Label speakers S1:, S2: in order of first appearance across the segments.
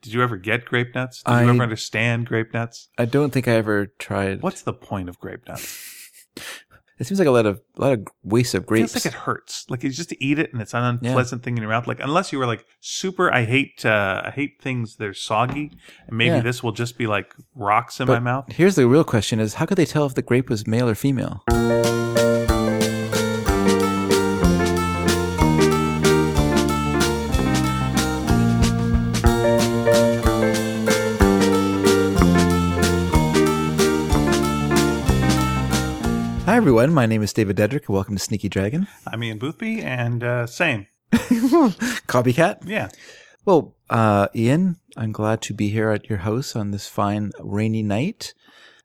S1: Did you ever get grape nuts? Did you
S2: I-
S1: ever understand grape nuts?
S2: I don't think I ever tried.
S1: What's the point of grape nuts?
S2: It seems like a lot of a lot of waste of
S1: It feels
S2: grapes.
S1: like it hurts. Like you just eat it and it's an unpleasant thing in your mouth. Like unless you were like super, I hate uh, I hate things that are soggy, and maybe
S2: Yeah.
S1: this will just be like rocks in my
S2: But
S1: mouth.
S2: Here's the real question: Is how could they tell if the grape was male or female? Hi everyone, my name is David Dedrick. and Welcome to Sneaky Dragon.
S1: I'm Ian Boothby, and uh, same,
S2: Copycat.
S1: yeah.
S2: Well, uh, Ian, I'm glad to be here at your house on this fine rainy night.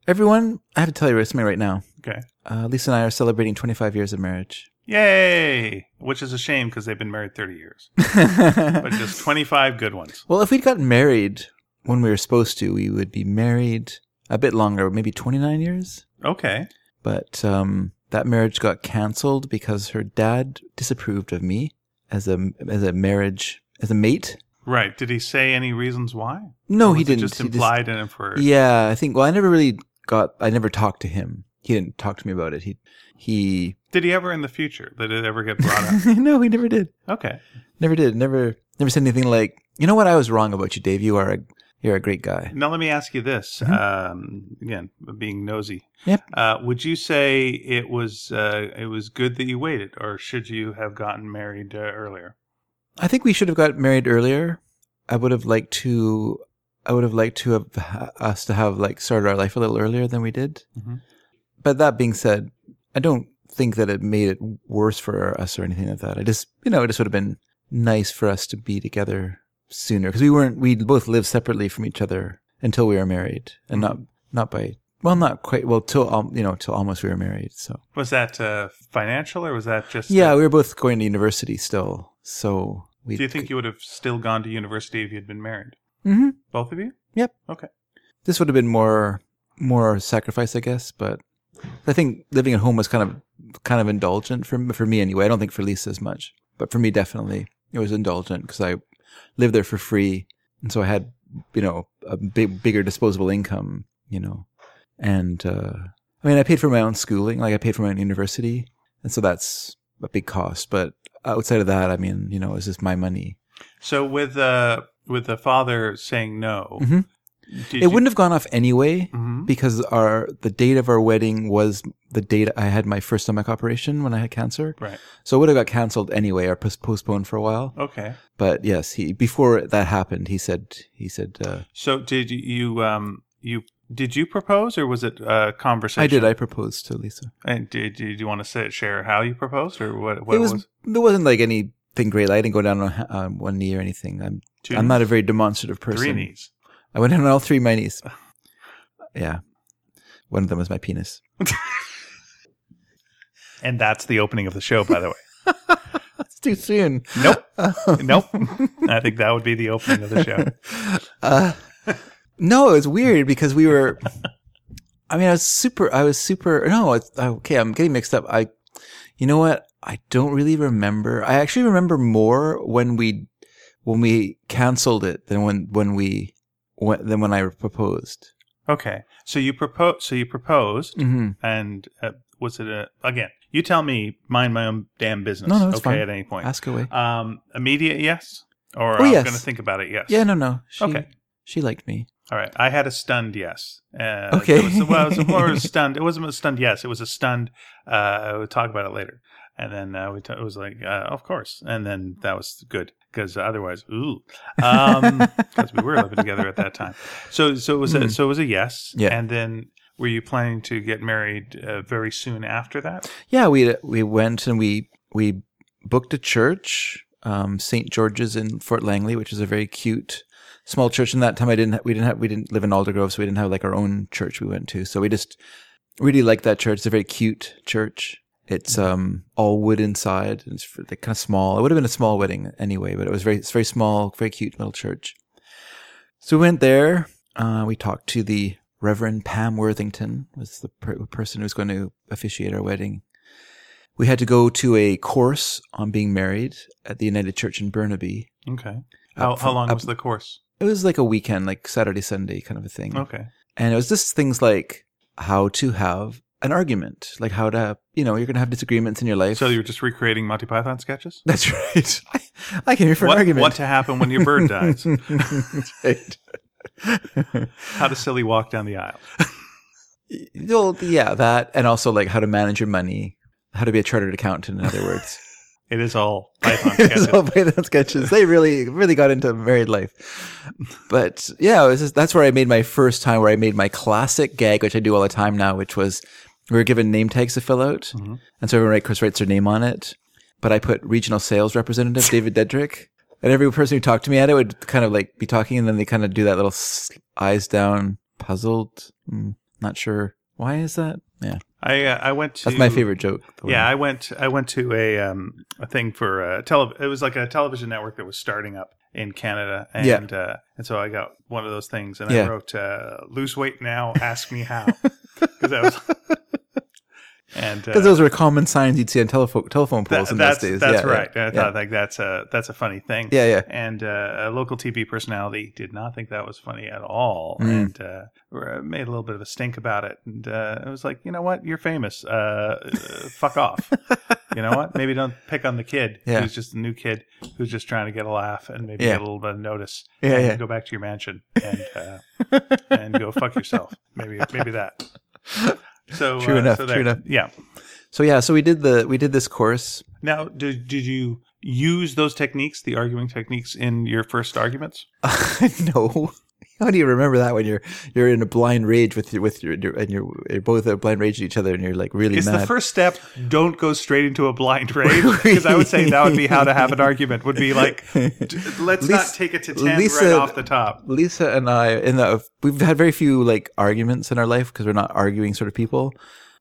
S2: Everyone, I have to tell you this right now.
S1: Okay,
S2: Uh, Lisa and I are celebrating 25 years of marriage.
S1: yay! Which is a shame because they've been married 30 years, but just 25 good ones.
S2: well, if we'd gotten married when we were supposed to, we would be married a bit longer, maybe 29 years.
S1: Okay,
S2: But um, that marriage got canceled because her dad disapproved of me as a as a marriage as a mate.
S1: right. Did he say any reasons why?
S2: No,
S1: Or
S2: he
S1: was it
S2: didn't.
S1: Just
S2: He just-
S1: implied and inferred.
S2: Yeah, I think. Well, I never really got. I never talked to him. He didn't talk to me about it. He he.
S1: Did he ever in the future? Did it ever get brought up?
S2: no, he never did.
S1: Okay.
S2: Never did. Never never said anything like, you know what? I was wrong about you, Dave. You are a you're a great guy.
S1: Now let me ask you this.
S2: Mhm.
S1: Um, again, being nosy.
S2: Yep.
S1: Uh, would you say it was uh, it was good that you waited, or should you have gotten married uh, earlier?
S2: I think we should have got married earlier. I would have liked to. I would have liked to have ha- us to have like started our life a little earlier than we did.
S1: Mhm.
S2: But that being said, I don't think that it made it worse for us or anything like that. I just, you know, it just would have been nice for us to be together sooner because we weren't. We both lived separately from each other until we were married, and not
S1: Mm-hmm.
S2: not by well, not quite well till um, you know till almost we were married. So
S1: Was that uh, financial, or was that just?
S2: yeah, we were both going to university still. So we
S1: do you think you would have still gone to university if you'd been married?
S2: hmm
S1: Both of you?
S2: this would have been more more sacrifice, I guess. But I think living at home was kind of kind of indulgent for for me anyway. I don't think for Lisa as much, but for me definitely it was indulgent because I lived there for free, and so I had you know a big bigger disposable income, you know, and uh, I mean I paid for my own schooling, like I paid for my own university, and so that's a big cost. But outside of that, I mean, you know, it was just my money.
S1: So with uh, with the father saying no,
S2: Mhm.
S1: did
S2: it wouldn't have gone off anyway.
S1: hmm
S2: because our the date of our wedding was the date I had my first stomach operation when I had cancer.
S1: Right. Oh.
S2: So it would have got canceled anyway or pos- postponed for a while.
S1: Okay.
S2: But yes, he before that happened, he said he said uh,
S1: So did you um you did you propose, or was it a conversation?
S2: I did I proposed to Lisa.
S1: And did, did you want to say, share how you proposed, or what? What
S2: it was,
S1: was
S2: there wasn't like anything great. I didn't go down on ha- on one knee or anything. I'm
S1: two
S2: I'm
S1: knees?
S2: not a very demonstrative person.
S1: three knees.
S2: I went down on all three of my knees. yeah. One of them was my penis.
S1: And that's the opening of the show, by the way.
S2: That's too soon.
S1: Nope.
S2: Oh.
S1: nope. I think that would be the opening of the show.
S2: Uh, no, it was weird because we were. I mean, I was super. I was super. No, it's, okay, I'm getting mixed up. I, you know what? I don't really remember. I actually remember more when we, when we canceled it than when when we, when, than when I proposed.
S1: Okay. So you propose. So you proposed,
S2: Mm-hmm.
S1: and uh, was it a again? You tell me. Mind my own damn business.
S2: No, no, it's
S1: okay.
S2: fine.
S1: At any point.
S2: Ask away.
S1: Um, immediate yes, or
S2: Oh,
S1: I'm
S2: yes.
S1: going to think about it. Yes.
S2: yeah, no, no. She,
S1: Okay.
S2: She liked me.
S1: All right. I had a stunned yes. Uh,
S2: Okay.
S1: It was, well, it was more of a stunned. It wasn't a stunned yes. It was a stunned. Uh, we'll talk about it later. And then uh, we t- it was like, uh, of course. And then that was good because otherwise, ooh, because Um, we were living together at that time. So so it was a
S2: Mm.
S1: so it was a yes.
S2: Yeah.
S1: And then were you planning to get married uh, very soon after that?
S2: Yeah, we we went and we we booked a church, um, St. George's in Fort Langley, which is a very cute small church. And that time I didn't ha- we didn't have we didn't live in Aldergrove, so we didn't have like our own church we went to. So we just really liked that church. It's a very cute church. It's um, all wood inside. And it's for- like, kind of small. It would have been a small wedding anyway, but it was very it's very small, very cute little church. So we went there. Uh, we talked to the Reverend Pam Worthington was the per- person who was going to officiate our wedding. We had to go to a course on being married at the United Church in Burnaby.
S1: Okay. How
S2: Up
S1: how
S2: from-
S1: long
S2: up-
S1: was the course?
S2: it was like a weekend, like Saturday, Sunday kind of a thing.
S1: Okay.
S2: And it was just things like how to have an argument, like how to, you know, you're going to have disagreements in your life.
S1: So you're just recreating Monty Python sketches?
S2: That's right. I, I came here for an
S1: What,
S2: argument.
S1: what to happen when your bird dies?
S2: right.
S1: How does silly walk down the aisle?
S2: well, yeah, that, and also like how to manage your money, how to be a chartered accountant. In other words,
S1: It is all Python sketches.
S2: it's all Python sketches. They really, really got into married life. But yeah, it was just, that's where I made my first time where I made my classic gag, which I do all the time now, which was we were given name tags to fill out,
S1: Mhm.
S2: and so everyone, of course, writes their name on it. But I put regional sales representative David Dedrick. And every person who talked to me at it would kind of like be talking, and then they kind of do that little s- eyes down, puzzled, mm, not sure why is that. Yeah,
S1: I uh, I went to
S2: that's my favorite joke. the
S1: Yeah,
S2: one-
S1: I went. I went to a um, a thing for uh, tele. It was like a television network that was starting up in Canada, and
S2: Yeah.
S1: uh, and so I got one of those things, and I
S2: Yeah.
S1: wrote uh, "Lose weight now, ask me how," because I was. and uh,
S2: Because those were common signs you'd see on telephone telephone
S1: tha-
S2: poles in
S1: that's
S2: those days.
S1: that's
S2: yeah,
S1: right.
S2: Yeah,
S1: I
S2: yeah.
S1: thought like that's a that's a funny thing.
S2: yeah, yeah.
S1: And uh, a local TV personality did not think that was funny at all,
S2: Mm.
S1: and uh, r- made a little bit of a stink about it. And uh, it was like, you know what, you're famous. Uh, uh, fuck off. You know what? Maybe don't pick on the kid
S2: Yeah.
S1: who's just a new kid who's just trying to get a laugh and maybe
S2: Yeah.
S1: get a little bit of notice.
S2: Yeah,
S1: and
S2: yeah.
S1: Go back to your mansion and uh, and go fuck yourself. Maybe maybe that. So
S2: True
S1: uh,
S2: enough,
S1: so
S2: true
S1: there-
S2: enough.
S1: Yeah.
S2: So yeah, so we did the we did this course.
S1: Now, did did you use those techniques, the arguing techniques, in your first arguments?
S2: no. How do you remember that when you're you're in a blind rage with your with your, your and you're, you're both a blind rage at each other and you're like really
S1: It's
S2: mad?
S1: the first step. Don't go straight into a blind rage because I would say that would be how to have an argument. Would be like, d- let's not
S2: Lisa-
S1: take it to ten right
S2: Lisa-
S1: off the top.
S2: Lisa and I in the we've had very few like arguments in our life because we're not arguing sort of people.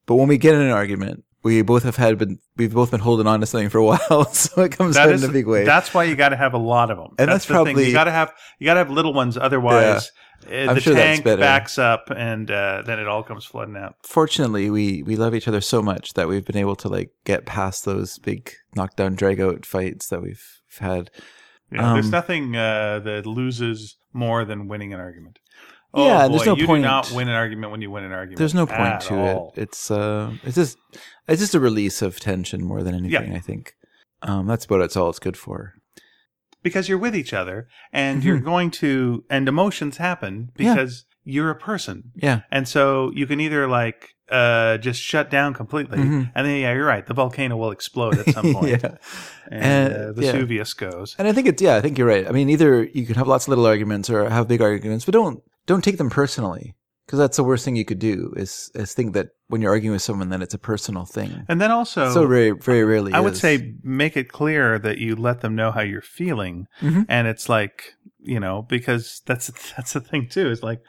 S2: But when we get in an argument, we both have had been we've both been holding on to something for a while, so it comes
S1: That
S2: out
S1: is
S2: in a big way.
S1: That's why you got to have a lot of them.
S2: And that's
S1: the thing. you
S2: probably-
S1: got to have you got to have little ones. Otherwise, uh,
S2: I'm
S1: the
S2: sure that's
S1: tank
S2: better.
S1: backs up and uh, then it all comes flooding out.
S2: fortunately we we love each other so much that we've been able to like get past those big knockdown drag out fights that we've had
S1: Yeah, there's
S2: Um,
S1: nothing uh, that loses more than winning an argument. Oh,
S2: Yeah,
S1: boy,
S2: there's no
S1: you
S2: point.
S1: do not win an argument when you win an argument.
S2: there's no point
S1: at
S2: to
S1: all.
S2: it it's uh it's just it's just a release of tension more than anything i think um that's about it. it's all it's good for
S1: because you're with each other and
S2: Mhm.
S1: you're going to and emotions happen
S2: Yeah.
S1: because you're a person
S2: yeah
S1: and so you can either like uh just shut down completely
S2: Mhm.
S1: and then yeah you're right the volcano will explode at some point
S2: yeah
S1: and
S2: Uh,
S1: uh,
S2: yeah.
S1: vesuvius goes
S2: and i think it's yeah i think you're right i mean either you can have lots of little arguments or have big arguments but don't don't take them personally because that's the worst thing you could do is is think that when you're arguing with someone that it's a personal thing
S1: and then also
S2: so very very rarely
S1: i would
S2: is.
S1: say make it clear that you let them know how you're feeling
S2: Mhm.
S1: and it's like you know because that's that's the thing too is like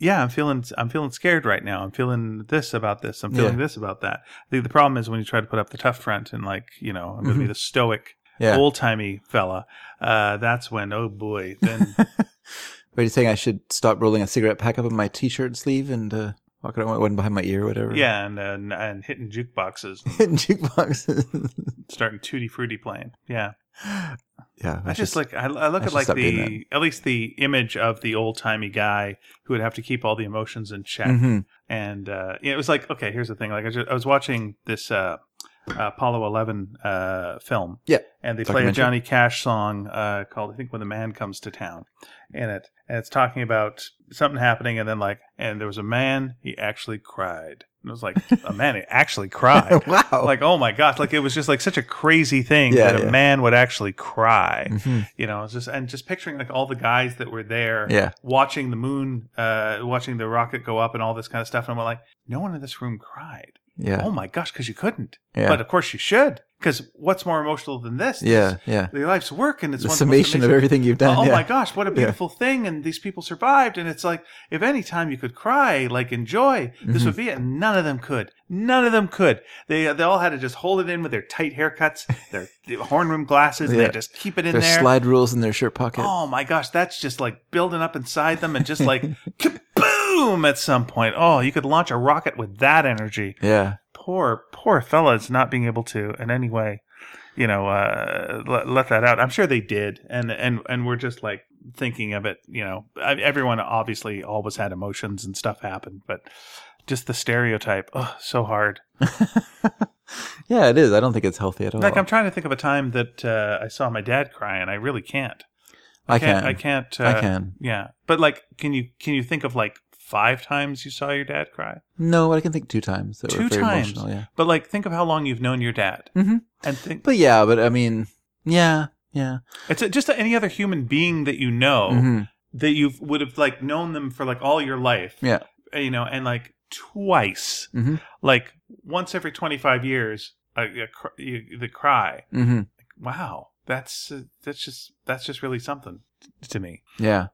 S1: yeah i'm feeling i'm feeling scared right now i'm feeling this about this i'm feeling
S2: Yeah.
S1: this about that i think the problem is when you try to put up the tough front and like you know i'm gonna be
S2: Mhm.
S1: the stoic
S2: yeah
S1: old-timey fella uh that's when oh boy then
S2: Were you saying I should stop rolling a cigarette pack up in my t-shirt sleeve and uh, walk around with one behind my ear or whatever?
S1: yeah and, and and hitting jukeboxes and
S2: In jukeboxes.
S1: starting tutti frutti playing yeah
S2: yeah.
S1: I just like I, I look at
S2: I should
S1: like
S2: stop doing
S1: the at least the image of the old timey guy who would have to keep all the emotions in check,
S2: hmm
S1: and uh, yeah, it was like okay, here's the thing. Like I, ju- I was watching this uh, Apollo Eleven uh, film,
S2: Yeah.
S1: and they play a
S2: Documentary.
S1: Johnny Cash song uh, called I think When the Man Comes to Town in it, and it's talking about something happening, and then like and there was a man he actually cried, and it was like a man he actually cried.
S2: wow.
S1: Like oh my gosh! Like it was just like such a crazy thing
S2: Yeah,
S1: that a
S2: yeah.
S1: man would actually cry
S2: Mhm.
S1: you know, it's just and just picturing like all the guys that were there
S2: Yeah.
S1: watching the moon, uh, watching the rocket go up and all this kind of stuff. And I'm like, no one in this room cried.
S2: Yeah.
S1: Oh my gosh, because you couldn't.
S2: yeah.
S1: But of course you should, because what's more emotional than this?
S2: yeah. Yeah.
S1: This- Your life's work and it's
S2: The
S1: one
S2: summation
S1: the
S2: of
S1: most amazing-
S2: everything you've done.
S1: Oh
S2: yeah.
S1: my gosh, what a beautiful thing! And these people survived, and it's like if any time you could cry, like enjoy, this
S2: Mhm.
S1: would be it. And none of them could. None of them could. They they all had to just hold it in with their tight haircuts, their horn rim glasses, and
S2: Yeah.
S1: they just keep it in
S2: There's
S1: there.
S2: slide rules in their shirt pocket.
S1: Oh my gosh, that's just like building up inside them and just like kaboom at some point. Oh, you could launch a rocket with that energy.
S2: Yeah.
S1: Poor, poor fellas not being able to in any way, you know, uh, let, let that out. I'm sure they did, and and and we're just like thinking of it, you know, I- everyone obviously always had emotions and stuff happen, but just the stereotype, oh, so hard.
S2: yeah, it is. I don't think it's healthy at all.
S1: Like I'm trying to think of a time that uh, I saw my dad cry, and I really can't.
S2: I can.
S1: I can't. Uh,
S2: I can.
S1: Yeah, but like, can you can you think of like five times you saw your dad cry?
S2: No, I can think two times. That
S1: Two
S2: were very
S1: times?
S2: Emotional, yeah.
S1: But like, think of how long you've known your dad,
S2: Mm-hmm.
S1: and think
S2: But yeah, but I mean, yeah, yeah.
S1: it's just any other human being that you know
S2: Mhm.
S1: that you would have like known them for like all your life. eh,
S2: Yeah.
S1: you know, and like twice,
S2: Mhm.
S1: like once every twenty five years, a, a, cr- you- the cry.
S2: Mhm.
S1: Wow, that's uh, that's just that's just really something to me.
S2: Yeah.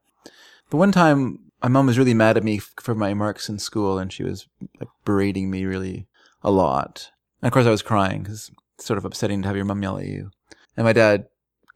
S2: The one time my mom was really mad at me f- for my marks in school, and she was like berating me really a lot. And of course, I was crying because it's sort of upsetting to have your mom yell at you. And my dad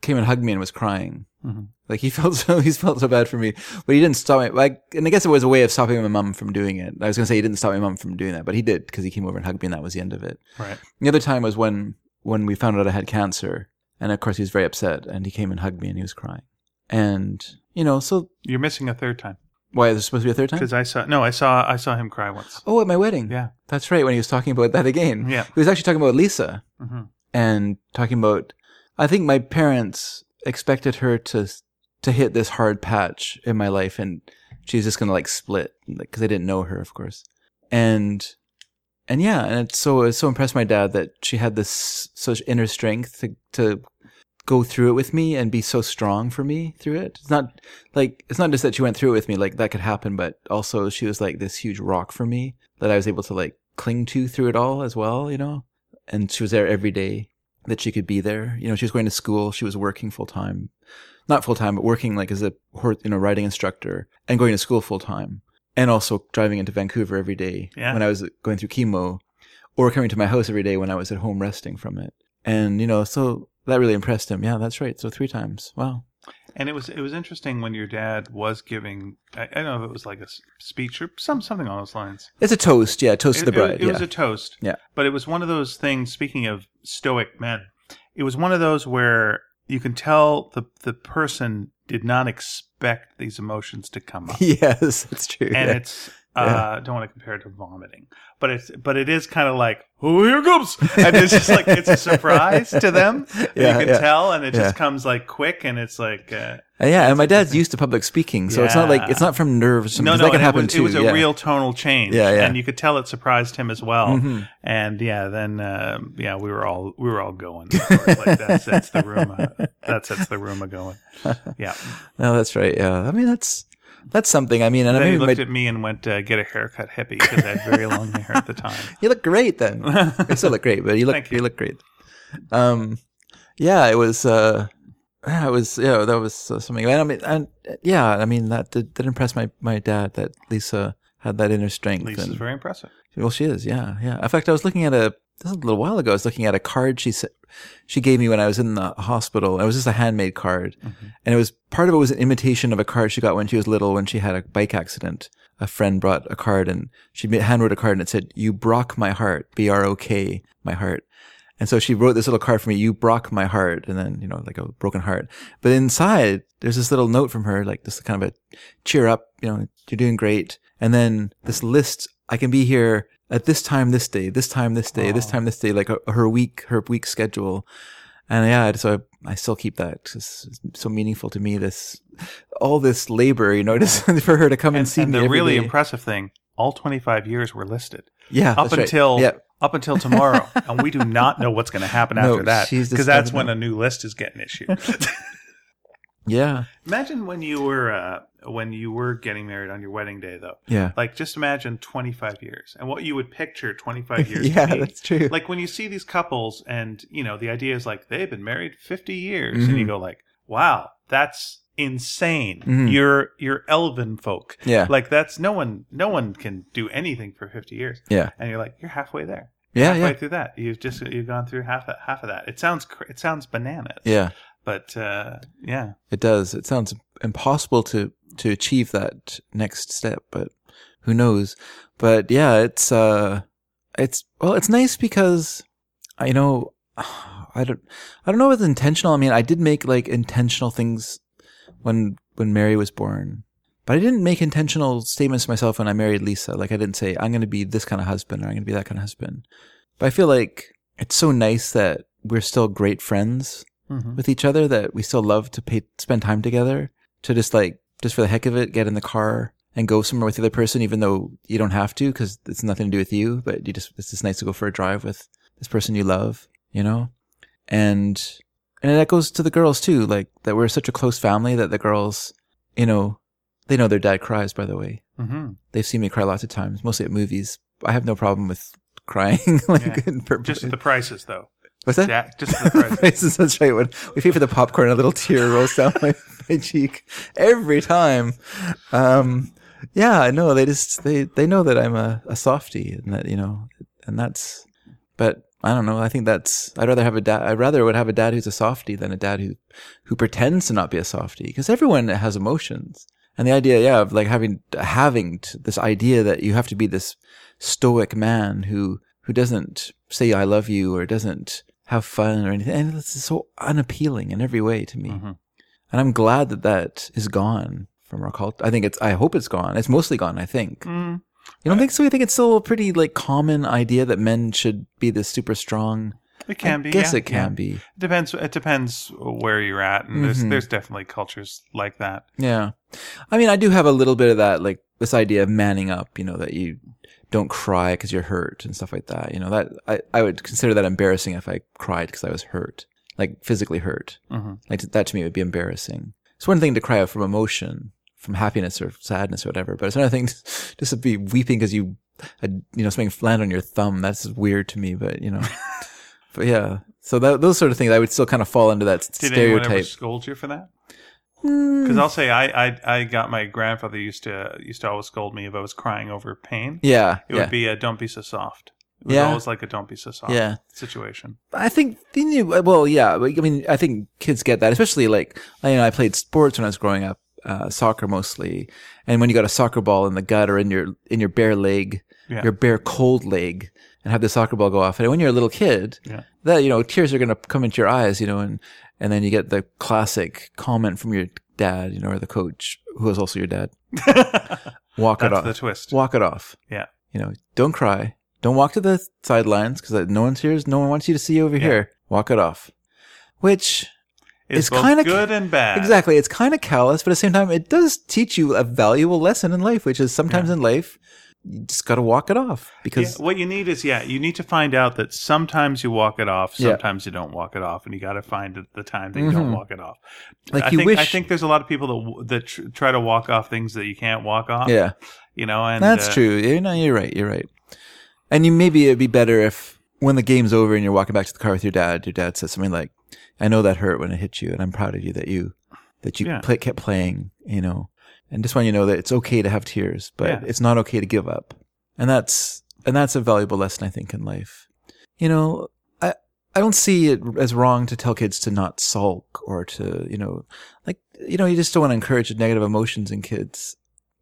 S2: came and hugged me and was crying.
S1: Mhm.
S2: Like he felt so he felt so bad for me, but he didn't stop me. Like, and I guess it was a way of stopping my mom from doing it. I was gonna say he didn't stop my mom from doing that, but he did because he came over and hugged me, and that was the end of it.
S1: Right.
S2: The other time was when when we found out I had cancer, and of course he was very upset, and he came and hugged me, and he was crying. And you know, so
S1: You're missing a third time
S2: why there's supposed to be a third time?
S1: because I saw no, I saw I saw him cry once.
S2: Oh, at my wedding.
S1: Yeah. Mm-hmm.
S2: that's right. When he was talking about that again,
S1: Yeah.
S2: he was actually talking about Lisa
S1: hmm
S2: and talking about. I think my parents expected her to to hit this hard patch in my life, and she's just gonna like split because they didn't know her, of course. And and yeah, and it's so it's so impressed my dad that she had this such inner strength to to go through it with me and be so strong for me through it. It's not like it's not just that she went through it with me, like that could happen, but also she was like this huge rock for me that I was able to like cling to through it all as well, you know? And she was there every day that she could be there. You know, she was going to school, she was working full time. Not full time, but working like as a hor- you know, riding instructor and going to school full time. And also driving into Vancouver every day
S1: Yeah.
S2: when I was going through chemo or coming to my house every day when I was at home resting from it. And, you know, so that really impressed him. Yeah, that's right. So three times. Wow.
S1: And it was it was interesting when your dad was giving I, I don't know if it was like a s- speech or some something along those lines.
S2: It's a toast. Yeah, toast to
S1: It-
S2: the
S1: it was-
S2: bride.
S1: It,
S2: yeah.
S1: was a toast.
S2: Yeah.
S1: But it was one of those things. Speaking of stoic men, it was one of those where you can tell the the person did not expect these emotions to come up,
S2: yes, that's true.
S1: and
S2: yeah.
S1: it's. Uh, don't want to compare it to vomiting, but it's but it is kind of like oh here it comes, and it's just like it's a surprise to them.
S2: Yeah,
S1: you can
S2: yeah.
S1: tell, and it just
S2: Yeah.
S1: comes like quick, and it's like uh,
S2: And yeah, and my dad's used to public speaking, so it's not like it's not from nerves.
S1: No, no,
S2: that could
S1: and it
S2: happen
S1: was,
S2: too.
S1: it was a
S2: yeah.
S1: real tonal change.
S2: Yeah, yeah.
S1: And you could tell it surprised him as well.
S2: Mhm.
S1: And yeah, then uh, yeah, we were all we were all going. like that sets the room. Uh, that sets the room a going. Yeah.
S2: No, that's right. Yeah, I mean that's that's something. I mean, and
S1: then he
S2: I mean,
S1: looked
S2: my,
S1: at me and went, uh, "Get a haircut, hippie," because I had very long hair at the time.
S2: you look great then. I still look great, but you
S1: Thank
S2: look
S1: you.
S2: you. look great. Um, yeah, it was. Uh, yeah, it was. Yeah, that was uh, something. And I mean, and uh, yeah, I mean that did, did impress my my dad that Lisa had that inner strength.
S1: Lisa's
S2: and-
S1: very impressive.
S2: Well, she is. Yeah, yeah. In fact, I was looking at a this is a little while ago. I was looking at a card she se- she gave me when I was in the hospital. It was just a handmade card, and it was part of it was an imitation of a card she got when she was little when she had a bike accident. A friend brought a card and she ma- handwrote a card and it said, "You brock my heart, B R O K, my heart." And so she wrote this little card for me, "You brock my heart," and then you know like a broken heart. But inside, there's this little note from her, like just kind of a cheer up, you know, you're doing great. And then this list, I can be here at this time, this day, this time, this day, this
S1: Aw.
S2: time, this day, like uh, her week, her week schedule. And yeah, so I, I still keep that. 'cause It's, it's so meaningful to me. This, all this labor, you know, just for her to come and,
S1: And,
S2: see
S1: and
S2: me.
S1: the
S2: every
S1: really
S2: day.
S1: impressive thing: all 25 years were listed
S2: yeah,
S1: up
S2: that's right.
S1: until
S2: yeah,
S1: up until tomorrow, and we do not know what's going to happen
S2: No,
S1: after that
S2: she's
S1: because
S2: just-
S1: that's when a new list is getting issued.
S2: yeah,
S1: Imagine when you were uh, when you were getting married on your wedding day, though.
S2: yeah,
S1: Like, just imagine 25 years and what you would picture 25 years.
S2: yeah.
S1: to be.
S2: That's true.
S1: Like when you see these couples, and you know the idea is like they've been married 50 years, and
S2: Mhm.
S1: you go like, "Wow, that's insane!
S2: Mhm.
S1: You're you're elven folk.
S2: yeah,
S1: Like that's no one no one can do anything for 50 years."
S2: Yeah. Oh,
S1: and you're like, "You're halfway there.
S2: yeah,
S1: halfway
S2: yeah,
S1: through that. You've just you've gone through half of, half of that. It sounds cr- it sounds bananas.
S2: yeah.
S1: but uh, yeah."
S2: It does. It sounds impossible to to achieve that next step, but who knows? But yeah, it's uh, it's well, it's nice because I you know I don't I don't know if it's intentional. I mean, I did make like intentional things when when Mary was born. But I didn't make intentional statements to myself when I married Lisa. Like I didn't say I'm going to be this kind of husband or I'm going to be that kind of husband. But I feel like it's so nice that we're still great friends
S1: Mhm.
S2: with each other that we still love to pay, spend time together to just like just for the heck of it get in the car and go somewhere with the other person even though you don't have to because it's nothing to do with you but you just it's just nice to go for a drive with this person you love you know and and that goes to the girls too like that we're such a close family that the girls you know they know their dad cries by the way
S1: Mhm.
S2: they've seen me cry lots of times mostly at movies i have no problem with crying like
S1: Yeah.
S2: in purpose
S1: Just the prices, though.
S2: what's that
S1: Yeah, just the prices.
S2: prices. That's right. When we pay for the popcorn, a little tear rolls down my, my cheek every time. Um, yeah, I know. They just they they know that I'm a, a softie, and that you know, and that's. But I don't know. I think that's. I'd rather have a dad. I rather would have a dad who's a softie than a dad who who pretends to not be a softie, because everyone has emotions. And the idea, yeah, of like having having t- this idea that you have to be this stoic man who who doesn't say I love you or doesn't have fun or anything. And this is so unappealing in every way to me.
S1: Mhm.
S2: And I'm glad that that is gone from our cult. I think it's. I hope it's gone. It's mostly gone. I think.
S1: Mm.
S2: You don't think so? You think it's still a pretty like common idea that men should be this super strong.
S1: It can
S2: I
S1: be.
S2: Guess
S1: yeah,
S2: it can
S1: yeah.
S2: be.
S1: It depends. It depends where you're at, and there's
S2: Mhm.
S1: there's definitely cultures like that.
S2: Yeah. I mean, I do have a little bit of that, like this idea of manning up, you know, that you don't cry because you're hurt and stuff like that. You know, that I, I would consider that embarrassing if I cried because I was hurt, like physically hurt.
S1: hmm
S2: Like that to me would be embarrassing. It's one thing to cry out from emotion, from happiness or sadness or whatever, but it's another thing just to be weeping because you, had, you know, something landed on your thumb. That's weird to me, but you know, but yeah. So that, those sort of things, I would still kind of fall into that
S1: Did anyone ever
S2: stereotype.
S1: scold you for that?
S2: Mm.
S1: Because I'll say I, I I got my grandfather used to used to always scold me if I was crying over pain.
S2: Yeah,
S1: It
S2: yeah.
S1: would be a don't be so soft. It was
S2: Yeah.
S1: always like a don't be so soft
S2: Yeah.
S1: situation.
S2: I think they knew. uh, Well, yeah. like, I mean, I think kids get that, especially like you know, I played sports when I was growing up, uh, soccer mostly. And when you got a soccer ball in the gut or in your in your bare leg,
S1: Yeah.
S2: your bare cold leg, and have the soccer ball go off, and when you're a little kid,
S1: Yeah.
S2: that you know tears are going to come into your eyes, you know, and and then you get the classic comment from your dad, you know, or the coach who was also your dad.
S1: That's
S2: Walk it off.
S1: the twist.
S2: Walk it off.
S1: Yeah.
S2: You know, don't cry. Don't walk to the sidelines because no one's here. No one wants you to see you over
S1: Yeah.
S2: here. Walk it off. Which
S1: It's,
S2: it's
S1: both
S2: kinda-
S1: good and bad.
S2: exactly, it's kind of callous, but at the same time, it does teach you a valuable lesson in life, which is sometimes in life you just got to walk it off
S1: Yeah,
S2: because
S1: what you need is yeah, you need to find out that sometimes you walk it off,
S2: Yeah.
S1: sometimes you don't walk it off, and you got to find the time that you don't
S2: Mhm.
S1: walk it off.
S2: Like
S1: I
S2: you
S1: think, I
S2: wish-
S1: think there's a lot of people that w- that tr- try to walk off things that you can't walk off.
S2: yeah,
S1: you know, uh, and
S2: that's
S1: uh,
S2: true. You know, you're right. You're right. And you maybe it'd be better if when the game's over and you're walking back to the car with your dad, your dad says something like, "I know that hurt when it hit you, and I'm proud of you that you that you
S1: Yeah.
S2: play, kept playing." You know, and just want you to know that it's okay to have tears, but
S1: Yeah.
S2: it's not okay to give up. And that's and that's a valuable lesson I think in life. You know, I I don't see it as wrong to tell kids to not sulk or to you know like you know you just don't want to encourage negative emotions in kids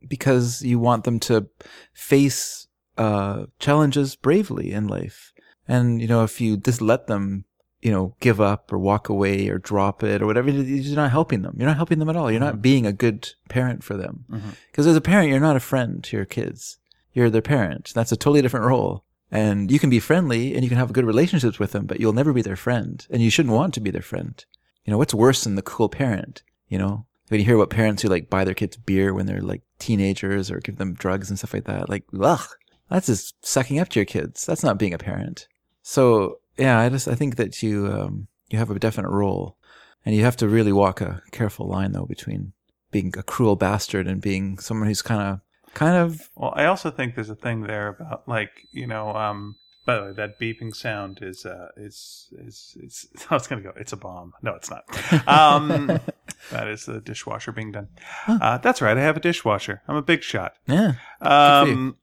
S2: because you want them to face uh, challenges bravely in life. And you know, if you just let them, you know, give up or walk away or drop it or whatever, you're not helping them. You're not helping them at all. You're not being a good parent for them.
S1: Mhm.
S2: Because as a parent, you're not a friend to your kids. You're their parent. That's a totally different role. And you can be friendly and you can have good relationships with them, but you'll never be their friend. And you shouldn't want to be their friend. You know, what's worse than the cool parent? You know, when you hear about parents who like buy their kids beer when they're like teenagers or give them drugs and stuff like that, like, ugh, that's just sucking up to your kids. That's not being a parent. So yeah, I just, I think that you, um, you have a definite role and you have to really walk a careful line though between being a cruel bastard and being someone who's kind of, kind of,
S1: Well, I also think there's a thing there about like you know. um By the way, that beeping sound is uh is is it's. I was gonna go. It's a bomb. No, it's not. Um, that is the dishwasher being done. Uh, that's right. I have a dishwasher. I'm a big shot.
S2: yeah, for you.
S1: Um,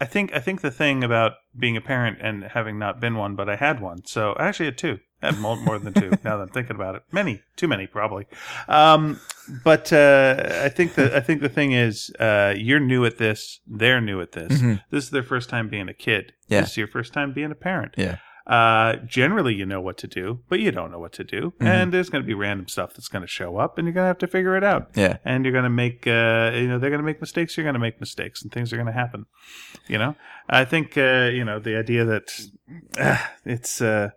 S1: I think I think the thing about being a parent and having not been one, but I had one, so I actually had two. I had more, more than two. Now that I'm thinking about it, many, too many, probably. Um, but uh, I think the I think the thing is, uh, you're new at this. They're new at this.
S2: Mhm.
S1: This is their first time being a kid.
S2: Yeah.
S1: This is your first time being a parent.
S2: yeah,
S1: uh, generally you know what to do, but you don't know what to do,
S2: Mm-hmm.
S1: and there's going to be random stuff that's going to show up, and you're going to have to figure it out.
S2: Yeah.
S1: And you're going to make, uh, you know, they're going to make mistakes. You're going to make mistakes, and things are going to happen. You know, I think uh, you know the idea that uh, it's, uh,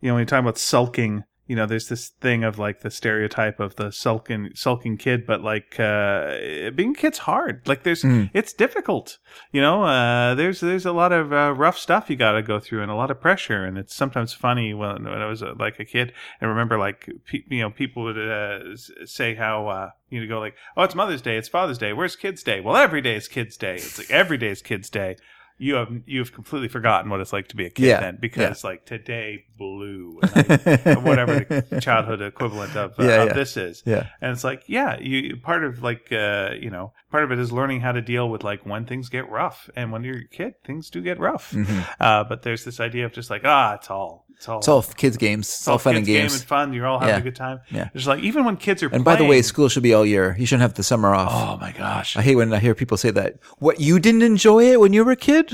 S1: you know, when you're talking about sulking. You know, there's this thing of like the stereotype of the sulking sulking kid, but like uh, being a kid's hard. Like there's
S2: Mm.
S1: it's difficult you know uh, there's there's a lot of uh, rough stuff you got to go through and a lot of pressure and it's sometimes funny when, when i was uh, like a kid and remember like pe- you know people would uh, s- say how uh, you know go like oh it's mother's day it's father's day where's kids day well every day is kids day it's like every day is kids day you have you've completely forgotten what it's like to be a kid
S2: Yeah,
S1: then because like today blew and I, uh, whatever the childhood equivalent of, uh,
S2: Yeah,
S1: of
S2: yeah.
S1: this is
S2: Yeah.
S1: and it's like, yeah, you part of like uh, you know, part of it is learning how to deal with like when things get rough. And when you're a kid, things do get rough.
S2: Mhm.
S1: Uh, but there's this idea of just like, ah, it's all it's all
S2: It's all kids' games. It's, all fun and
S1: kids
S2: games.
S1: game and fun. You're all having
S2: Yeah.
S1: a good time.
S2: Yeah.
S1: It's like even when kids are
S2: and by the way,
S1: playing-
S2: school should be all year. You shouldn't have the summer off.
S1: Oh my gosh.
S2: I hate when I hear people say that. What you didn't enjoy it when you were a kid?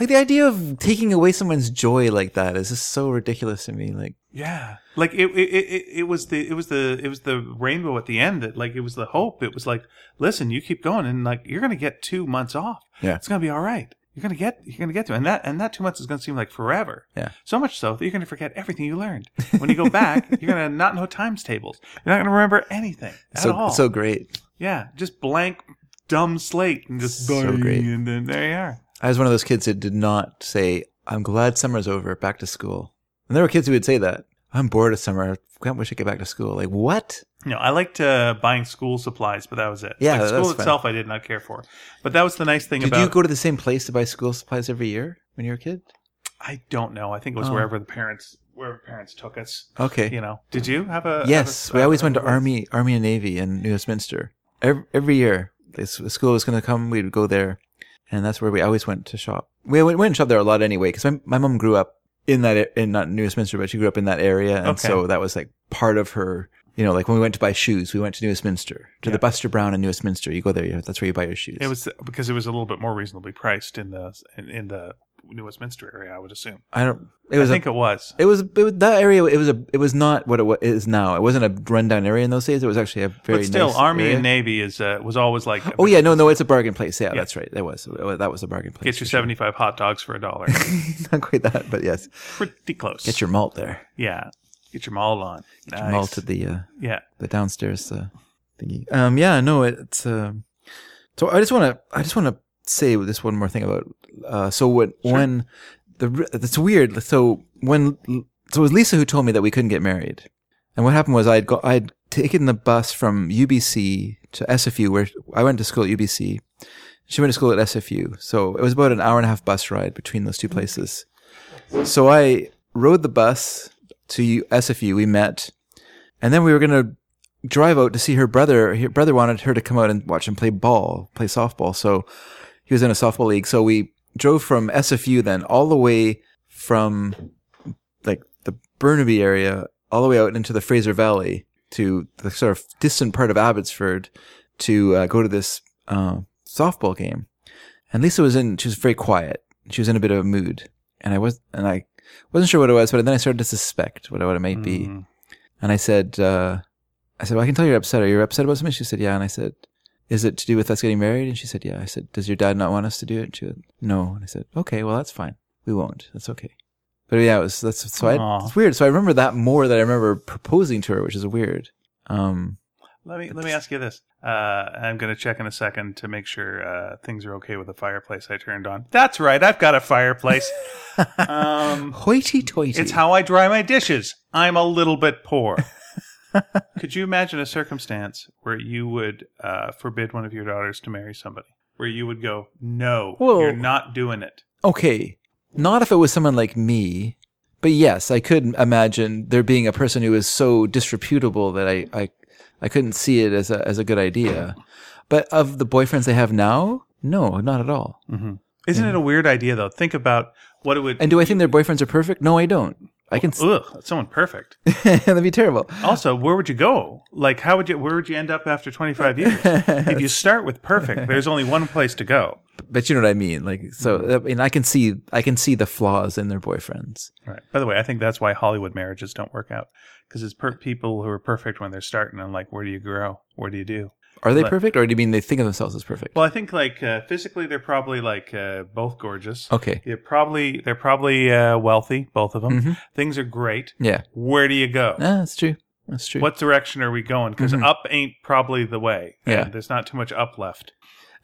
S2: Like the idea of taking away someone's joy like that is just so ridiculous to me. Like
S1: Yeah, like it, it, it, it was the it was the it was the rainbow at the end that like it was the hope. It was like, listen, you keep going, and like you're gonna get two months off.
S2: Yeah.
S1: it's gonna be all right. You're gonna get you're gonna get to, and that and that two months is gonna seem like forever.
S2: Yeah.
S1: so much so that you're gonna forget everything you learned when you go back. you're gonna not know times tables. You're not gonna remember anything at
S2: so
S1: all.
S2: so great.
S1: yeah, just blank, dumb slate, and just
S2: So great.
S1: and then there you are.
S2: I was one of those kids that did not say, "I'm glad summer's over, back to school." And there were kids who would say that. I'm bored of summer. I wish I could get back to school. Like what?
S1: No, I liked uh, buying school supplies, but that was it.
S2: Yeah,
S1: Like,
S2: that
S1: school
S2: was fun.
S1: itself I did not care for, but that was the nice thing
S2: Did
S1: about.
S2: you go to the same place to buy school supplies every year when you were a kid?
S1: I don't know. I think it was
S2: Oh.
S1: wherever the parents wherever parents took us.
S2: Okay.
S1: You know, did you have a?
S2: Yes,
S1: have a-
S2: we always went to
S1: have a-
S2: Army, Army and Navy in New Westminster every, every year. This the school was going to come, we'd go there, and that's where we always went to shop. We went, went and shopped there a lot anyway because my my mom grew up in that a- in not New Westminster, but she grew up in that area, and
S1: Okay.
S2: so that was like part of her. You know, like when we went to buy shoes, we went to New Westminster to
S1: Yeah.
S2: the Buster Brown in New Westminster. You go there, you, that's where you buy your shoes.
S1: It was because it was a little bit more reasonably priced in the in, in the New Westminster area. I would assume.
S2: I don't. It was
S1: I
S2: a-
S1: think it was.
S2: it was, it was that area. It was a. It was not what it wa- is now. It wasn't a rundown area in those days. It was actually a very.
S1: But still,
S2: nice
S1: Army
S2: area.
S1: and Navy is uh, was always like,
S2: Oh yeah, no, no, it's a bargain place. Yeah, that's right. That was that was a bargain place.
S1: get your seventy five hot dogs for a dollar.
S2: Not quite that, but yes,
S1: Pretty close.
S2: get your malt there.
S1: yeah. Get your mall on. Get
S2: Your Malt at the uh,
S1: Yeah.
S2: the downstairs uh, thingy. Um, yeah, no, it, it's. um so I just want to. I just want to say this one more thing about. Uh, so when when the it's weird. So when so it was Lisa who told me that we couldn't get married, and what happened was I'd go I'd taken the bus from UBC to SFU where I went to school at UBC. She went to school at SFU, so it was about an hour and a half bus ride between those two places. So I rode the bus to U- SFU. We met, and then we were gonna drive out to see her brother. Her brother wanted her to come out and watch him play ball, play softball. So he was in a softball league. So we drove from SFU then all the way from like the Burnaby area all the way out into the Fraser Valley to the sort of distant part of Abbotsford to uh, go to this uh, softball game. And Lisa was in. She was very quiet. She was in a bit of a mood, and I was and I wasn't sure what it was. But then I started to suspect what, what it might be.
S1: Mm.
S2: And I said, uh, I said, well, I can tell you're upset. Are you upset about something? She said, yeah. And I said, is it to do with us getting married? And she said, yeah. I said, does your dad not want us to do it? And she went, no. And I said, okay, well, that's fine. We won't. That's okay. But yeah, it was, that's, so I,
S1: Aw.
S2: it's weird. So I remember that more than I remember proposing to her, which is weird. Um,
S1: Let me let me ask you this. Uh, I'm going to check in a second to make sure uh, things are okay with the fireplace I turned on. That's right, I've got a fireplace. um,
S2: hoity toity.
S1: it's how I dry my dishes. I'm a little bit poor. Could you imagine a circumstance where you would uh, forbid one of your daughters to marry somebody? Where you would go, no,
S2: Well-
S1: you're not doing it.
S2: Okay. Not if it was someone like me, but yes, I could imagine there being a person who is so disreputable that I, I, I couldn't see it as a, as a good idea. But of the boyfriends they have now, no, not at all.
S1: Mm-hmm. Isn't it a weird idea though? Think about what it would.
S2: And do I think their boyfriends are perfect? No, I don't. I can. s-
S1: ugh, that's someone perfect.
S2: That'd be terrible.
S1: Also, where would you go? Like, how would you? Where would you end up after 25 years? if you start with perfect, there's only one place to go.
S2: but you know what I mean. Like, so I mean, I can see, I can see the flaws in their boyfriends.
S1: Right. By the way, I think that's why Hollywood marriages don't work out because it's per- people who are perfect when they're starting. I'm like, where do you grow? Where do you do?
S2: Are they
S1: But-
S2: perfect, or do you mean they think of themselves as perfect?
S1: Well, I think like uh, physically, they're probably like uh, both gorgeous.
S2: okay,
S1: They're probably they're probably uh, wealthy, both of them.
S2: Mhm.
S1: Things are great.
S2: yeah,
S1: Where do you go?
S2: Ah, that's true. That's true.
S1: What direction are we going? Because
S2: Mhm.
S1: up ain't probably the way. and
S2: Yeah.
S1: there's not too much up left.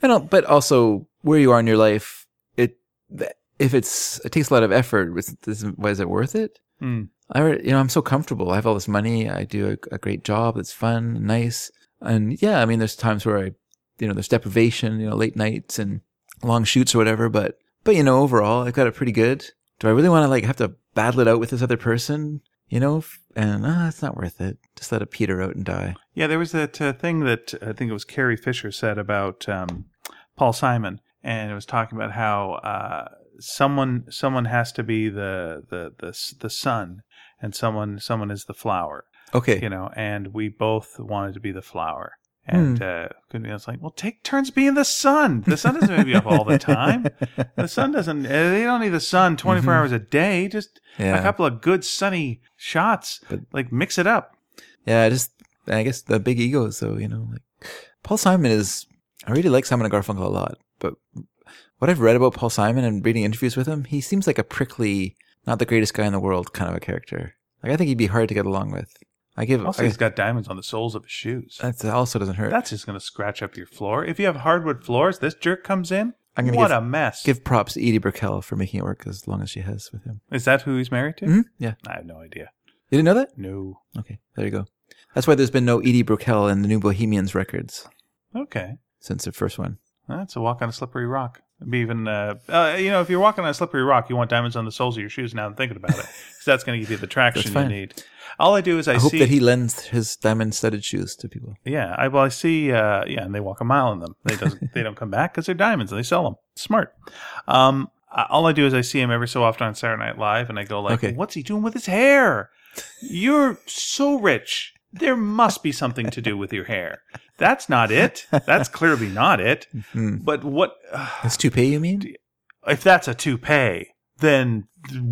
S2: I don't, but also where you are in your life, it th- if it's it takes a lot of effort. Was this, why is it worth it?
S1: Hmm.
S2: I alre- you know I'm so comfortable. I have all this money. I do a, a great job. It's fun, nice, and yeah. I mean, there's times where I, you know, there's deprivation. You know, late nights and long shoots or whatever. But but you know, overall, I've got it pretty good. Do I really want to like have to battle it out with this other person? You know, F- and ah, it's not worth it. Just let it peter out and die.
S1: Yeah, there was that uh, thing that I think it was Carrie Fisher said about um, Paul Simon, and it was talking about how uh, someone someone has to be the the the s- the sun, and someone someone is the flower,
S2: Okay.
S1: you know. And we both wanted to be the flower,
S2: Hmm.
S1: and uh, you know, it's like, well, take turns being the sun. The sun doesn't have to be up all the time. The sun doesn't. uh, They don't need the sun twenty
S2: Mhm.
S1: hours a day. Just
S2: yeah.
S1: a couple of good sunny shots.
S2: But-
S1: like mix it up.
S2: Yeah, I just I guess the big egos. So you know, like Paul Simon is. I really like Simon and Garfunkel a lot, but what I've read about Paul Simon and reading interviews with him, he seems like a prickly, not the greatest guy in the world kind of a character. Like I think he'd be hard to get along with. I give.
S1: Also,
S2: Oh, I-
S1: he's got diamonds on the soles of his shoes.
S2: that also doesn't hurt.
S1: That's just going to scratch up your floor. If you have hardwood floors, this jerk comes in.
S2: I'm gonna
S1: what
S2: give-
S1: a mess.
S2: Give props to Edie Burkell for making it work as long as she has with him.
S1: Is that who he's married to?
S2: Mhm, Yeah,
S1: I have no idea.
S2: you didn't know that?
S1: No.
S2: Okay, there you go. That's why there's been no Edie Burkell in the New Bohemians records
S1: Okay.
S2: since the first one.
S1: That's a walk on a slippery rock. It'd Be even, uh, uh, you know, if you're walking on a slippery rock, you want diamonds on the soles of your shoes. Now I'm thinking about it, 'Cause that's going to give you the traction you
S2: fine.
S1: need. All I do is I,
S2: I, hope
S1: see.
S2: that he lends his diamond-studded shoes to people.
S1: yeah, I well, I see. Uh, yeah, and they walk a mile in them. They doesn't. they don't come back because they're diamonds and they sell them. Smart. Um, I- all I do is I see him every so often on Saturday Night Live, and I go like,
S2: Okay.
S1: "What's he doing with his hair? You're so rich. There must be something to do with your hair. That's not it. That's clearly not it.
S2: Hmm.
S1: But what uh,
S2: His toupee, you mean?
S1: if that's a toupee? Then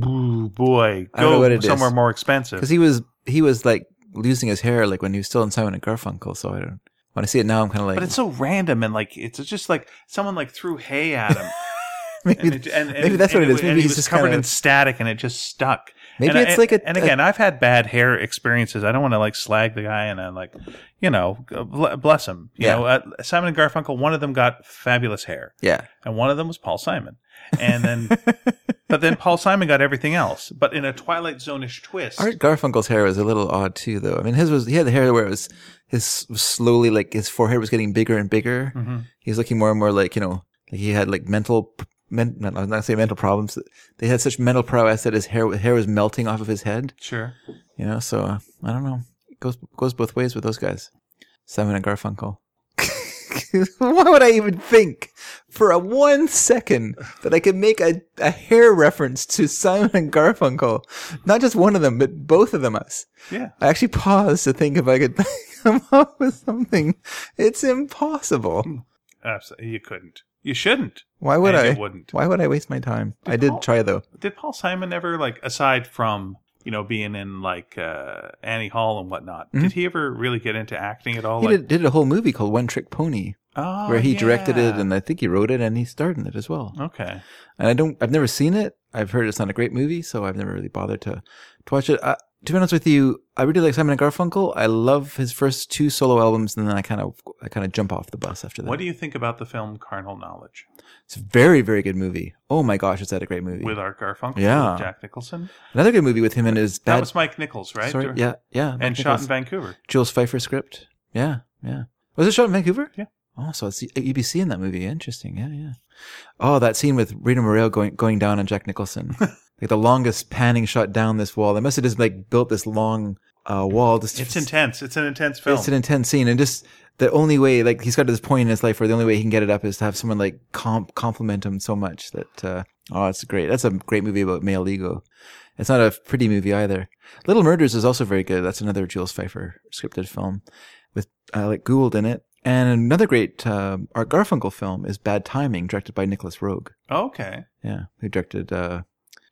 S1: ooh, boy,
S2: I don't know
S1: go
S2: what it is.
S1: somewhere more
S2: Because
S1: expensive.
S2: he was he was like losing his hair like when he was still in Simon and Garfunkel. So I don't when I see it now, I'm kind of like
S1: But it's so random and like it's just like someone like threw hay at him.
S2: maybe,
S1: and it, and, and,
S2: maybe that's
S1: and
S2: what it is.
S1: wa- and
S2: Maybe
S1: he
S2: he's
S1: was
S2: just
S1: covered
S2: kind
S1: in
S2: of
S1: static, and it just stuck.
S2: maybe
S1: And I-
S2: it's like a
S1: and again, I've had bad hair experiences. I don't want to like slag the guy, and i like, you know, uh, bl- bless him. You
S2: Yeah.
S1: know, uh, Simon and Garfunkel. One of them got fabulous hair,
S2: a- yeah
S1: and one of them was Paul Simon, and then, but then Paul Simon got everything else, but in a Twilight Zone-ish twist.
S2: Art Garfunkel's hair was a little odd too, though. I mean, his was he had the hair where it was his was slowly like his forehead was getting bigger and bigger.
S1: Mhm.
S2: He was looking more and more like you know like he had like mental. Men, men- I was not gonna say mental problems. They had such mental prowess that his hair hair was melting off of his head.
S1: Sure.
S2: You know, so uh, I don't know. It goes goes both ways with those guys, Simon and Garfunkel. Why would I even think for a one second that I could make a, a hair reference to Simon and Garfunkel? Not just one of them, but both of them us.
S1: Yeah.
S2: I actually paused to think if I could come up with something. It's impossible.
S1: Absolutely. You couldn't. You shouldn't.
S2: Why would
S1: and You
S2: I?
S1: wouldn't.
S2: Why would I waste my time?
S1: Did
S2: I did
S1: Paul-
S2: try though.
S1: Did Paul Simon ever like aside from you know being in like uh, Annie Hall and whatnot?
S2: Mhm.
S1: Did he ever really get into acting at all?
S2: He
S1: like,
S2: did, did a whole movie called One Trick Pony,
S1: oh,
S2: where he directed it,
S1: yeah.
S2: and I think he wrote it, and he starred in it as well.
S1: okay,
S2: and I don't. I've never seen it. I've heard it's not a great movie, so I've never really bothered to to watch it. Uh, to be honest with you, I really like Simon and Garfunkel. I love his first two solo albums, and then I kind of I kind of jump off the bus after that.
S1: what do you think about the film Carnal Knowledge
S2: it's a very very good movie. Oh my gosh, is that a great movie?
S1: with Art Garfunkel,
S2: Yeah.
S1: with Jack Nicholson?
S2: Another good movie with him and his
S1: That
S2: dad.
S1: was Mike Nichols, right?
S2: Sorry,
S1: Or-
S2: yeah, yeah, Mike
S1: and shot
S2: Nichols.
S1: in Vancouver.
S2: Jules Pfeiffer script. Yeah, yeah. Was it shot in Vancouver?
S1: Yeah.
S2: Oh, so it's UBC in that movie. Interesting. Yeah, yeah. Oh, that scene with Rita Morel going going down on Jack Nicholson, like the longest panning shot down this wall. They must have just like built this long uh, wall. Just
S1: It's intense. It's an intense film.
S2: It's an intense scene, and just the only way, like he's got to this point in his life where the only way he can get it up is to have someone like comp- compliment him so much that uh, oh, it's great. That's a great movie about male ego. It's not a pretty movie either. Little Murders is also very good. That's another Jules Pfeiffer scripted film with Alec uh, Gould in it. And another great uh, Art Garfunkel film is Bad Timing, directed by Nicholas Rogue.
S1: Okay.
S2: Yeah, who directed uh,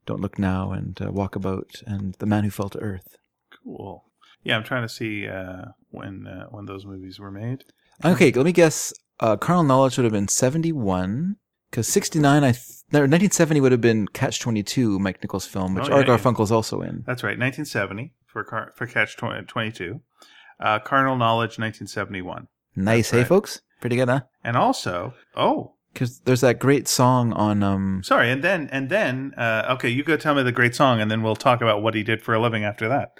S2: Don't Look Now and uh, Walkabout and The Man Who Fell to Earth.
S1: Cool. Yeah, I'm trying to see uh, when uh, when those movies were made.
S2: Okay, let me guess. Uh, Carnal Knowledge would have been 71, because 69, I th- no, 1970 would have been Catch 22, Mike Nichols' film, which
S1: Oh, yeah,
S2: Art
S1: yeah.
S2: Garfunkel's also in.
S1: That's right, 1970 for Car- for Catch 20, 22, uh, Carnal Knowledge 1971,
S2: Nice, hey,
S1: right.
S2: folks? Pretty good, huh?
S1: and also oh
S2: Because there's that great song on. um.
S1: sorry, and then and then uh, okay, you go tell me the great song, and then we'll talk about what he did for a living after that.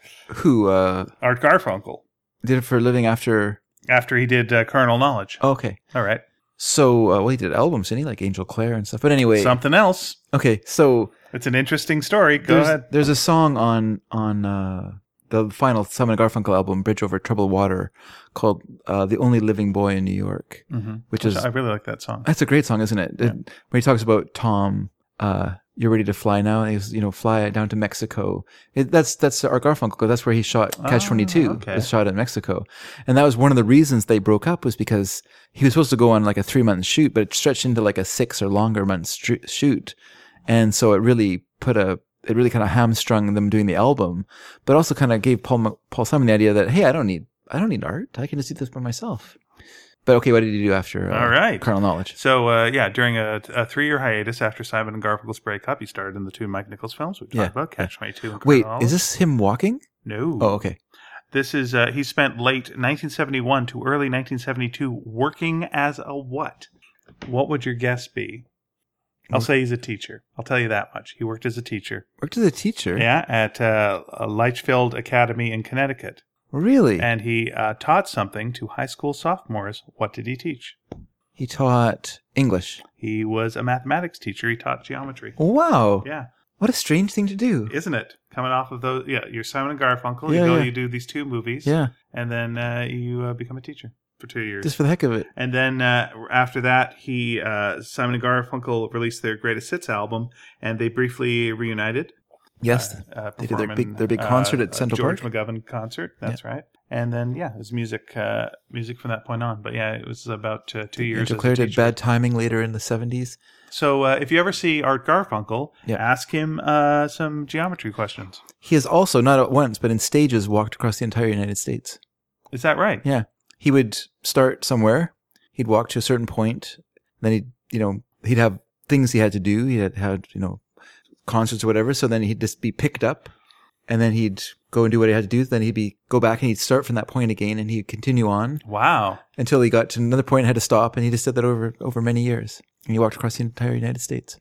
S2: who uh,
S1: Art Garfunkel
S2: did it for a living after.
S1: after he did uh, Carnal Knowledge.
S2: Oh, okay.
S1: All right,
S2: So, uh, well, he did albums, didn't he? Like Angel Claire and stuff. But anyway,
S1: something else.
S2: okay, so
S1: It's an interesting story. Go
S2: there's,
S1: ahead.
S2: there's a song on on uh, the final Simon and Garfunkel album, Bridge Over Troubled Water, called uh, "The Only Living Boy in New York,"
S1: hmm
S2: which is
S1: I really like that song.
S2: that's a great song, isn't it?
S1: Yeah.
S2: It- When he talks about Tom, uh, you're ready to fly now, and he's you know fly down to Mexico. It, that's that's our Garfunkel. That's where he shot Catch
S1: Ah,
S2: Twenty Two.
S1: okay.
S2: Was shot in Mexico, and that was one of the reasons they broke up was because he was supposed to go on like a three month shoot, but it stretched into like a six or longer month stru- shoot, and so it really put a it really kind of hamstrung them doing the album, but also kind of gave Paul Mc- Paul Simon the idea that hey, I don't need I don't need art. I can just do this by myself. But okay, what did you do after? uh,
S1: All right.
S2: Carnal Knowledge.
S1: So uh, yeah, during a, a three-year hiatus after Simon and Garfunkel's breakup, he starred in the two Mike Nichols films we talked
S2: Yeah.
S1: about, Catch Me Two. And
S2: Wait,
S1: Chronology.
S2: is this him walking?
S1: no?
S2: Oh, okay.
S1: This is uh, he spent late 1971 to early 1972 working as a what? What would your guess be? I'll
S2: Mm.
S1: say he's a teacher. I'll tell you that much. He worked as a teacher.
S2: Worked as a teacher.
S1: Yeah, at uh, Litchfield Academy in Connecticut,
S2: Really?
S1: and he uh, taught something to high school sophomores. What did he teach?
S2: he taught English.
S1: He was a mathematics teacher. He taught geometry.
S2: Wow.
S1: Yeah.
S2: What a strange thing to do.
S1: isn't it? Coming off of those, yeah, you're Simon and Garfunkel.
S2: Yeah,
S1: you go,
S2: yeah.
S1: you do these two movies,
S2: Yeah.
S1: and then uh, you uh, become a teacher for two years.
S2: Just for the heck of it.
S1: and then uh, after that, he uh, Simon and Garfunkel released their greatest hits album, and they briefly reunited.
S2: Yes.
S1: Uh,
S2: They did their
S1: performing,
S2: big- their big concert at
S1: uh,
S2: Central
S1: George
S2: Park.
S1: McGovern concert. That's right. And then yeah, it was music, uh, music from that point on. But yeah, it was about uh, two years. as a
S2: declared it
S1: teacher.
S2: bad timing later in the 70s.
S1: So uh, if you ever see Art Garfunkel,
S2: Yeah.
S1: ask him uh, some geometry questions.
S2: He has also, not at once, but in stages, walked across the entire United States.
S1: Is that right?
S2: Yeah. He would start somewhere. He'd walk to a certain point. Then he'd, you know, he'd have things he had to do. He had had, you know, concerts or whatever. So then he'd just be picked up and then he'd go and do what he had to do. Then he'd be, go back and he'd start from that point again and he'd continue on
S1: Wow.
S2: until he got to another point and had to stop. And he just did that over, over many years. And he walked across the entire United States.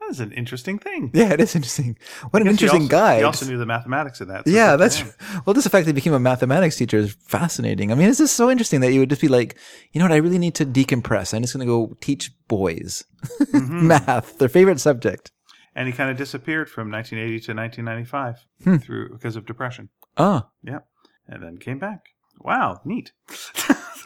S1: That is an interesting thing.
S2: Yeah, it is interesting. What an
S1: Yes, he
S2: interesting
S1: also-
S2: guy.
S1: He also knew the mathematics of that. so good
S2: Yeah,
S1: for
S2: that's
S1: him.
S2: well. Just the fact that he became a mathematics teacher is fascinating. I mean, it's just so interesting that you would just be like, you know what? I really need to decompress. I'm just going to go teach boys
S1: Mm-hmm.
S2: math, their favorite subject.
S1: and he kind of disappeared from 1980 to 1995 through because of depression.
S2: Oh,
S1: Yeah, and then came back. Wow, neat.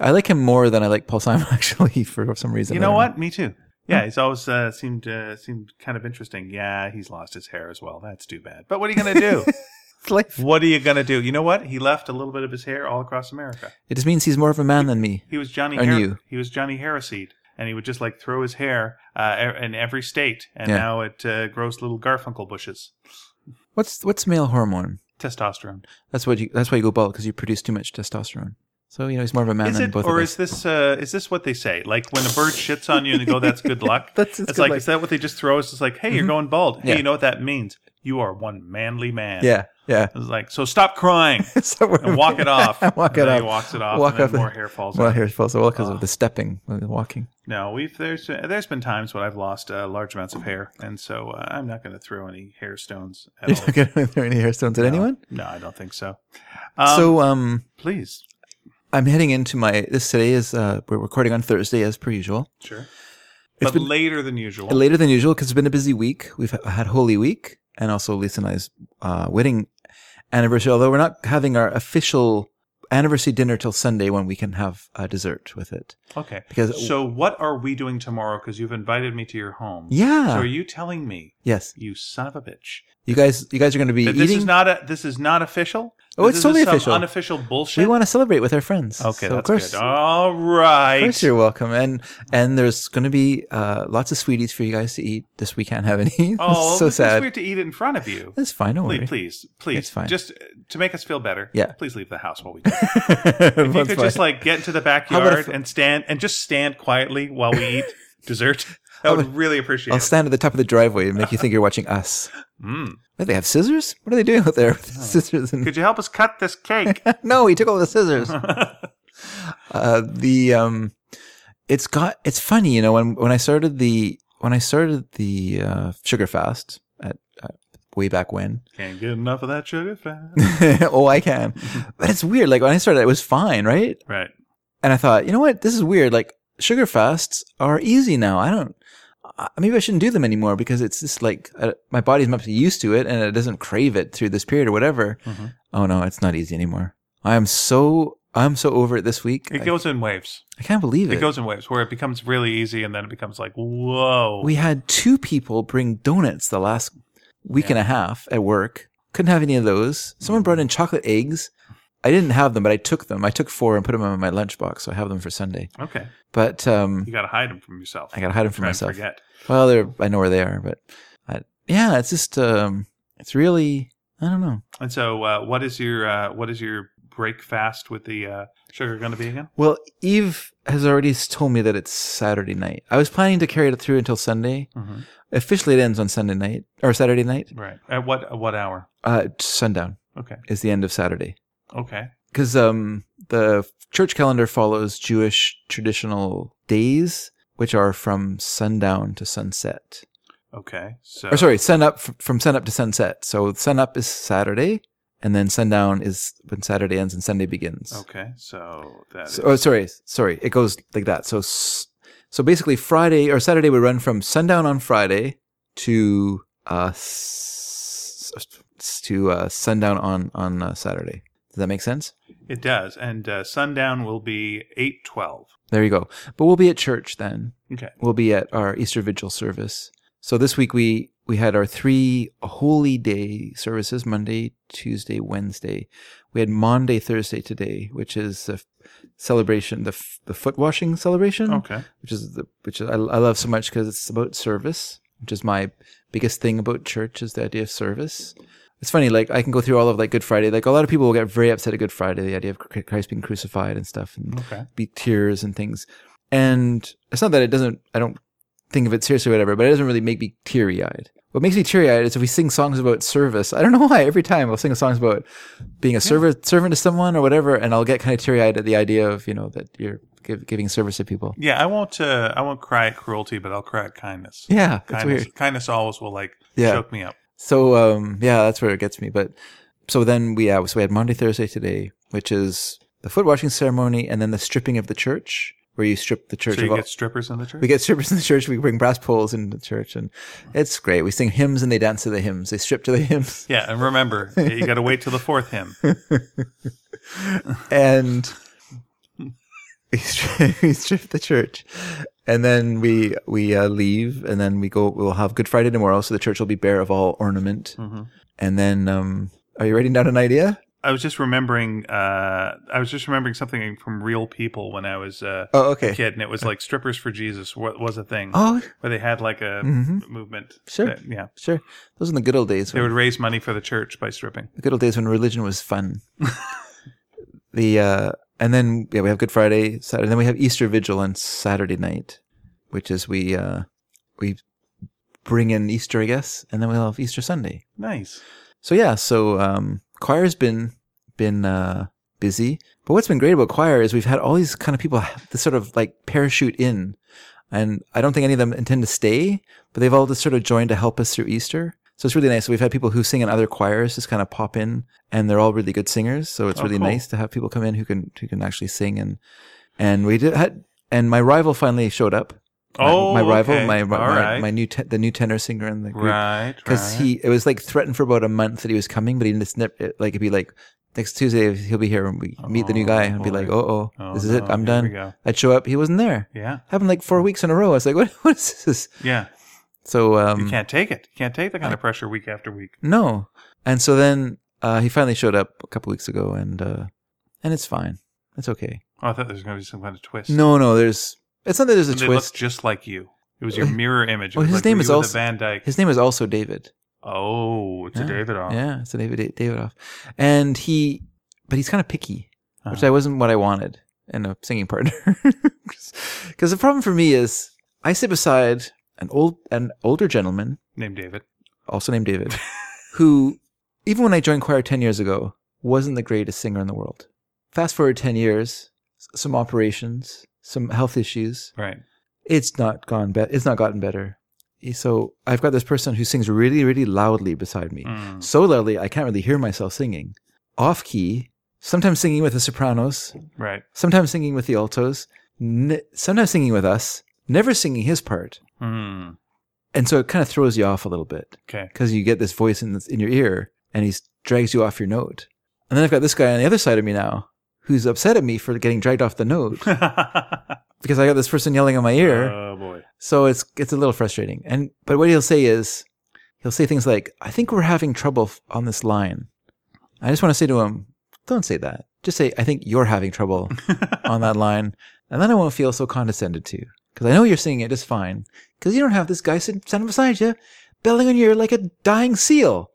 S2: I like him more than I like Paul Simon actually for some reason.
S1: You
S2: I
S1: know
S2: don't
S1: what? Me too. Yeah, he's always uh, seemed uh, seemed kind of interesting. Yeah, he's lost his hair as well. That's too bad. But what are you gonna do?
S2: It's life.
S1: what are you gonna do? You know what? He left a little bit of his hair all across America.
S2: It just means he's more of a man than me.
S1: He was Johnny.
S2: Or
S1: Har-
S2: you.
S1: He was Johnny Harriseed, and he would just like throw his hair uh, e- in every state, and
S2: Yeah.
S1: now it uh, grows little Garfunkel bushes.
S2: What's what's male hormone?
S1: Testosterone.
S2: That's what you. That's why you go bald because you produce too much testosterone. So you know he's more of a man
S1: is
S2: than
S1: it
S2: both
S1: or
S2: of
S1: is
S2: us.
S1: this uh, is this what they say? Like when a bird shits on you and they go, "That's good luck."
S2: That's- it's
S1: it's
S2: good
S1: like
S2: luck. Mm-hmm.
S1: is that what they just throw? us? It's like, hey, you're going bald. Hey,
S2: Yeah.
S1: you know what that means? You are one manly man.
S2: Yeah, yeah.
S1: It's like so. Stop crying
S2: So we're-
S1: and walk it off.
S2: walk
S1: And then
S2: it off.
S1: He walks it off. and
S2: Walk
S1: then
S2: off the-
S1: more hair falls.
S2: Well,
S1: out.
S2: here's false. Well, because of the stepping, the walking.
S1: No, we've there's uh, there's been times when I've lost uh, large amounts of hair, and so uh, I'm not going to throw any hair stones at
S2: You're
S1: all.
S2: not going to throw any hairstones at anyone.
S1: No, I don't think so. Um, so
S2: so um,
S1: please,
S2: I'm heading into my. This today is uh, we're recording on Thursday as per usual.
S1: sure,
S2: It's
S1: but
S2: been-
S1: later than usual.
S2: Later than usual because it's been a busy week. We've ha- had Holy Week and also Lisa and I's uh, wedding anniversary. Although we're not having our official anniversary dinner till Sunday when we can have uh, dessert with it.
S1: Okay.
S2: Because-
S1: so what are we doing tomorrow? Because you've invited me to your home. So
S2: Yeah.
S1: are you telling me,
S2: yes.
S1: you son of a bitch,
S2: You guys. You guys are going to be
S1: that
S2: eating.
S1: this is not a this is not official?
S2: Oh, it's
S1: is
S2: totally
S1: some
S2: official.
S1: Unofficial bullshit.
S2: We want to celebrate with our friends.
S1: okay,
S2: so
S1: that's
S2: of course,
S1: good. All
S2: Of course,
S1: right.
S2: you're welcome. And and there's going to be uh, lots of sweeties for you guys to eat. This we can't have any.
S1: Oh,
S2: It's so
S1: this is
S2: sad.
S1: weird to eat it in front of you.
S2: It's fine. Don't worry.
S1: Please, please, please.
S2: It's fine.
S1: Just uh, to make us feel better.
S2: Yeah.
S1: Please leave the house while we. Do. it. If you
S2: That's
S1: could
S2: fine.
S1: just like get into the
S2: about
S1: backyard
S2: if-
S1: and stand and just stand quietly while we eat dessert, I would really appreciate
S2: I'll
S1: it.
S2: stand at the top of the driveway and make you think you're watching us.
S1: Mm.
S2: Wait, they have scissors? What are they doing out there with
S1: Oh.
S2: scissors? And-
S1: Could you help us cut this cake?
S2: no, he took all the scissors. uh, the um, it's got it's funny, you know. When when I started the when I started the uh, sugar fast at uh, way back when.
S1: Can't get enough of that sugar fat.
S2: oh, I can, but it's weird. Like when I started, it was fine, right?
S1: Right.
S2: and I thought, you know what, this is weird. Like sugar fasts are easy now. I don't. I- Maybe I shouldn't do them anymore because it's just like uh, my body's not used to it and it doesn't crave it through this period or whatever.
S1: Mhm.
S2: Oh no, it's not easy anymore. I am so I'm so over it this week.
S1: It
S2: I,
S1: goes in waves.
S2: I can't believe
S1: It
S2: it.
S1: goes in waves where it becomes really easy and then it becomes like, whoa.
S2: we had two people bring donuts the last week and a half at work. Couldn't have any of those. Someone brought in
S1: Mm.
S2: chocolate eggs. I didn't have them, but I took them. I took four and put them in my lunchbox, so I have them for Sunday.
S1: okay.
S2: But um,
S1: You got to hide them from yourself.
S2: I gotta hide them from
S1: Try and
S2: myself.
S1: forget.
S2: Well, they're I know where they are, but I, yeah, it's just um, it's really I don't know.
S1: And so, uh, what is your uh, what is your break fast with the uh, sugar going to be again?
S2: Well, Eve has already s- told me that it's Saturday night. I was planning to carry it through until Sunday.
S1: Mhm.
S2: Officially, it ends on Sunday night or Saturday night.
S1: Right. At what at what hour?
S2: Uh, sundown
S1: Okay.
S2: is the end of Saturday
S1: Okay.
S2: because um, the church calendar follows Jewish traditional days, which are from sundown to sunset.
S1: Okay. So.
S2: or Oh, sorry, sun up f- from sun up to sunset. So sun up is Saturday, and then sundown is when Saturday ends and Sunday begins.
S1: Okay. So that
S2: So,
S1: is-
S2: oh, sorry, sorry. It goes like that. So s- so basically, Friday or Saturday would run from sundown on Friday to uh s- s- to uh, sundown on on uh, Saturday. Does that make sense?
S1: it does, and uh, sundown will be eight twelve.
S2: There you go. But we'll be at church then.
S1: Okay.
S2: We'll be at our Easter Vigil service. So this week we we had our three holy day services: Monday, Tuesday, Wednesday. We had Monday, Thursday today, which is the f- celebration, the f- the foot washing celebration,
S1: Okay.
S2: which is the which is, I, I love so much because it's about service, which is my biggest thing about church is the idea of service. It's funny, like I can go through all of like Good Friday. Like a lot of people will get very upset at Good Friday, the idea of Chr- Christ being crucified and stuff, and
S1: Okay.
S2: be tears and things. And it's not that it doesn't, I don't think of it seriously or whatever, but it doesn't really make me teary eyed. What makes me teary eyed is if we sing songs about service. I don't know why. Every time I'll sing songs about being a server, servant to someone or whatever, and I'll get kind of teary eyed at the idea of, you know, that you're give, giving service to people.
S1: Yeah, I won't. Uh, I won't cry at cruelty, but I'll cry at kindness.
S2: Yeah, it's
S1: kindness,
S2: weird.
S1: kindness always will like
S2: Yeah.
S1: choke me up.
S2: So um, yeah, that's where it gets me. But so then we yeah, so we had Monday, Thursday today, which is the foot washing ceremony, and then the stripping of the church, where you strip the church
S1: So
S2: of
S1: you
S2: all-
S1: get strippers in the church.
S2: We get strippers in the church. We bring brass poles into the church, and it's great. We sing hymns and they dance to the hymns. They strip to the hymns,
S1: yeah, and remember, you got to wait till the fourth hymn.
S2: and we strip, we strip the church, and then we we uh, leave, and then we go. We'll have Good Friday tomorrow, so the church will be bare of all ornament.
S1: Mhm.
S2: And then, um, are you writing down an idea?
S1: I was just remembering. Uh, I was just remembering something from Real People when I was uh,
S2: Oh,
S1: a
S2: okay.
S1: kid, and it was like strippers for Jesus wa- was a thing
S2: Oh,
S1: where they had like a
S2: Mhm.
S1: movement.
S2: Sure.
S1: that- yeah,
S2: sure. Those are the good old days.
S1: they
S2: when-
S1: would raise money for the church by stripping.
S2: the good old days when religion was fun. the uh, and then yeah, we have Good Friday, Saturday, then we have Easter Vigil on Saturday night, which is we uh, we bring in Easter, I guess, and then we'll have Easter Sunday.
S1: Nice.
S2: So yeah, so um, choir's been been uh, busy, but what's been great about choir is we've had all these kind of people this sort of like parachute in, and I don't think any of them intend to stay, but they've all just sort of joined to help us through Easter. So it's really nice. We've had people who sing in other choirs just kind of pop in, and they're all really good singers. So it's
S1: Oh,
S2: really
S1: cool.
S2: nice to have people come in who can who can actually sing and and we did had and my rival finally showed up. My-
S1: Oh,
S2: my, rival,
S1: okay.
S2: my my,
S1: All
S2: my,
S1: right.
S2: my new te- the new tenor singer in the group
S1: right
S2: because
S1: right.
S2: he it was like threatened for about a month that he was coming, but he just never like it'd be like next Tuesday he'll be here and we meet the new guy and be like,
S1: boy.
S2: oh oh,
S1: Oh,
S2: this is it,
S1: no,
S2: I'm
S1: here we
S2: done.
S1: go. Hmm.
S2: I'd show up, he wasn't there.
S1: Yeah,
S2: Happened like four weeks in a row. I was like, what what is this?
S1: yeah.
S2: So um,
S1: You can't take it. You can't take the kind of pressure week after week.
S2: no, and so then Uh, he finally showed up a couple weeks ago, and uh, and it's fine. It's okay.
S1: Oh, I thought there was going to be some kind of twist.
S2: No, no, there's. It's not that there's a
S1: And they
S2: twist.
S1: look just like you. It was your mirror image. It
S2: Well,
S1: was
S2: his
S1: like
S2: name
S1: you
S2: is
S1: with a
S2: also-
S1: Van Dyke.
S2: His name is also David.
S1: Oh, it's a
S2: Yeah.
S1: David on.
S2: Yeah, it's a David Davidoff, and he, but he's kind of picky, which I wasn't what I wanted in a singing partner. Because the problem for me is, I sit beside an old an older gentleman,
S1: Named David.
S2: also named David, who, even when I joined choir ten years ago, wasn't the greatest singer in the world. Fast forward ten years, s- some operations, some health issues,
S1: Right.
S2: it's not gone be- it's not gotten better so i've got this person who sings really really loudly beside me
S1: Mm.
S2: so loudly i can't really hear myself singing off key sometimes singing with the sopranos
S1: Right.
S2: sometimes singing with the altos n- sometimes singing with us never singing his part
S1: Mm.
S2: and so it kind of throws you off a little bit
S1: Okay.
S2: because you get this voice in, in your ear and he drags you off your note and then i've got this guy on the other side of me now who's upset at me for getting dragged off the note because i got this person yelling in my ear
S1: Oh boy.
S2: So it's it's a little frustrating. And but what he'll say is he'll say things like, "I think we're having trouble f- on this line." I just want to say to him, "Don't say that. Just say I think you're having trouble on that line." And then I won't feel so condescended to because I know you're singing it just fine because you don't have this guy sit- standing beside you belling on your ear like a dying seal.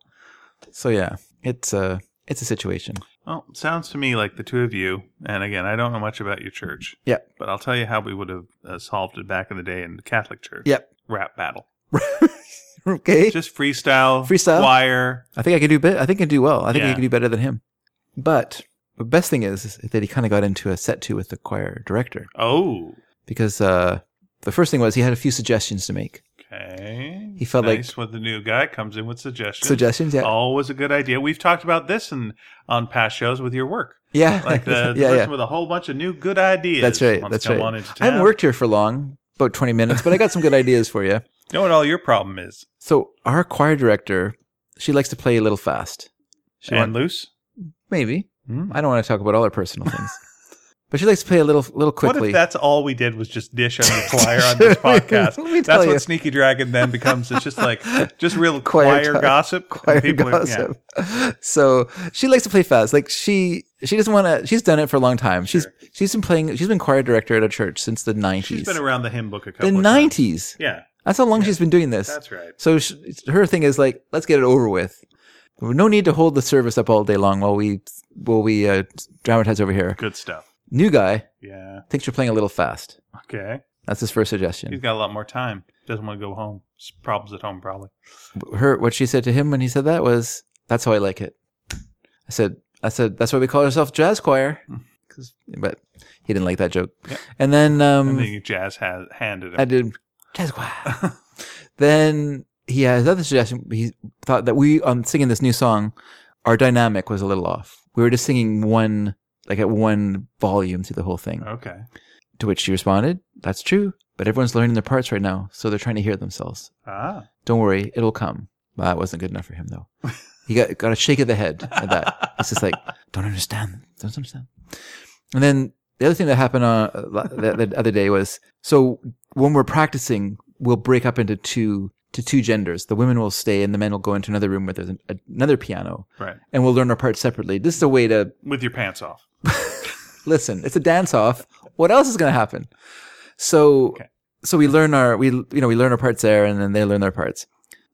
S2: So yeah, it's a it's a situation.
S1: Well, sounds to me like the two of you, and again, I don't know much about your church.
S2: Yeah.
S1: But I'll tell you how we would have uh, solved it back in the day in the Catholic Church.
S2: Yep.
S1: Rap battle.
S2: Okay.
S1: Just freestyle.
S2: Freestyle?
S1: Choir.
S2: I think I could do bit. I think I could do well. I think
S1: Yeah.
S2: I could do better than him. But the best thing is, is that he kind of got into a set to with the choir director
S1: Oh.
S2: because uh, the first thing was he had a few suggestions to make.
S1: Okay.
S2: He felt like-
S1: nice when the new guy comes in with suggestions.
S2: Suggestions, yeah,
S1: Always a good idea. We've talked about this in, on past shows with your work.
S2: yeah,
S1: Like the, the
S2: yeah,
S1: person
S2: yeah.
S1: with a whole bunch of new good ideas.
S2: That's right.
S1: wants to
S2: That's
S1: come
S2: right.
S1: on into
S2: I haven't
S1: town.
S2: worked here for long, about twenty minutes, but I got some good ideas for you.
S1: Know what all your problem is?
S2: So our choir director, she likes to play a little fast. She
S1: and
S2: want-
S1: loose.
S2: maybe
S1: Hmm.
S2: I don't want to talk about all our personal things, but she likes to play a little little quickly.
S1: What if that's all we did was just dish on the choir on this podcast?
S2: Let me tell
S1: That's
S2: you.
S1: what Sneaky Dragon then becomes. It's just like just real
S2: Choir
S1: choir,
S2: talk.
S1: gossip. and
S2: choir
S1: people are- yeah.
S2: gossip. So she likes to play fast. Like she she doesn't want to. She's done it for a long time. She's
S1: Sure.
S2: she's been playing. She's been choir director at a church since the
S1: She's
S2: nineties.
S1: been around the hymn book a couple.
S2: The
S1: of times.
S2: nineties.
S1: Yeah,
S2: That's how long she's been doing this.
S1: that's right.
S2: So sh her thing is like, let's get it over with. No need to hold the service up all day long while we while we uh, dramatize over here.
S1: Good stuff.
S2: New guy
S1: Yeah.
S2: thinks you're playing a little fast.
S1: Okay.
S2: That's his first
S1: He's
S2: suggestion.
S1: got a lot more time. Doesn't want to go home. S- Problems at home, probably.
S2: Her what she said to him when he said that was, "That's how I like it." I said, "I said that's why we call ourselves jazz choir." 'Cause- but he didn't like that joke.
S1: Hmm. Yeah.
S2: And then um,
S1: And then you jazz has handed him.
S2: I did jazz choir. then he has another suggestion. He thought that we on singing this new song, our dynamic was a little off. We were just singing one like at one volume through the whole thing.
S1: okay.
S2: To which she responded, "That's true, but everyone's learning their parts right now, so they're trying to hear themselves.
S1: Ah.
S2: Don't worry, it'll come." Well, that wasn't good enough for him though. He got got a shake of the head at that. It's just like don't understand, don't understand. And then the other thing that happened uh, on the, the other day was so when we're practicing, we'll break up into two to two genders. The women will stay, and the men will go into another room where there's an, another piano,
S1: Right.
S2: and we'll learn our parts separately. This is a way to
S1: With your pants off.
S2: listen. It's a dance off. What else is going to happen? So
S1: Okay.
S2: so we learn our we you know we learn our parts there, and then they learn their parts.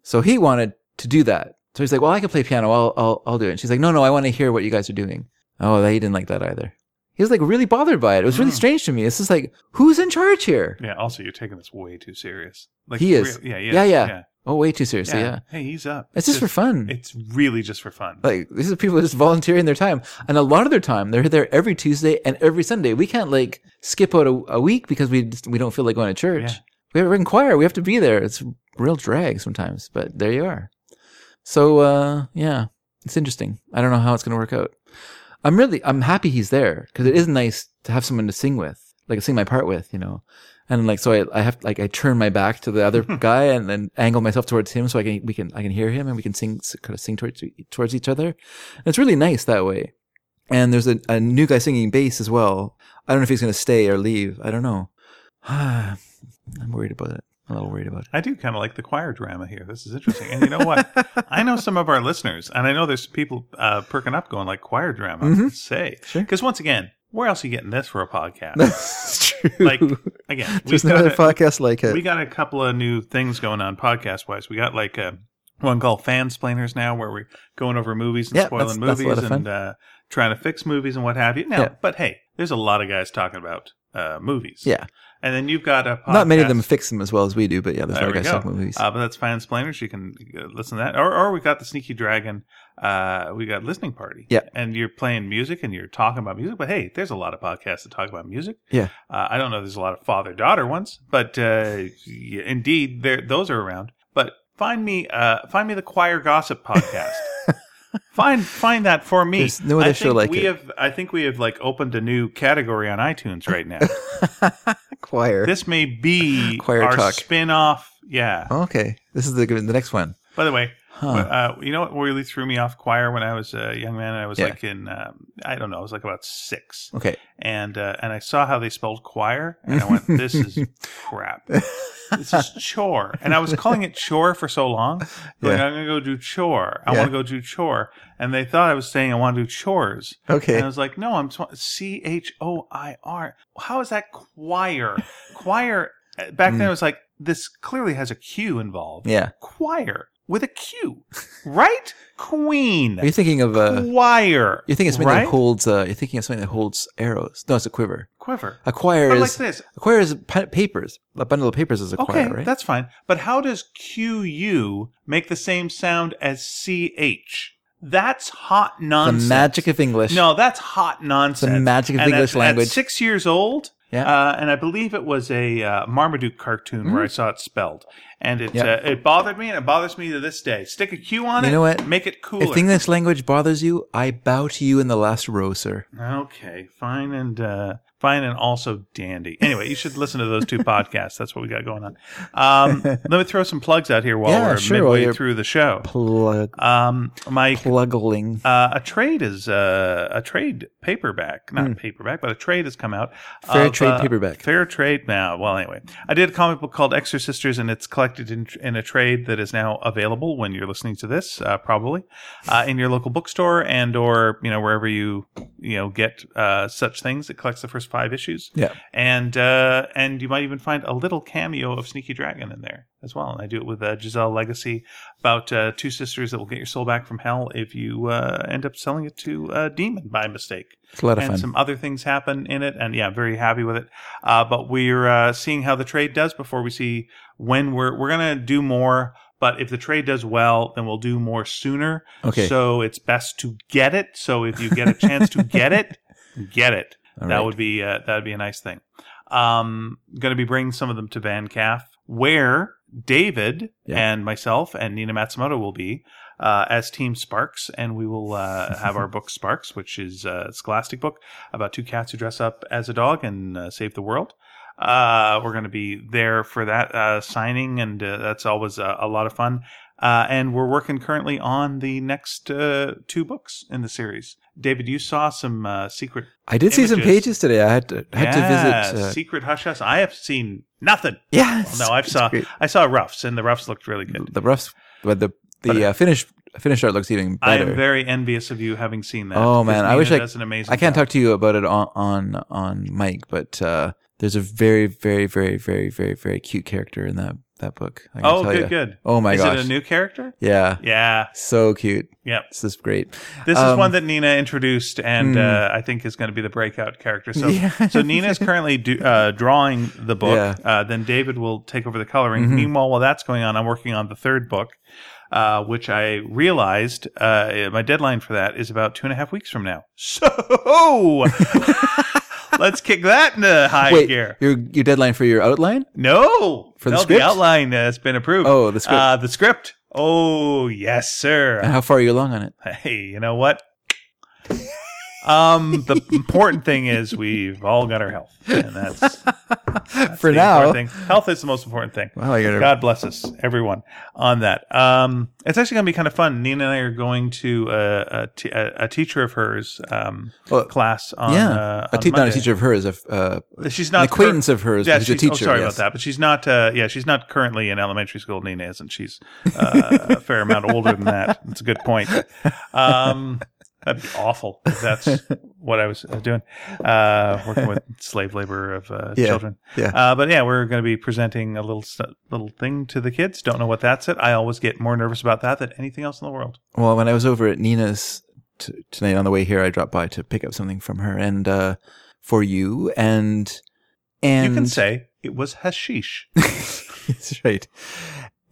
S2: So he wanted to do that. So he's like, "Well, I can play piano. I'll I'll, I'll do it." And she's like, "No, no, I want to hear what you guys are doing." Oh, he didn't like that either. He was like really bothered by it. It was really
S1: Mm.
S2: strange to me. It's just like, who's in charge here?
S1: Yeah. Also, you're taking this way too serious. Like
S2: He is.
S1: real- yeah. He is.
S2: Yeah, yeah.
S1: Yeah.
S2: Oh, way too seriously. Yeah,
S1: Hey, he's up.
S2: it's just, for fun.
S1: It's really just for fun.
S2: like these are people just volunteering their time, and a lot of their time they're there every Tuesday and every Sunday. We can't like skip out a, a week because we just, we don't feel like going to church.
S1: Yeah.
S2: We have, we're in choir. We have to be there. It's real drag sometimes, but there you are. So uh, yeah, it's interesting. I don't know how it's going to work out. I'm really I'm happy he's there because it is nice to have someone to sing with, like sing my part with, you know. And like so, I, I have like I turn my back to the other guy and then angle myself towards him so I can we can I can hear him and we can sing kind of sing towards towards each other. And it's really nice that way. And there's a, a new guy singing bass as well. I don't know if he's going to stay or leave. I don't know. I'm worried about it. I'm a little worried about it.
S1: I do kind of like the choir drama here. This is interesting. And you know what? I know some of our listeners, and I know there's people uh, perking up going like choir drama.
S2: Mhm.
S1: Say,
S2: Sure.
S1: because once again, where else are you getting this for a podcast?
S2: That's true.
S1: like again,
S2: There's
S1: we've got
S2: another
S1: a-
S2: podcast like it.
S1: we got a couple of new things going on podcast wise. We got like a one called Fansplainers now, where we're going over movies and
S2: Yeah,
S1: spoiling
S2: that's- that's
S1: movies
S2: a lot of
S1: and uh, trying to fix movies and what have you. Now,
S2: Yeah.
S1: but hey, there's a lot of guys talking about uh, movies.
S2: yeah.
S1: and then you've got a podcast.
S2: Not many of them fix them as well as we do, but yeah, there's
S1: There
S2: a lot
S1: we
S2: of guys talk
S1: go.
S2: movies.
S1: Uh, but that's Fansplainers. You can uh, listen to that, or or we got the Sneaky Dragon. Uh, we got listening party.
S2: Yeah.
S1: and you're playing music and you're talking about music. But hey, there's a lot of podcasts that talk about music.
S2: Yeah.
S1: uh, I don't know. There's a lot of father daughter ones, but uh, yeah, indeed, there those are around. But find me, uh, find me the choir gossip podcast. find find that for me.
S2: There's no other
S1: I
S2: show
S1: think
S2: like
S1: we
S2: it.
S1: have. I think we have like opened a new category on iTunes right now.
S2: Choir.
S1: this may be
S2: Choir
S1: our
S2: talk.
S1: spin-off. Yeah.
S2: okay. This is the the next one.
S1: By the way,
S2: Huh.
S1: uh, you know what really threw me off choir when I was a young man? I was
S2: Yeah.
S1: like in, um, I don't know, I was like about six,
S2: Okay.
S1: and uh, and I saw how they spelled choir, and I went, "This is crap. This is chore." And I was calling it chore for so long. Like
S2: Yeah.
S1: I'm gonna go do chore. I
S2: Yeah.
S1: want to go do chore, and they thought I was saying I want to do chores, and I
S2: Okay.
S1: was like, "No, I'm C H O I R. How is that choir? choir." uh, Back then,
S2: Mm.
S1: it was like this clearly has a Q involved
S2: Yeah.
S1: choir with a Q, right? Queen,
S2: Are you thinking of uh
S1: choir.
S2: you're thinking of something
S1: right?
S2: that holds uh you're thinking of something that holds arrows. No, it's a quiver.
S1: quiver.
S2: A choir
S1: But
S2: is
S1: like this,
S2: a choir is pa- papers. A bundle of papers is a
S1: okay,
S2: choir, right?
S1: that's fine. But how does Q U make the same sound as C H? That's hot
S2: the
S1: nonsense.
S2: magic of English.
S1: No, that's hot nonsense.
S2: The magic of
S1: And
S2: English
S1: at,
S2: language.
S1: At six years old,
S2: Yeah.
S1: uh, and I believe it was a uh, Marmaduke cartoon where I saw it spelled, and it
S2: Mm. Yeah.
S1: uh, it bothered me, and it bothers me to this day. Stick a Q on
S2: You
S1: it.
S2: know what?
S1: Make it cooler.
S2: if English language bothers you, I bow to you in the last row, sir.
S1: Okay, fine and uh, fine and also dandy. Anyway, you should listen to those two podcasts. That's what we got going on. Um, let me throw some plugs out here while
S2: Yeah,
S1: we're
S2: sure, while
S1: midway
S2: you're-
S1: through the show.
S2: Plug
S1: Um, my
S2: pluggling.
S1: uh, a trade is uh, a trade paperback, not paperback, but a trade has come out.
S2: Hmm. Fair
S1: of,
S2: trade
S1: uh,
S2: paperback.
S1: Fair trade now. Well, anyway, I did a comic book called Extra Sisters, and it's collected in, in a trade that is now available when you're listening to this, uh, probably uh, in your local bookstore and or you know wherever you you know get uh, such things. It collects the first five issues,
S2: Yeah.
S1: and uh, and you might even find a little cameo of Sneaky Dragon in there as well. And I do it with uh, Giselle Legacy about uh, two sisters that will get your soul back from hell if you uh, end up selling it to a demon by mistake
S2: It's a lot of
S1: and
S2: fun.
S1: some other things happen in it. And yeah, very happy with it. Uh, but we're uh, seeing how the trade does before we see when we're we're gonna do more. But if the trade does well, then we'll do more sooner.
S2: okay.
S1: So it's best to get it. So if you get a chance to get it, get it.
S2: All
S1: that
S2: right.
S1: would be uh, that would be a nice thing. Um, going to be bringing some of them to Van Calf, where David
S2: Yeah.
S1: and myself and Nina Matsumoto will be uh, as Team Sparks, and we will uh, have our book Sparks, which is uh, a Scholastic book about two cats who dress up as a dog and uh, save the world. Uh, we're going to be there for that uh, signing, and uh, that's always a, a lot of fun. Uh, and we're working currently on the next uh, two books in the series. David, you saw some uh, secret
S2: I did see some
S1: images.
S2: pages today. I had to I had to visit. Uh,
S1: Secret Hush Hush. I have seen nothing.
S2: yes.
S1: no, I've
S2: it's
S1: saw-
S2: great.
S1: I saw Ruffs, and the Ruffs looked really good.
S2: the roughs, but the the
S1: But I-
S2: uh, finished finished art looks even
S1: I
S2: better.
S1: am very envious of you having seen that.
S2: Oh,
S1: because
S2: man, I
S1: Nina
S2: wish I-
S1: does an amazing.
S2: I can't talk to you about it on on on mic, but uh, there's a very very very very very very cute character in that that book. I gotta
S1: Oh,
S2: tell
S1: good,
S2: ya.
S1: good.
S2: Oh my
S1: is
S2: gosh.
S1: it a new character?
S2: yeah.
S1: Yeah,
S2: So cute.
S1: yeah.
S2: This is great.
S1: This is
S2: Um,
S1: one that Nina introduced, and
S2: Hmm.
S1: uh, I think is going to be the breakout character. So,
S2: Yeah.
S1: so Nina is currently do, uh, drawing the book.
S2: Yeah.
S1: Uh, then David will take over the coloring.
S2: Mhm.
S1: Meanwhile, while that's going on, I'm working on the third book, uh, which I realized uh, my deadline for that is about two and a half weeks from now. So, let's kick that into high
S2: Wait,
S1: gear.
S2: your your deadline for your outline?
S1: No,
S2: For the
S1: no,
S2: script?
S1: outline has been approved.
S2: Oh, the script.
S1: Uh, the script. Oh yes, sir.
S2: and how far are you along on it?
S1: Hey, you know what? Um, the important thing is we've all got our health, and that's That's
S2: For
S1: the
S2: now.
S1: important thing. health is the most important thing.
S2: Wow, you gotta-
S1: God bless us, everyone, on that. Um, it's actually going to be kind of fun. Nina and I are going to uh, a, t- a, a teacher of hers um,
S2: Oh,
S1: class on.
S2: yeah,
S1: uh,
S2: a
S1: on
S2: te- not a
S1: Monday.
S2: teacher of hers, a f- uh,
S1: She's
S2: an
S1: not cur-
S2: acquaintance of hers.
S1: yeah,
S2: but she's a
S1: she's- oh,
S2: teacher.
S1: sorry
S2: yes.
S1: about that. But she's not. Uh, yeah, she's not currently in elementary school. Nina isn't. She's uh, a fair amount older than that. That's a good point. Um, that'd be awful. If that's what I was uh, doing, uh, working with slave labor of uh,
S2: Yeah,
S1: children.
S2: yeah.
S1: Uh, but yeah, we're going to be presenting a little st- little thing to the kids. Don't know what that's it. I always get more nervous about that than anything else in the world.
S2: Well, when I was over at Nina's t- tonight on the way here, I dropped by to pick up something from her and uh, for you and and
S1: you can say it was hashish.
S2: That's right.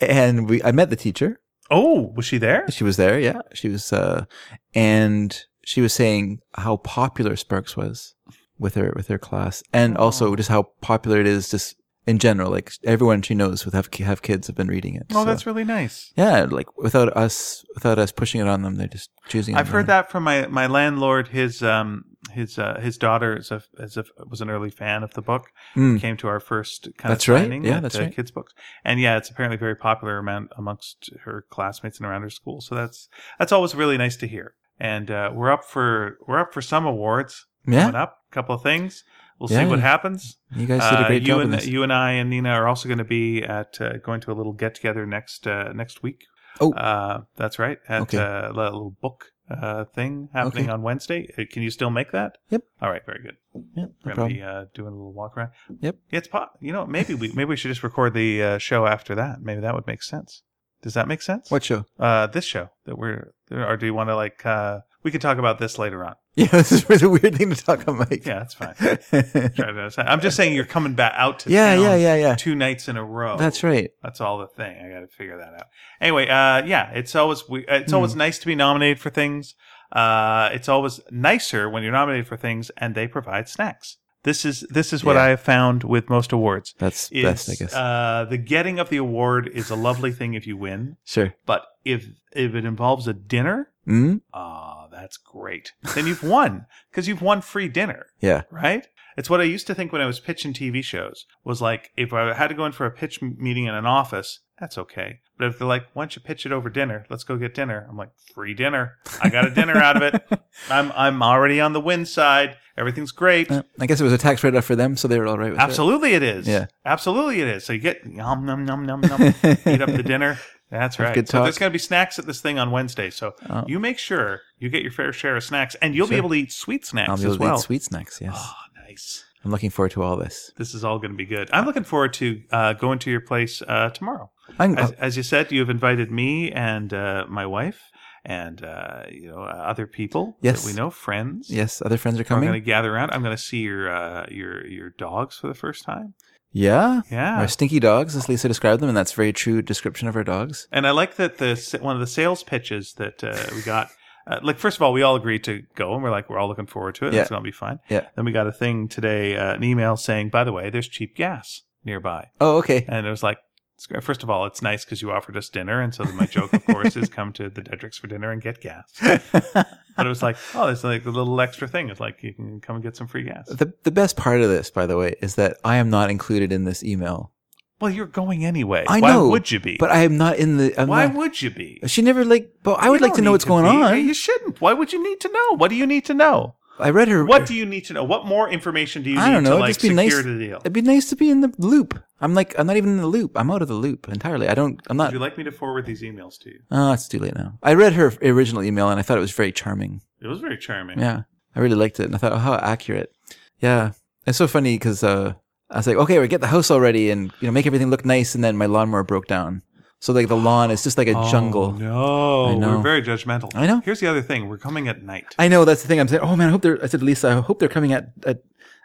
S2: And we, I met the teacher.
S1: oh, was she there?
S2: She was there. Yeah, she was. Uh, and she was saying how popular Sparks was with her with her class, and
S1: Oh.
S2: also just how popular it is just in general. Like everyone she knows with have have kids have been reading it.
S1: Oh,
S2: so-
S1: that's really nice.
S2: yeah. Like without us without us pushing it on them, they're just choosing. it
S1: I've
S2: on
S1: heard
S2: their
S1: that from my, my landlord. His um his uh, his daughter is a, is a, was an early fan of the book.
S2: own. Mm.
S1: Came to our first kind
S2: That's
S1: of
S2: right.
S1: signing
S2: Yeah,
S1: at,
S2: that's
S1: uh,
S2: right.
S1: kids books, and yeah, it's apparently very popular among, amongst her classmates and around her school. So that's that's always really nice to hear. And uh, we're up for we're up for some awards.
S2: Yeah,
S1: Coming up a couple of things. We'll
S2: Yeah.
S1: see what happens.
S2: you guys did a
S1: Uh,
S2: great
S1: you
S2: job. in
S1: and
S2: this.
S1: you and I and Nina are also going to be at uh, going to a little get together next uh, next week.
S2: Oh.
S1: uh, that's right. At
S2: Okay.
S1: uh, a little book uh, thing happening
S2: Okay.
S1: on Wednesday. Uh, Can you still make that?
S2: Yep.
S1: All right. Very good.
S2: yeah, no
S1: We're going to
S2: problem.
S1: be uh, doing a little walk around.
S2: Yep.
S1: Yeah, it's pot. You know, maybe we maybe we should just record the uh, show after that. Maybe that would make sense. Does that make sense?
S2: What show?
S1: Uh, this show that we're or do you want to like? Uh, we can talk about this later on.
S2: Yeah, this is really a weird thing to talk about. Mike.
S1: Yeah, that's fine.
S2: yeah,
S1: Try to- I'm just saying you're coming back out to
S2: yeah,
S1: town
S2: yeah, yeah.
S1: two nights in a row.
S2: That's right.
S1: That's all the thing. I got to figure that out. Anyway, uh, yeah, it's always we, uh, it's always
S2: Hmm.
S1: nice to be nominated for things. Uh, it's always nicer when you're nominated for things and they provide snacks. This is this is what
S2: Yeah.
S1: I have found with most awards.
S2: That's
S1: Is,
S2: best, I guess.
S1: Uh, the getting of the award is a lovely thing if you win,
S2: sure.
S1: but if if it involves a dinner,
S2: Mm?
S1: ah, that's great. Then you've won because you've won free dinner
S2: Yeah.
S1: right? It's what I used to think when I was pitching TV shows was like, if I had to go in for a pitch m- meeting in an office, that's okay. But if they're like, why don't you pitch it over dinner? Let's go get dinner. I'm like, free dinner. I got a dinner out of it. I'm I'm already on the win side. Everything's great.
S2: Uh, I guess it was a tax write-off for them, so they were all right with
S1: Absolutely, it is.
S2: Yeah.
S1: Absolutely, it is. So you get yum, nom, nom, nom, nom,
S2: it.
S1: eat up the dinner. That's
S2: Have
S1: right.
S2: good
S1: so
S2: talk.
S1: there's going to be snacks at this thing on Wednesday. So
S2: Oh.
S1: you make sure you get your fair share of snacks, and you'll be
S2: Sure.
S1: able to eat sweet snacks
S2: I'll be
S1: as
S2: able to
S1: well.
S2: eat sweet snacks. Yes,
S1: Oh, nice.
S2: I'm looking forward to all this.
S1: this is all going to be good. I'm looking forward to uh, going to your place uh, tomorrow.
S2: I'm,
S1: As, as you said, you have invited me and uh, my wife and uh, you know uh, other people
S2: Yes.
S1: that we know, friends.
S2: yes, other friends are
S1: We're
S2: coming.
S1: going to gather around. I'm going to see your uh, your your dogs for the first time.
S2: Yeah,
S1: Yeah.
S2: our stinky dogs, as Lisa described them, and that's a very true description of our dogs.
S1: And I like that the sa- one of the sales pitches that uh, we got. Uh, like first of all, we all agreed to go, and we're like, we're all looking forward to it.
S2: Yeah.
S1: It's going to be fun.
S2: Yeah.
S1: Then we got a thing today, uh, an email saying, by the way, there's cheap gas nearby.
S2: Oh, okay.
S1: And it was like, it's great. first of all, it's nice because you offered us dinner. And so my joke, of course, is come to the Dedricks for dinner and get gas. But it was like, oh, there's like a little extra thing. It's like, you can come and get some free gas.
S2: the the best part of this, by the way, is that I am not included in this email.
S1: Well, you're going anyway.
S2: I
S1: Why
S2: know,
S1: would you be?
S2: But I am not in the. I'm
S1: Why
S2: not-
S1: would you be?
S2: she never like? But I would
S1: You
S2: like to
S1: don't
S2: know
S1: need
S2: what's going
S1: be.
S2: on.
S1: You shouldn't. Why would you need to know? What do you need to know?
S2: I read her.
S1: What do you need to know? What more information do you
S2: I
S1: need
S2: don't know,
S1: to like
S2: just be
S1: secure
S2: nice-
S1: the deal?
S2: It'd be nice to be in the loop. I'm like, I'm not even in the loop. I'm out of the loop entirely. I don't. I'm
S1: Would
S2: not.
S1: you like me to forward these emails to you?
S2: Oh, it's too late now. I read her original email and I thought it was very charming.
S1: It was very charming.
S2: Yeah, I really liked it, and I thought, oh, how accurate. Yeah, it's so funny because uh, I was like, okay, we get the house already, and you know, make everything look nice, and then my lawnmower broke down. So like the lawn is just like a
S1: Oh,
S2: jungle.
S1: No,
S2: I know.
S1: we're very judgmental.
S2: I know.
S1: Here's the other thing: we're coming at night.
S2: I know that's the thing. I'm saying, oh man, I hope they're. I said, Lisa, I hope they're coming at, at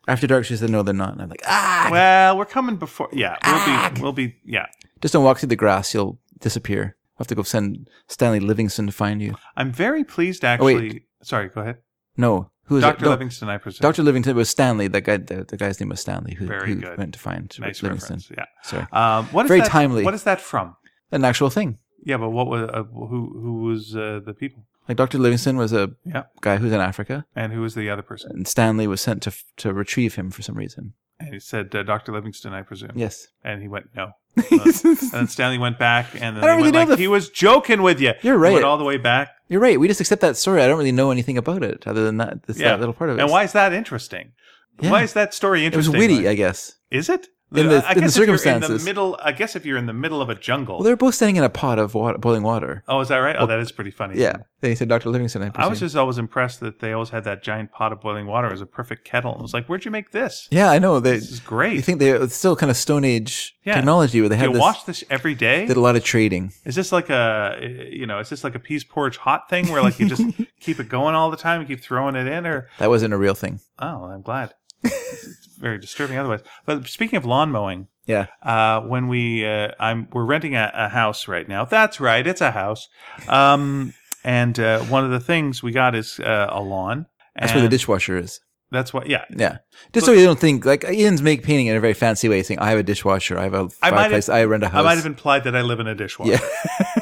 S2: after dark. She said, no, they're not. And I'm like, ah,
S1: Well, we're coming before. Yeah, we'll be. We'll be. Yeah,
S2: just don't walk through the grass. You'll disappear. I'll have to go send Stanley Livingston to find you.
S1: I'm very pleased.
S2: wait.
S1: Actually, sorry. Go ahead,
S2: No, who is it?
S1: Doctor
S2: No,
S1: Livingston. I presume.
S2: Dr. Livingston was Stanley. That guy, the, the guy's name was Stanley. Who,
S1: Very
S2: who
S1: good.
S2: went to find
S1: nice
S2: Livingston?
S1: reference. Yeah.
S2: Sorry,
S1: Um, what is
S2: Very
S1: that-
S2: timely.
S1: What is that from?
S2: an actual thing.
S1: Yeah, but what was uh, who? Who was uh, the people?
S2: Like Dr. Livingston was a
S1: Yeah,
S2: guy who's in Africa,
S1: and who was the other person?
S2: and Stanley was sent to to retrieve him for some reason.
S1: And he said, uh, Dr. Livingston, I presume.
S2: Yes.
S1: And he went, no. and then Stanley went back and then
S2: I don't
S1: he
S2: really
S1: went
S2: know
S1: like,
S2: the-
S1: he was joking with you.
S2: You're
S1: He
S2: right.
S1: Went all the way back.
S2: You're right. We just accept that story. I don't really know anything about it other than that, this,
S1: Yeah.
S2: that little part of it.
S1: And why is that interesting?
S2: Yeah.
S1: Why is that story
S2: It was
S1: interesting?
S2: witty, I guess.
S1: Is it?
S2: In the-
S1: I
S2: in the
S1: guess if you're In
S2: circumstances.
S1: the middle, I guess if you're in the middle of a jungle.
S2: Well, they're both standing in a pot of water, boiling water.
S1: oh, is that right? Oh, that is pretty funny.
S2: Yeah. Then he said, Dr. Livingston, I presume.
S1: I was just always impressed that they always had that giant pot of boiling water. It was a perfect kettle. I was like, where'd you make this?
S2: yeah, I know. They,
S1: This is great.
S2: you think they, it's still kind of Stone Age
S1: Yeah.
S2: technology where they
S1: Do
S2: had
S1: you
S2: this,
S1: wash this every day?
S2: did a lot of trading.
S1: Is this like a you know? Is this like a peas porridge hot thing where like you just keep it going all the time? You keep throwing it in, or
S2: That wasn't a real thing.
S1: oh, I'm glad. it's very disturbing otherwise. But speaking of lawn mowing,
S2: Yeah.
S1: uh, when we uh, I'm we're renting a, a house right now. That's right, it's a house. Um, and uh, one of the things we got is uh, a lawn.
S2: That's
S1: and
S2: where the dishwasher is.
S1: That's what. Yeah,
S2: Yeah. Just so you don't think, like, Ian's make painting in a very fancy way, saying, I have a dishwasher, I have a
S1: I might have-
S2: fireplace, I rent a house.
S1: I might have implied that I live in a dishwasher.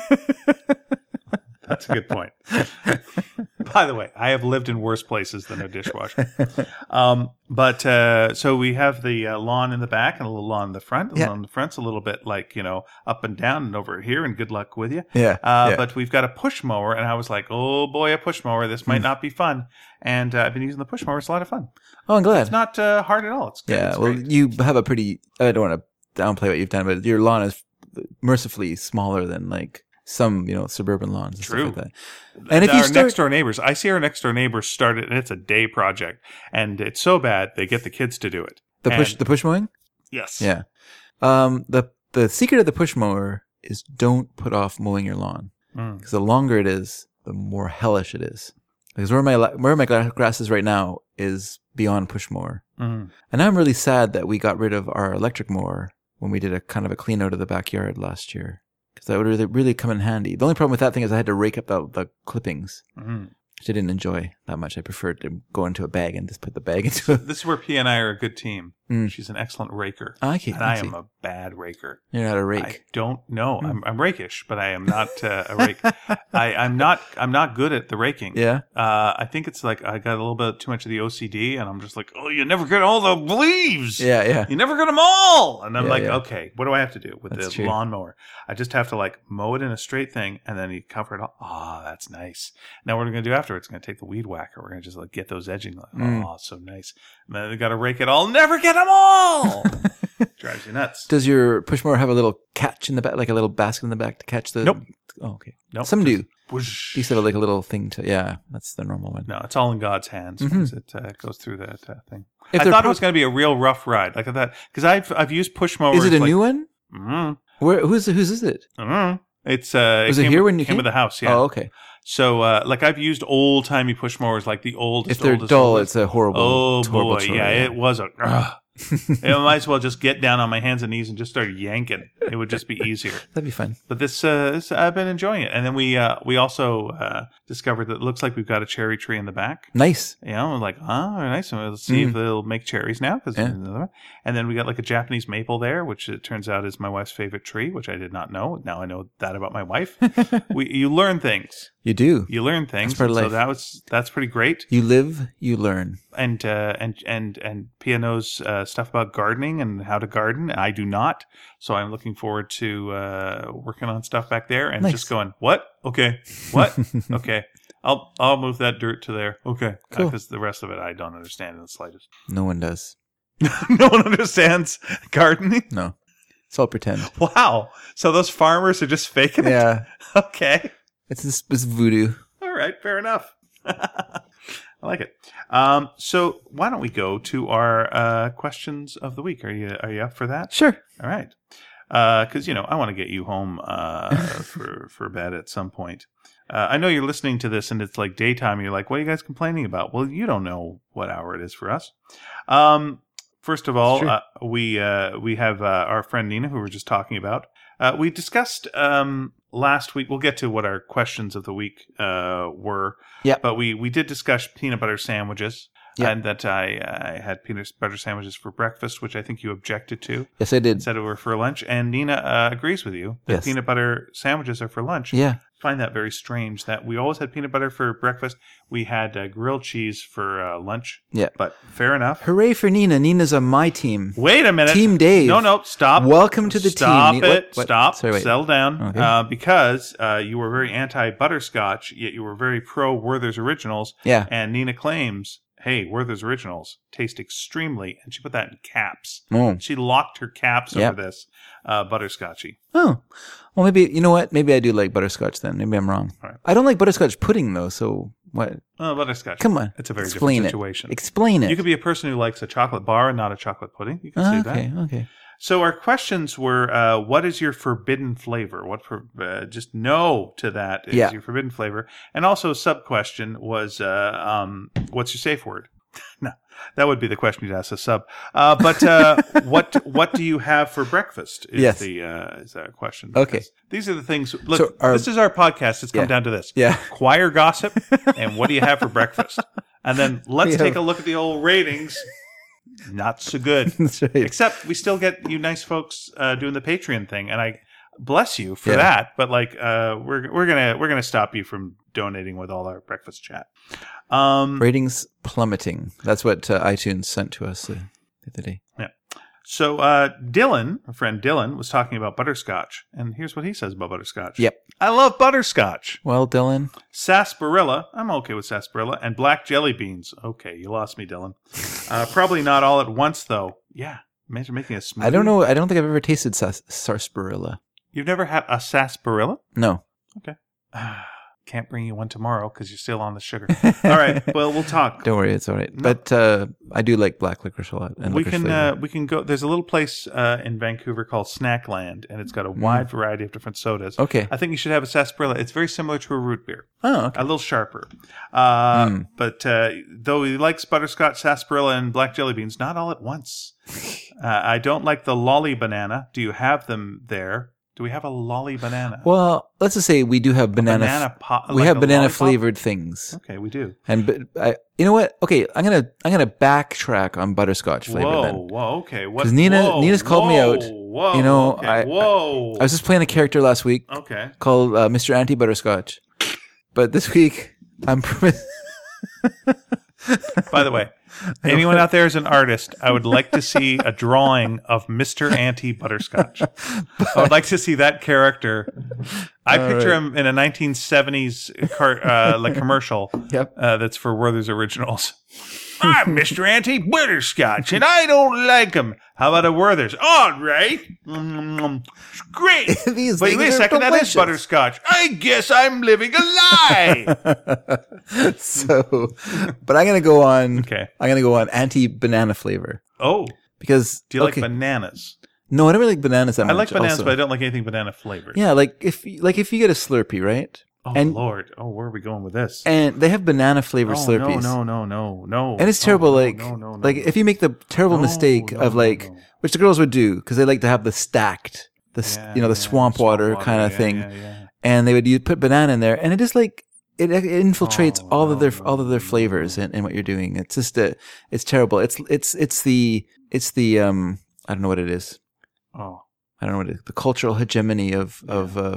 S2: Yeah.
S1: That's a good point. By the way, I have lived in worse places than a dishwasher. Um, but uh, so we have the uh, lawn in the back and a little lawn in the front. The
S2: Yeah.
S1: lawn in the front's a little bit like you know up and down and over here and good luck with you.
S2: yeah.
S1: Uh,
S2: yeah.
S1: But we've got a push mower, and I was like, "Oh boy, a push mower! This
S2: Hmm.
S1: might not be fun." And uh, I've been using the push mower; it's a lot of fun.
S2: oh, I'm glad.
S1: It's not uh, hard at all. It's good.
S2: Yeah,
S1: It's
S2: well,
S1: great.
S2: you have a pretty. I don't want to downplay what you've done, but your lawn is mercifully smaller than like some you know suburban lawns. And
S1: True.
S2: Stuff like that. And if
S1: our
S2: you start,
S1: next door neighbors, I see our next door neighbors start it, and it's a day project, and it's so bad they get the kids to do it.
S2: the push
S1: and-
S2: the push mowing,
S1: Yes.
S2: yeah. Um, the the secret of the push mower is don't put off mowing your lawn
S1: Mm.
S2: because the longer it is, the more hellish it is. Because where my la- where my gra- grass is right now is beyond push mower,
S1: Mm.
S2: and I'm really sad that we got rid of our electric mower when we did a kind of a clean out of the backyard last year because that would really, really come in handy. The only problem with that thing is I had to rake up the, the clippings,
S1: Mm.
S2: which I didn't enjoy that much. I preferred to go into a bag and just put the bag into it.
S1: This is where P and I are a good team.
S2: Mm.
S1: She's an excellent raker,
S2: I can't.
S1: and I am a bad raker.
S2: You're not a rake. Mm.
S1: I don't know. I'm, I'm rakish, but I am not uh, a rake. I, I'm not. I'm not good at the raking.
S2: yeah,
S1: Uh, I think it's like I got a little bit too much of the OCD, and I'm just like, oh, you never get all the leaves.
S2: yeah, yeah.
S1: You never get them all. And I'm
S2: Yeah,
S1: like,
S2: yeah.
S1: okay, what do I have to do with
S2: That's
S1: the
S2: true.
S1: lawnmower? I just have to like mow it in a straight thing and then you cover it all. Ah, that's nice. Now what are we going to do after? It's going to take the weed whacker. We're going to just like get those edging. Like,
S2: Mm.
S1: Oh, so nice. And then we got to rake it all. Never get them all. Drives you nuts.
S2: Does your push mower have a little catch in the back, like a little basket in the back to catch the?
S1: Nope.
S2: Oh, okay.
S1: Nope.
S2: Some do.
S1: Whoosh.
S2: These have like a little thing to. Yeah, that's the normal one.
S1: No, it's all in God's hands.
S2: Mhm.
S1: once It uh, goes through that uh, thing.
S2: If
S1: I
S2: they're
S1: thought
S2: pro-
S1: it was going to be a real rough ride. Like I thought, because I've, I've used push mowers.
S2: Is it a
S1: like,
S2: new one?
S1: Mm,
S2: Where who's whose is it?
S1: mm. It's uh,
S2: Was it
S1: came
S2: here
S1: with-
S2: when you
S1: came
S2: came?
S1: with the house? Yeah.
S2: Oh, okay.
S1: So, uh, like, I've used old timey push mowers, like the oldest.
S2: If they're
S1: oldest,
S2: dull,
S1: oldest.
S2: it's a horrible.
S1: oh
S2: horrible
S1: boy,
S2: chore,
S1: yeah, it was a. ugh. I might as well just get down on my hands and knees and just start yanking. It would just be easier.
S2: That'd be fun.
S1: But this, uh, this I've been enjoying it. And then we uh, we also uh, discovered that it looks like we've got a cherry tree in the back.
S2: Nice.
S1: You know, I'm like, oh, nice. and Let's see
S2: Mm.
S1: if they'll make cherries now. Cause And then we got like a Japanese maple there, which it turns out is my wife's favorite tree, which I did not know. Now I know that about my wife. we, you learn things.
S2: You do.
S1: You learn things.
S2: That's part of
S1: So
S2: life.
S1: that was that's pretty great.
S2: You live, you learn.
S1: And uh, and and and Pia knows uh, stuff about gardening and how to garden. I do not, so I'm looking forward to uh, working on stuff back there and
S2: Nice.
S1: just going what okay what okay. I'll I'll move that dirt to there. Okay,
S2: Cool.
S1: because the rest of it I don't understand in the slightest.
S2: No one does.
S1: no one understands gardening.
S2: No. It's all pretend.
S1: Wow. So those farmers are just faking it.
S2: yeah.
S1: Okay.
S2: It's this, this voodoo.
S1: All right, fair enough. I like it. Um, so why don't we go to our uh, questions of the week? Are you are you up for that?
S2: Sure.
S1: All right, because you know I want to get you home uh, for for bed at some point. Uh, I know you're listening to this and it's like daytime. You're like, what are you guys complaining about? Well, you don't know what hour it is for us. Um, first of all,
S2: true.
S1: uh, we uh, we have uh, our friend Nina who we are just talking about. Uh, we discussed um, last week. We'll get to what our questions of the week uh, were.
S2: Yep.
S1: But we we did discuss peanut butter sandwiches.
S2: Yep.
S1: And that I, I had peanut butter sandwiches for breakfast, which I think you objected to
S2: Yes, I did.
S1: said it were for lunch, and Nina uh, agrees with you that
S2: Yes.
S1: peanut butter sandwiches are for lunch
S2: Yeah.
S1: find that very strange that we always had peanut butter for breakfast. We had uh, grilled cheese for uh, lunch.
S2: Yeah.
S1: But fair enough.
S2: Hooray for Nina. Nina's on my team.
S1: Wait a minute.
S2: Team Dave.
S1: No, no, stop.
S2: Welcome to the
S1: stop
S2: team.
S1: Stop
S2: Ne-
S1: it.
S2: what- what-
S1: Stop.
S2: Sorry, wait.
S1: Settle down.
S2: Okay.
S1: Uh, because uh, you were very anti butterscotch, yet you were very pro Werther's Originals.
S2: Yeah.
S1: And Nina claims, hey, Werther's Originals taste extremely, and she put that in caps.
S2: Oh.
S1: She locked her caps
S2: Yep.
S1: over this uh, butterscotchy.
S2: Oh. Well, maybe, you know what? Maybe I do like butterscotch then. Maybe I'm wrong.
S1: All right.
S2: I don't like butterscotch pudding though. So what?
S1: Oh, butterscotch.
S2: Come on.
S1: It's a very
S2: Explain
S1: different
S2: it.
S1: situation.
S2: Explain it.
S1: You could be a person who likes a chocolate bar and not a chocolate pudding. You can
S2: Ah,
S1: see that.
S2: okay. Okay.
S1: So our questions were: uh, What is your forbidden flavor? What for, uh, just no to that is
S2: Yeah.
S1: your forbidden flavor, and also sub question was: uh, um, What's your safe word? no, that would be the question you'd ask a sub. Uh, but uh, what what do you have for breakfast? Is
S2: Yes.
S1: the uh, is that a question?
S2: Okay.
S1: Because These are the things. Look,
S2: So our-
S1: this is our podcast. It's come
S2: Yeah.
S1: down to this:
S2: Yeah.
S1: choir gossip and what do you have for breakfast? And then let's
S2: We
S1: take
S2: have-
S1: a look at the old ratings. Not so good.
S2: That's right.
S1: Except we still get you nice folks uh, doing the Patreon thing, and I bless you for
S2: Yeah.
S1: that. But like, uh, we're we're gonna we're gonna stop you from donating with all our breakfast chat. Um,
S2: Ratings plummeting. That's what uh, iTunes sent to us uh, the other day.
S1: So uh, Dylan, our friend Dylan, was talking about butterscotch, and here's what he says about butterscotch.
S2: Yep.
S1: I love butterscotch.
S2: Well, Dylan.
S1: sarsaparilla. I'm okay with sarsaparilla and black jelly beans. Okay, you lost me, Dylan. Uh, probably not all at once, though. Yeah, imagine making a smoothie.
S2: I don't know. I don't think I've ever tasted sas- sarsaparilla.
S1: You've never had a sarsaparilla?
S2: No.
S1: Can't bring you one tomorrow because you're still on the sugar. all right. Well, we'll talk.
S2: Don't worry, it's all right.
S1: No.
S2: But uh, I do like black licorice a lot. And
S1: we
S2: licorice
S1: can
S2: flavor.
S1: uh, we can go. There's a little place uh, in Vancouver called Snackland, and it's got a
S2: Mm-hmm.
S1: wide variety of different sodas.
S2: okay.
S1: uh, I think you should have a sarsaparilla. It's very similar to a root beer.
S2: Oh, okay.
S1: a little sharper. Uh,
S2: Mm.
S1: But uh, though he likes butterscotch, sarsaparilla, and black jelly beans, not all at once. uh, I don't like the lolly banana. Do you have them there? Do we have a lolly banana?
S2: Well, let's just say we do have banana. f-
S1: banana pop.
S2: we
S1: like
S2: have
S1: a
S2: banana
S1: lollipop?
S2: flavored things,
S1: Okay, we do.
S2: and but I, you know what? Okay, I'm gonna I'm gonna backtrack on butterscotch flavor.
S1: whoa,
S2: Then
S1: whoa, okay. What?
S2: 'Cause Nina-
S1: whoa,
S2: Nina's called me
S1: whoa,
S2: out.
S1: Whoa,
S2: You know,
S1: okay,
S2: I- I-
S1: whoa.
S2: I was just playing a character last week
S1: okay.
S2: called uh, Mr. Anti Butterscotch, but this week I'm promis-
S1: By the way, anyone out there is an artist, I would like to see a drawing of Mr. Anti Butterscotch. I would like to see that character. I
S2: All
S1: picture
S2: right.
S1: him in a 1970s car, uh, like commercial
S2: Yep.
S1: uh, that's for Werther's Originals. I'm Mr. Anti Butterscotch, and I don't like him. How about a Werther's? All right. Mm, Great.
S2: These
S1: Wait, wait
S2: things
S1: a
S2: are
S1: second. That is
S2: delicious.
S1: butterscotch. I guess I'm living a lie.
S2: so, but I'm gonna go on.
S1: okay.
S2: I'm gonna go on anti banana flavor
S1: Oh,
S2: because
S1: do you like
S2: okay.
S1: bananas?
S2: no, I don't really like bananas that
S1: I
S2: much.
S1: like bananas,
S2: also.
S1: but I don't like anything banana flavored.
S2: yeah, like if like if you get a Slurpee, right?
S1: Oh
S2: and-
S1: Lord. Oh, where are we going with this?
S2: And they have banana flavored
S1: oh,
S2: Slurpees.
S1: No, no, no, no, no.
S2: And it's
S1: No,
S2: terrible.
S1: no,
S2: like,
S1: no, no, no,
S2: like
S1: no.
S2: if you make the terrible
S1: No,
S2: mistake
S1: no,
S2: of
S1: no,
S2: like,
S1: no.
S2: which the girls would do, because they like to have the stacked, the s
S1: Yeah,
S2: you know the
S1: yeah,
S2: swamp water kind of
S1: yeah,
S2: thing,
S1: yeah, yeah.
S2: and they would you put banana in there, and it just like it, it infiltrates
S1: Oh,
S2: all
S1: no,
S2: of their
S1: no,
S2: all of their
S1: no,
S2: flavors
S1: no.
S2: in, in what you're doing. It's just a, it's terrible. It's it's it's the it's the um I don't know what it is.
S1: Oh,
S2: I don't know what it is. The cultural hegemony of of uh,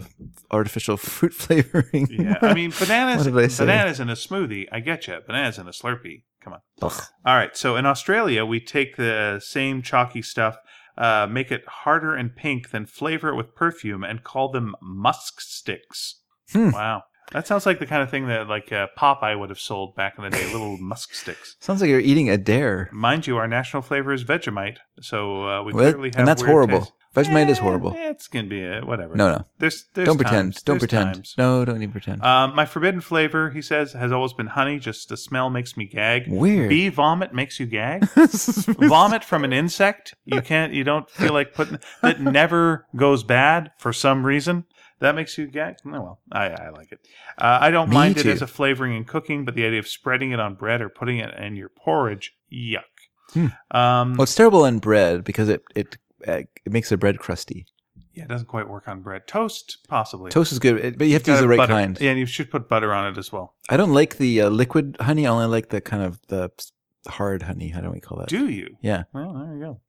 S2: artificial fruit flavoring.
S1: yeah. I mean,
S2: What did I
S1: bananas.
S2: say?
S1: bananas in a smoothie. I get you. Bananas in a Slurpee. Come on.
S2: Ugh.
S1: All right. So in Australia, we take the same chalky stuff, uh, make it harder and pink, then flavor it with perfume, and call them musk sticks.
S2: Hmm.
S1: Wow. That sounds like the kind of thing that like uh, Popeye would have sold back in the day, little musk sticks.
S2: sounds like you're eating a dare.
S1: Mind you, our national flavor is Vegemite, so uh, we
S2: Well,
S1: clearly have
S2: and that's
S1: weird
S2: horrible.
S1: taste.
S2: Vegemite is
S1: Eh,
S2: horrible.
S1: It's gonna be a, whatever.
S2: No, no.
S1: there's, there's
S2: don't pretend.
S1: times,
S2: Don't
S1: there's
S2: pretend.
S1: times.
S2: No, don't even pretend.
S1: Um, my forbidden flavor, he says, has always been honey. Just the smell makes me gag.
S2: Weird.
S1: Bee vomit makes you gag. vomit from an insect. You can't. You don't feel like putting that. Never goes bad for some reason. That makes you gag. No, well, I, I like it. Uh, I don't
S2: Me
S1: mind
S2: too.
S1: it as a flavoring in cooking, but the idea of spreading it on bread or putting it in your porridge, yuck.
S2: Hmm.
S1: Um,
S2: well, it's terrible on bread because it it uh, it makes the bread crusty.
S1: Yeah, it doesn't quite work on bread. Toast, possibly.
S2: Toast is good, it- but you have to use
S1: Gotta
S2: the right
S1: butter.
S2: kind.
S1: Yeah, and you should put butter on it as well.
S2: I don't like the uh, liquid honey. I only like the kind of the hard honey. How do we call that?
S1: Do you?
S2: Yeah.
S1: Well, there you go.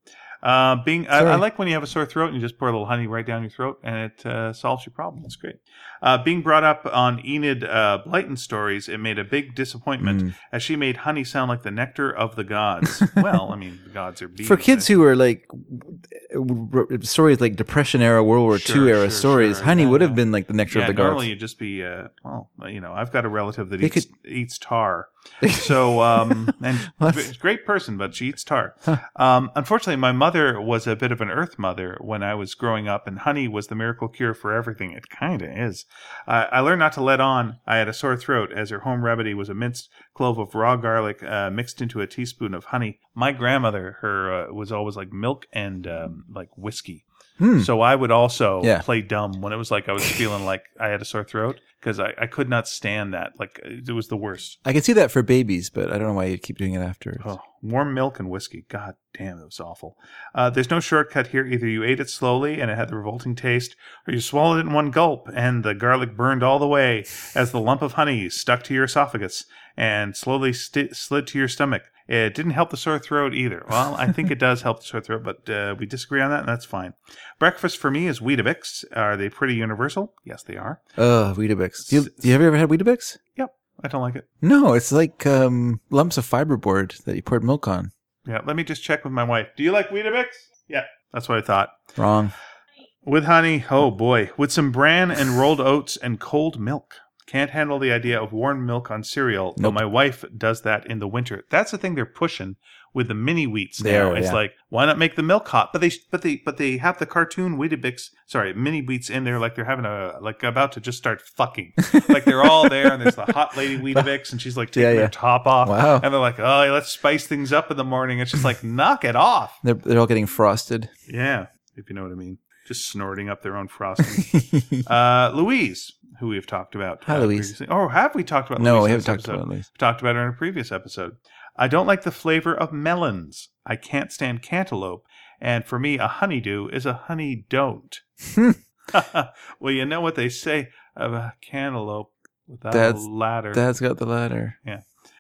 S1: Uh, being, I, I
S2: Sorry.
S1: like when you have a sore throat and you just pour a little honey right down your throat and it uh, solves your problem. It's great. Uh, being brought up on Enid uh, Blyton stories, it made a big
S2: Mm.
S1: disappointment as she made honey sound like the nectar of the gods. well, I mean, the gods are bees.
S2: For kids
S1: I-
S2: who are like r- r- stories like Depression era, World War
S1: Sure,
S2: II era
S1: sure,
S2: stories,
S1: sure.
S2: honey
S1: Yeah,
S2: would have
S1: yeah.
S2: been like the nectar
S1: yeah,
S2: of the gods.
S1: normally you'd just be, uh, well, you know, I've got a relative that
S2: They
S1: eats, eats tar. So, um, and
S2: What?
S1: gr- great person, but she eats tar. Um, unfortunately, my mother was a bit of an earth mother when I was growing up, and honey was the miracle cure for everything. It kind of is. Uh, I learned not to let on. I had a sore throat, as her home remedy was a minced clove of raw garlic uh, mixed into a teaspoon of honey. My grandmother, her uh, was always like milk and um, like whiskey.
S2: Hmm.
S1: So I would also
S2: Yeah.
S1: play dumb when it was like I was feeling like I had a sore throat because I, I could not stand that. Like it was the worst.
S2: I can see that for babies, but I don't know why you keep doing it afterwards.
S1: Oh, warm milk and whiskey. God damn, that was awful. Uh, there's no shortcut here. Either you ate it slowly and it had the revolting taste, or you swallowed it in one gulp and the garlic burned all the way as the lump of honey stuck to your esophagus and slowly sti slid to your stomach. It didn't help the sore throat either. Well, I think it does help the sore throat, but uh, we disagree on that, and that's fine. Breakfast for me is Weetabix. Are they pretty universal? Yes, they are.
S2: Ugh, Weetabix. Do you, do you have you ever had Weetabix?
S1: I don't like it.
S2: No, it's like um, lumps of fiberboard that you poured milk on.
S1: Yeah, let me just check with my wife. Do you like Weetabix? Yeah, that's what I thought.
S2: Wrong.
S1: With honey, oh boy. With some bran and rolled oats and cold milk. Can't handle the idea of warm milk on cereal, though
S2: Nope.
S1: my wife does that in the winter. That's the thing they're pushing with the mini wheats
S2: They
S1: now.
S2: are,
S1: it's
S2: yeah.
S1: like, why not make the milk hot? But they but they but they have the cartoon Weetabix sorry, mini wheats in there like they're having a like about to just start fucking. like they're all there and there's the hot lady Weetabix and she's like taking
S2: Yeah, yeah.
S1: her top off.
S2: Wow.
S1: And they're like, Oh yeah, let's spice things up in the morning. It's just like knock it off.
S2: They're, they're all getting frosted.
S1: Yeah, if you know what I mean. Just snorting up their own frosting. uh, Louise, who we have talked about.
S2: Hi,
S1: uh,
S2: Louise.
S1: previously. Oh, have we talked about Louise?
S2: no, we
S1: in
S2: haven't
S1: this
S2: talked
S1: episode?
S2: about these.
S1: We talked about her in a previous episode. I don't like the flavor of melons. I can't stand cantaloupe. And for me, a honeydew is a honey don't. well, you know what they say of a cantaloupe without
S2: That's-
S1: a ladder.
S2: Dad's got the ladder.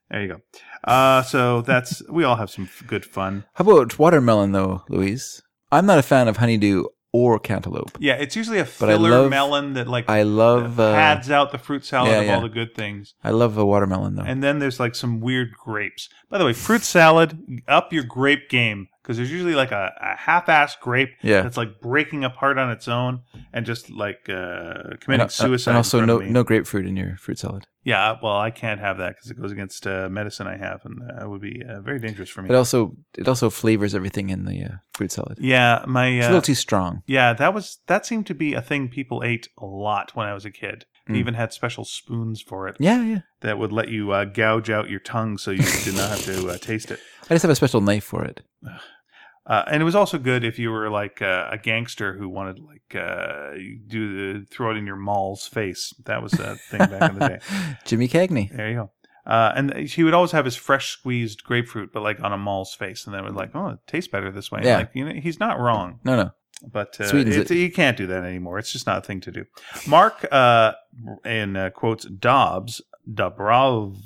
S1: there you go. Uh, so that's, we all have some f- good fun.
S2: How about watermelon, though, Louise? I'm not a fan of honeydew or cantaloupe.
S1: Yeah, it's usually a
S2: But I
S1: filler
S2: love-
S1: melon that like
S2: I love uh,
S1: pads out the fruit salad
S2: yeah,
S1: of
S2: yeah.
S1: all the good things.
S2: I love a watermelon though.
S1: And then there's like some weird grapes. By the way, fruit salad, up your grape game because there's usually like a, a half-ass grape
S2: yeah,
S1: that's like breaking apart on its own and just like uh,
S2: and,
S1: committing
S2: uh,
S1: suicide.
S2: and also
S1: in front
S2: no
S1: of me.
S2: no grapefruit in your fruit salad.
S1: Yeah, well, I can't have that because it goes against uh, medicine I have, and uh, it would be uh, very dangerous for me.
S2: It also it also flavors everything in the uh, fruit salad.
S1: yeah, my
S2: It's a
S1: uh,
S2: little too strong.
S1: yeah, that was that seemed to be a thing people ate a lot when I was a kid.
S2: Mm.
S1: They even had special spoons for it
S2: Yeah, yeah.
S1: that would let you uh, gouge out your tongue so you did not have to uh, taste it.
S2: I just have a special knife for it.
S1: Uh, and it was also good if you were like uh, a gangster who wanted like uh, you do the throw it in your moll's face. That was a thing back in the day.
S2: Jimmy Cagney.
S1: There you go. Uh, and he would always have his fresh squeezed grapefruit, but like on a moll's face, and then would like, oh, it tastes better this way.
S2: Yeah.
S1: Like you know, he's not wrong,
S2: No, no.
S1: but uh,
S2: Sweetens
S1: it's,
S2: it.
S1: you can't do that anymore. It's just not a thing to do. Mark, uh, in uh, quotes, Dobbs Dobrov.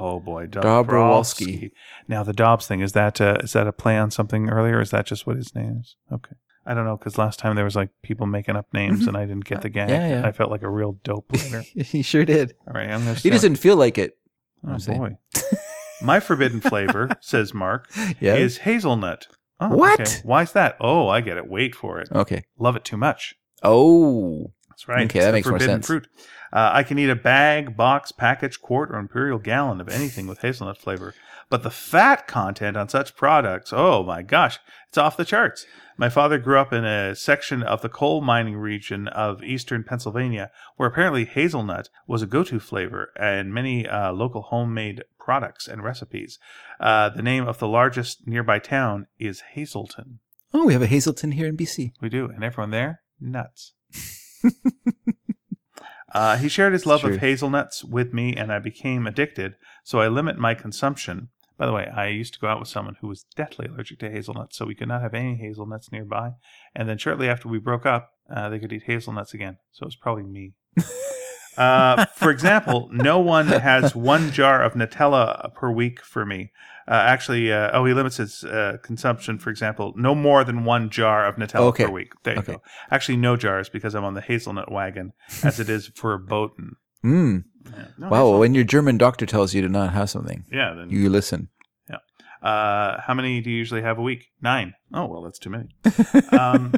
S1: Oh boy,
S2: Dobrowolski.
S1: Dobrowolski. Now the Dobbs thing is that uh, is that a play on something earlier? Or is that just what his name is? Okay, I don't know because last time there was like people making up names
S2: Mhm.
S1: and I didn't get the gag.
S2: Yeah, yeah.
S1: I felt like a real dope later.
S2: he sure did.
S1: All right, I'm gonna.
S2: He
S1: start-
S2: doesn't feel like it.
S1: Oh
S2: I'm saying.
S1: boy. My forbidden flavor, says Mark,
S2: Yeah.
S1: is hazelnut. Oh,
S2: What?
S1: okay. Why's that? Oh, I get it. Wait for it.
S2: okay.
S1: Love it too much.
S2: Oh,
S1: That's right.
S2: Okay,
S1: It's
S2: that
S1: the
S2: makes more
S1: forbidden
S2: sense.
S1: Fruit. Uh, I can eat a bag, box, package, quart, or imperial gallon of anything with hazelnut flavor. But the fat content on such products, oh my gosh, it's off the charts. My father grew up in a section of the coal mining region of eastern Pennsylvania where apparently hazelnut was a go to flavor in many uh, local homemade products and recipes. Uh, the name of the largest nearby town is Hazelton.
S2: oh, we have a Hazelton here in BC.
S1: We do, and everyone there nuts. uh, he shared his love
S2: It's
S1: of
S2: true.
S1: hazelnuts with me, and I became addicted. So I limit my consumption. By the way, I used to go out with someone who was deathly allergic to hazelnuts, so we could not have any hazelnuts nearby. And then shortly after we broke up, uh, they could eat hazelnuts again. So it was probably me. Uh, for example, no one has one jar of Nutella per week for me. Uh, actually, uh, oh, he limits his uh, consumption. For example, no more than one jar of Nutella
S2: Okay.
S1: per week. There you
S2: Okay.
S1: go. Actually, no jars because I'm on the hazelnut wagon, as it is verboten.
S2: Mm.
S1: Yeah. No,
S2: Wow.
S1: hazel-
S2: When your German doctor tells you to not have something,
S1: Yeah. Then
S2: you listen.
S1: Uh, how many do you usually have a week? Nine. Oh, well, that's too many. Um,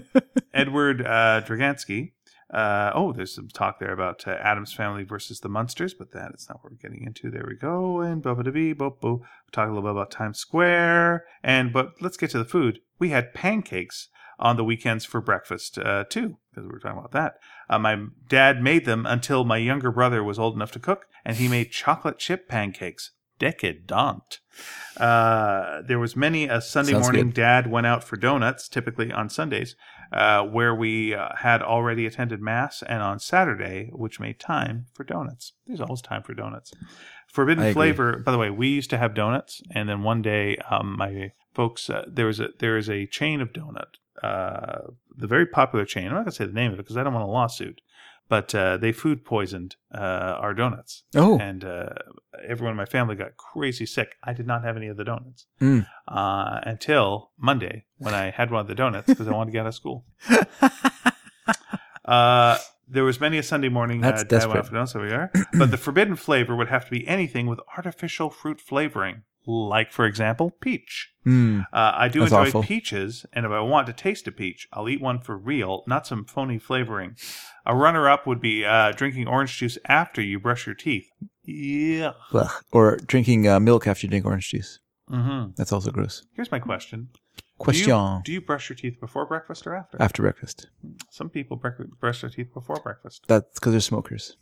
S1: Edward uh, Dragansky. Uh, oh, there's some talk there about uh, Adam's family versus the Munsters, but that is not what we're getting into. There we go. And blah, blah, blah, blah, blah, blah. We're talking a little bit about Times Square. And but let's get to the food. We had pancakes on the weekends for breakfast uh, too, because we were talking about that. Uh, my dad made them until my younger brother was old enough to cook, and he made chocolate chip pancakes. Decadent. Uh, there was many a Sunday
S2: Sounds
S1: morning dad went out for donuts, typically on Sundays, uh, where we uh, had already attended mass, and on Saturday, which made time for donuts. There's always time for donuts. Forbidden
S2: I agree.
S1: flavor. By the way, we used to have donuts, and then one day, um, my folks, uh, there was a there is a chain of donut, uh, the very popular chain. I'm not gonna say the name of it because I don't want a lawsuit, but uh, they food poisoned uh, our donuts,
S2: Oh,
S1: and uh, everyone in my family got crazy sick. I did not have any of the donuts
S2: Mm.
S1: uh, until Monday when I had one of the donuts because I wanted to get out of school. Uh, there was many a Sunday morning.
S2: That's
S1: uh, Dad
S2: desperate.
S1: went out for donuts, so we are. But the forbidden flavor would have to be anything with artificial fruit flavoring, like, for example, peach. Uh,
S2: Mm.
S1: I do
S2: That's
S1: enjoy
S2: awful.
S1: peaches, and if I want to taste a peach, I'll eat one for real, not some phony flavoring. A runner-up would be uh, drinking orange juice after you brush your teeth. Yeah.
S2: Blech. or drinking uh, milk after you drink orange juice.
S1: hmm
S2: That's also gross.
S1: Here's my question. Do you-
S2: Question
S1: Do you brush your teeth before breakfast or after?
S2: after breakfast.
S1: Some people bre- brush their teeth before breakfast.
S2: That's because they're smokers.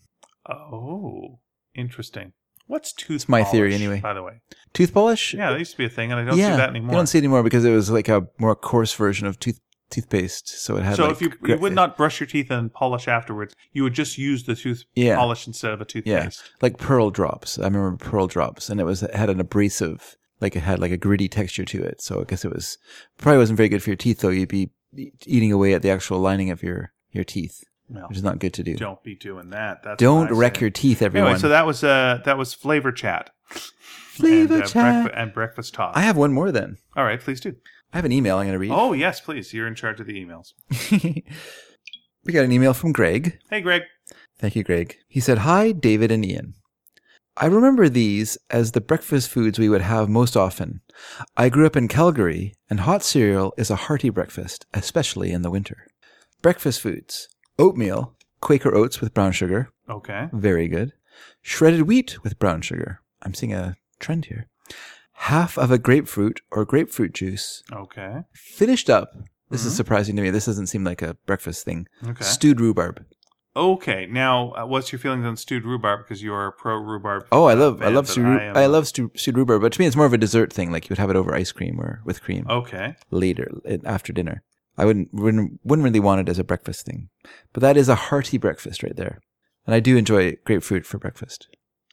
S1: Oh, interesting. What's tooth?
S2: my theory,
S1: polish,
S2: anyway.
S1: By the way,
S2: Tooth polish?
S1: yeah, that used to be a thing, and I don't see that anymore.
S2: You don't see it anymore because it was like a more coarse version of tooth toothpaste. So it had
S1: so
S2: like
S1: if you,
S2: gra-
S1: you would not brush your teeth and polish afterwards, you would just use the tooth
S2: Yeah.
S1: polish instead of a toothpaste.
S2: like pearl drops. I remember pearl drops, and it was it had an abrasive, like it had like a gritty texture to it. So I guess it was probably wasn't very good for your teeth, though. You'd be e-, eating away at the actual lining of your your teeth,
S1: Well,
S2: which is not good to do.
S1: don't be doing that. That's
S2: Don't
S1: what I
S2: wreck
S1: say.
S2: your teeth, everyone.
S1: Anyway, so that was uh that was flavor chat.
S2: Flavor
S1: and, uh,
S2: chat.
S1: breakfa- and breakfast talk.
S2: I have one more then.
S1: All right, please do.
S2: I have an email I'm going to read.
S1: Oh yes, please. You're in charge of the emails.
S2: we got an email from Greg.
S1: Hey, Greg.
S2: Thank you, Greg. He said, Hi, David and Ian. I remember these as the breakfast foods we would have most often. I grew up in Calgary, and hot cereal is a hearty breakfast, especially in the winter. Breakfast foods oatmeal, Quaker oats with brown sugar,
S1: Okay.
S2: very good. Shredded wheat with brown sugar. I'm seeing a trend here. Half of a grapefruit or grapefruit juice,
S1: Okay.
S2: finished up. This is
S1: Mhm.
S2: surprising to me. This doesn't seem like a breakfast thing.
S1: Okay.
S2: Stewed rhubarb.
S1: Okay, now uh, what's your feelings on stewed rhubarb? Because you are a pro rhubarb.
S2: Oh, I
S1: uh,
S2: love I
S1: man,
S2: love
S1: but
S2: stewed, I,
S1: am-
S2: I love stew- stewed rhubarb, but to me it's more of a dessert thing. Like you would have it over ice cream or with cream
S1: Okay,
S2: later eh, after dinner. I wouldn't, wouldn't wouldn't really want it as a breakfast thing, but that is a hearty breakfast right there, and I do enjoy grapefruit for breakfast.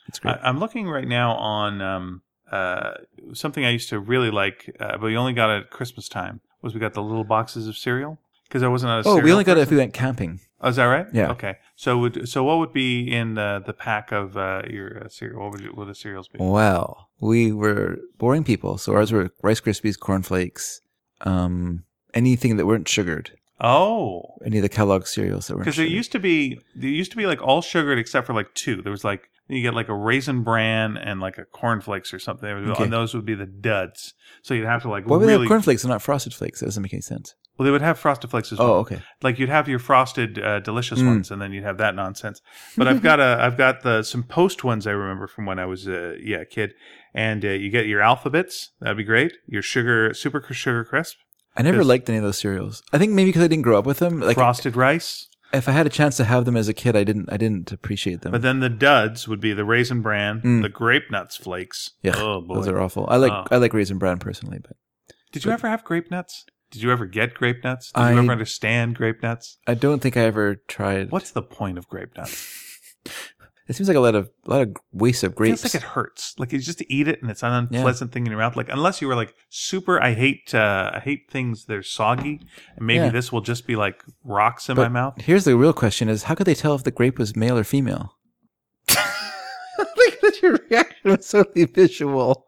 S2: It's great.
S1: I, I'm looking right now on um, uh, something I used to really like, uh, but we only got it at Christmas time. Was we got the little boxes of cereal? Because I wasn't a
S2: oh,
S1: cereal
S2: we only got it if
S1: person.
S2: we went camping.
S1: Oh, is that right?
S2: Yeah.
S1: Okay. So would so what would be in the the pack of uh, your uh, cereal? What would, you, what would the cereals be?
S2: Well, we were boring people, so ours were Rice Krispies, cornflakes, um, anything that weren't sugared,
S1: Oh,
S2: any of the Kellogg cereals that weren't.
S1: because there
S2: sugared.
S1: used to be there used to be like all sugared except for like two. There was like you get like a raisin bran and like a cornflakes or something,
S2: Okay.
S1: and those would be the duds. So you'd have to like
S2: Why would they
S1: really
S2: have cornflakes and not frosted flakes? That doesn't make any sense.
S1: well, they would have frosted flakes as well.
S2: Oh, okay.
S1: Like you'd have your frosted uh, delicious
S2: Mm.
S1: ones, and then you'd have that nonsense. But I've got a I've got the some post ones I remember from when I was uh, yeah a kid, and uh, you get your alphabets. That'd be great. Your sugar super cr- sugar crisp,
S2: I never
S1: 'Cause-
S2: liked any of those cereals. I think maybe because I didn't grow up with them. Like
S1: frosted rice.
S2: if I had a chance to have them as a kid, I didn't. I didn't appreciate them.
S1: But then the duds would be the raisin bran,
S2: Mm.
S1: the grape nuts flakes.
S2: Yuck,
S1: oh boy.
S2: those are awful. I like
S1: Oh.
S2: I like raisin bran personally, but
S1: Did you ever have grape nuts? Did you ever get grape nuts? Did
S2: I-
S1: you ever understand grape nuts?
S2: I don't think I ever tried.
S1: What's the point of grape nuts?
S2: It seems like a lot of a lot of waste of
S1: It
S2: grapes.
S1: feels like it hurts. Like you just eat it and it's an unpleasant thing in your mouth. Like unless you were like super, I hate, uh, I hate things that are soggy, and maybe
S2: Yeah.
S1: this will just be like rocks in my
S2: But
S1: mouth.
S2: Here's the real question: Is how could they tell if the grape was male or female? that your reaction was totally visual.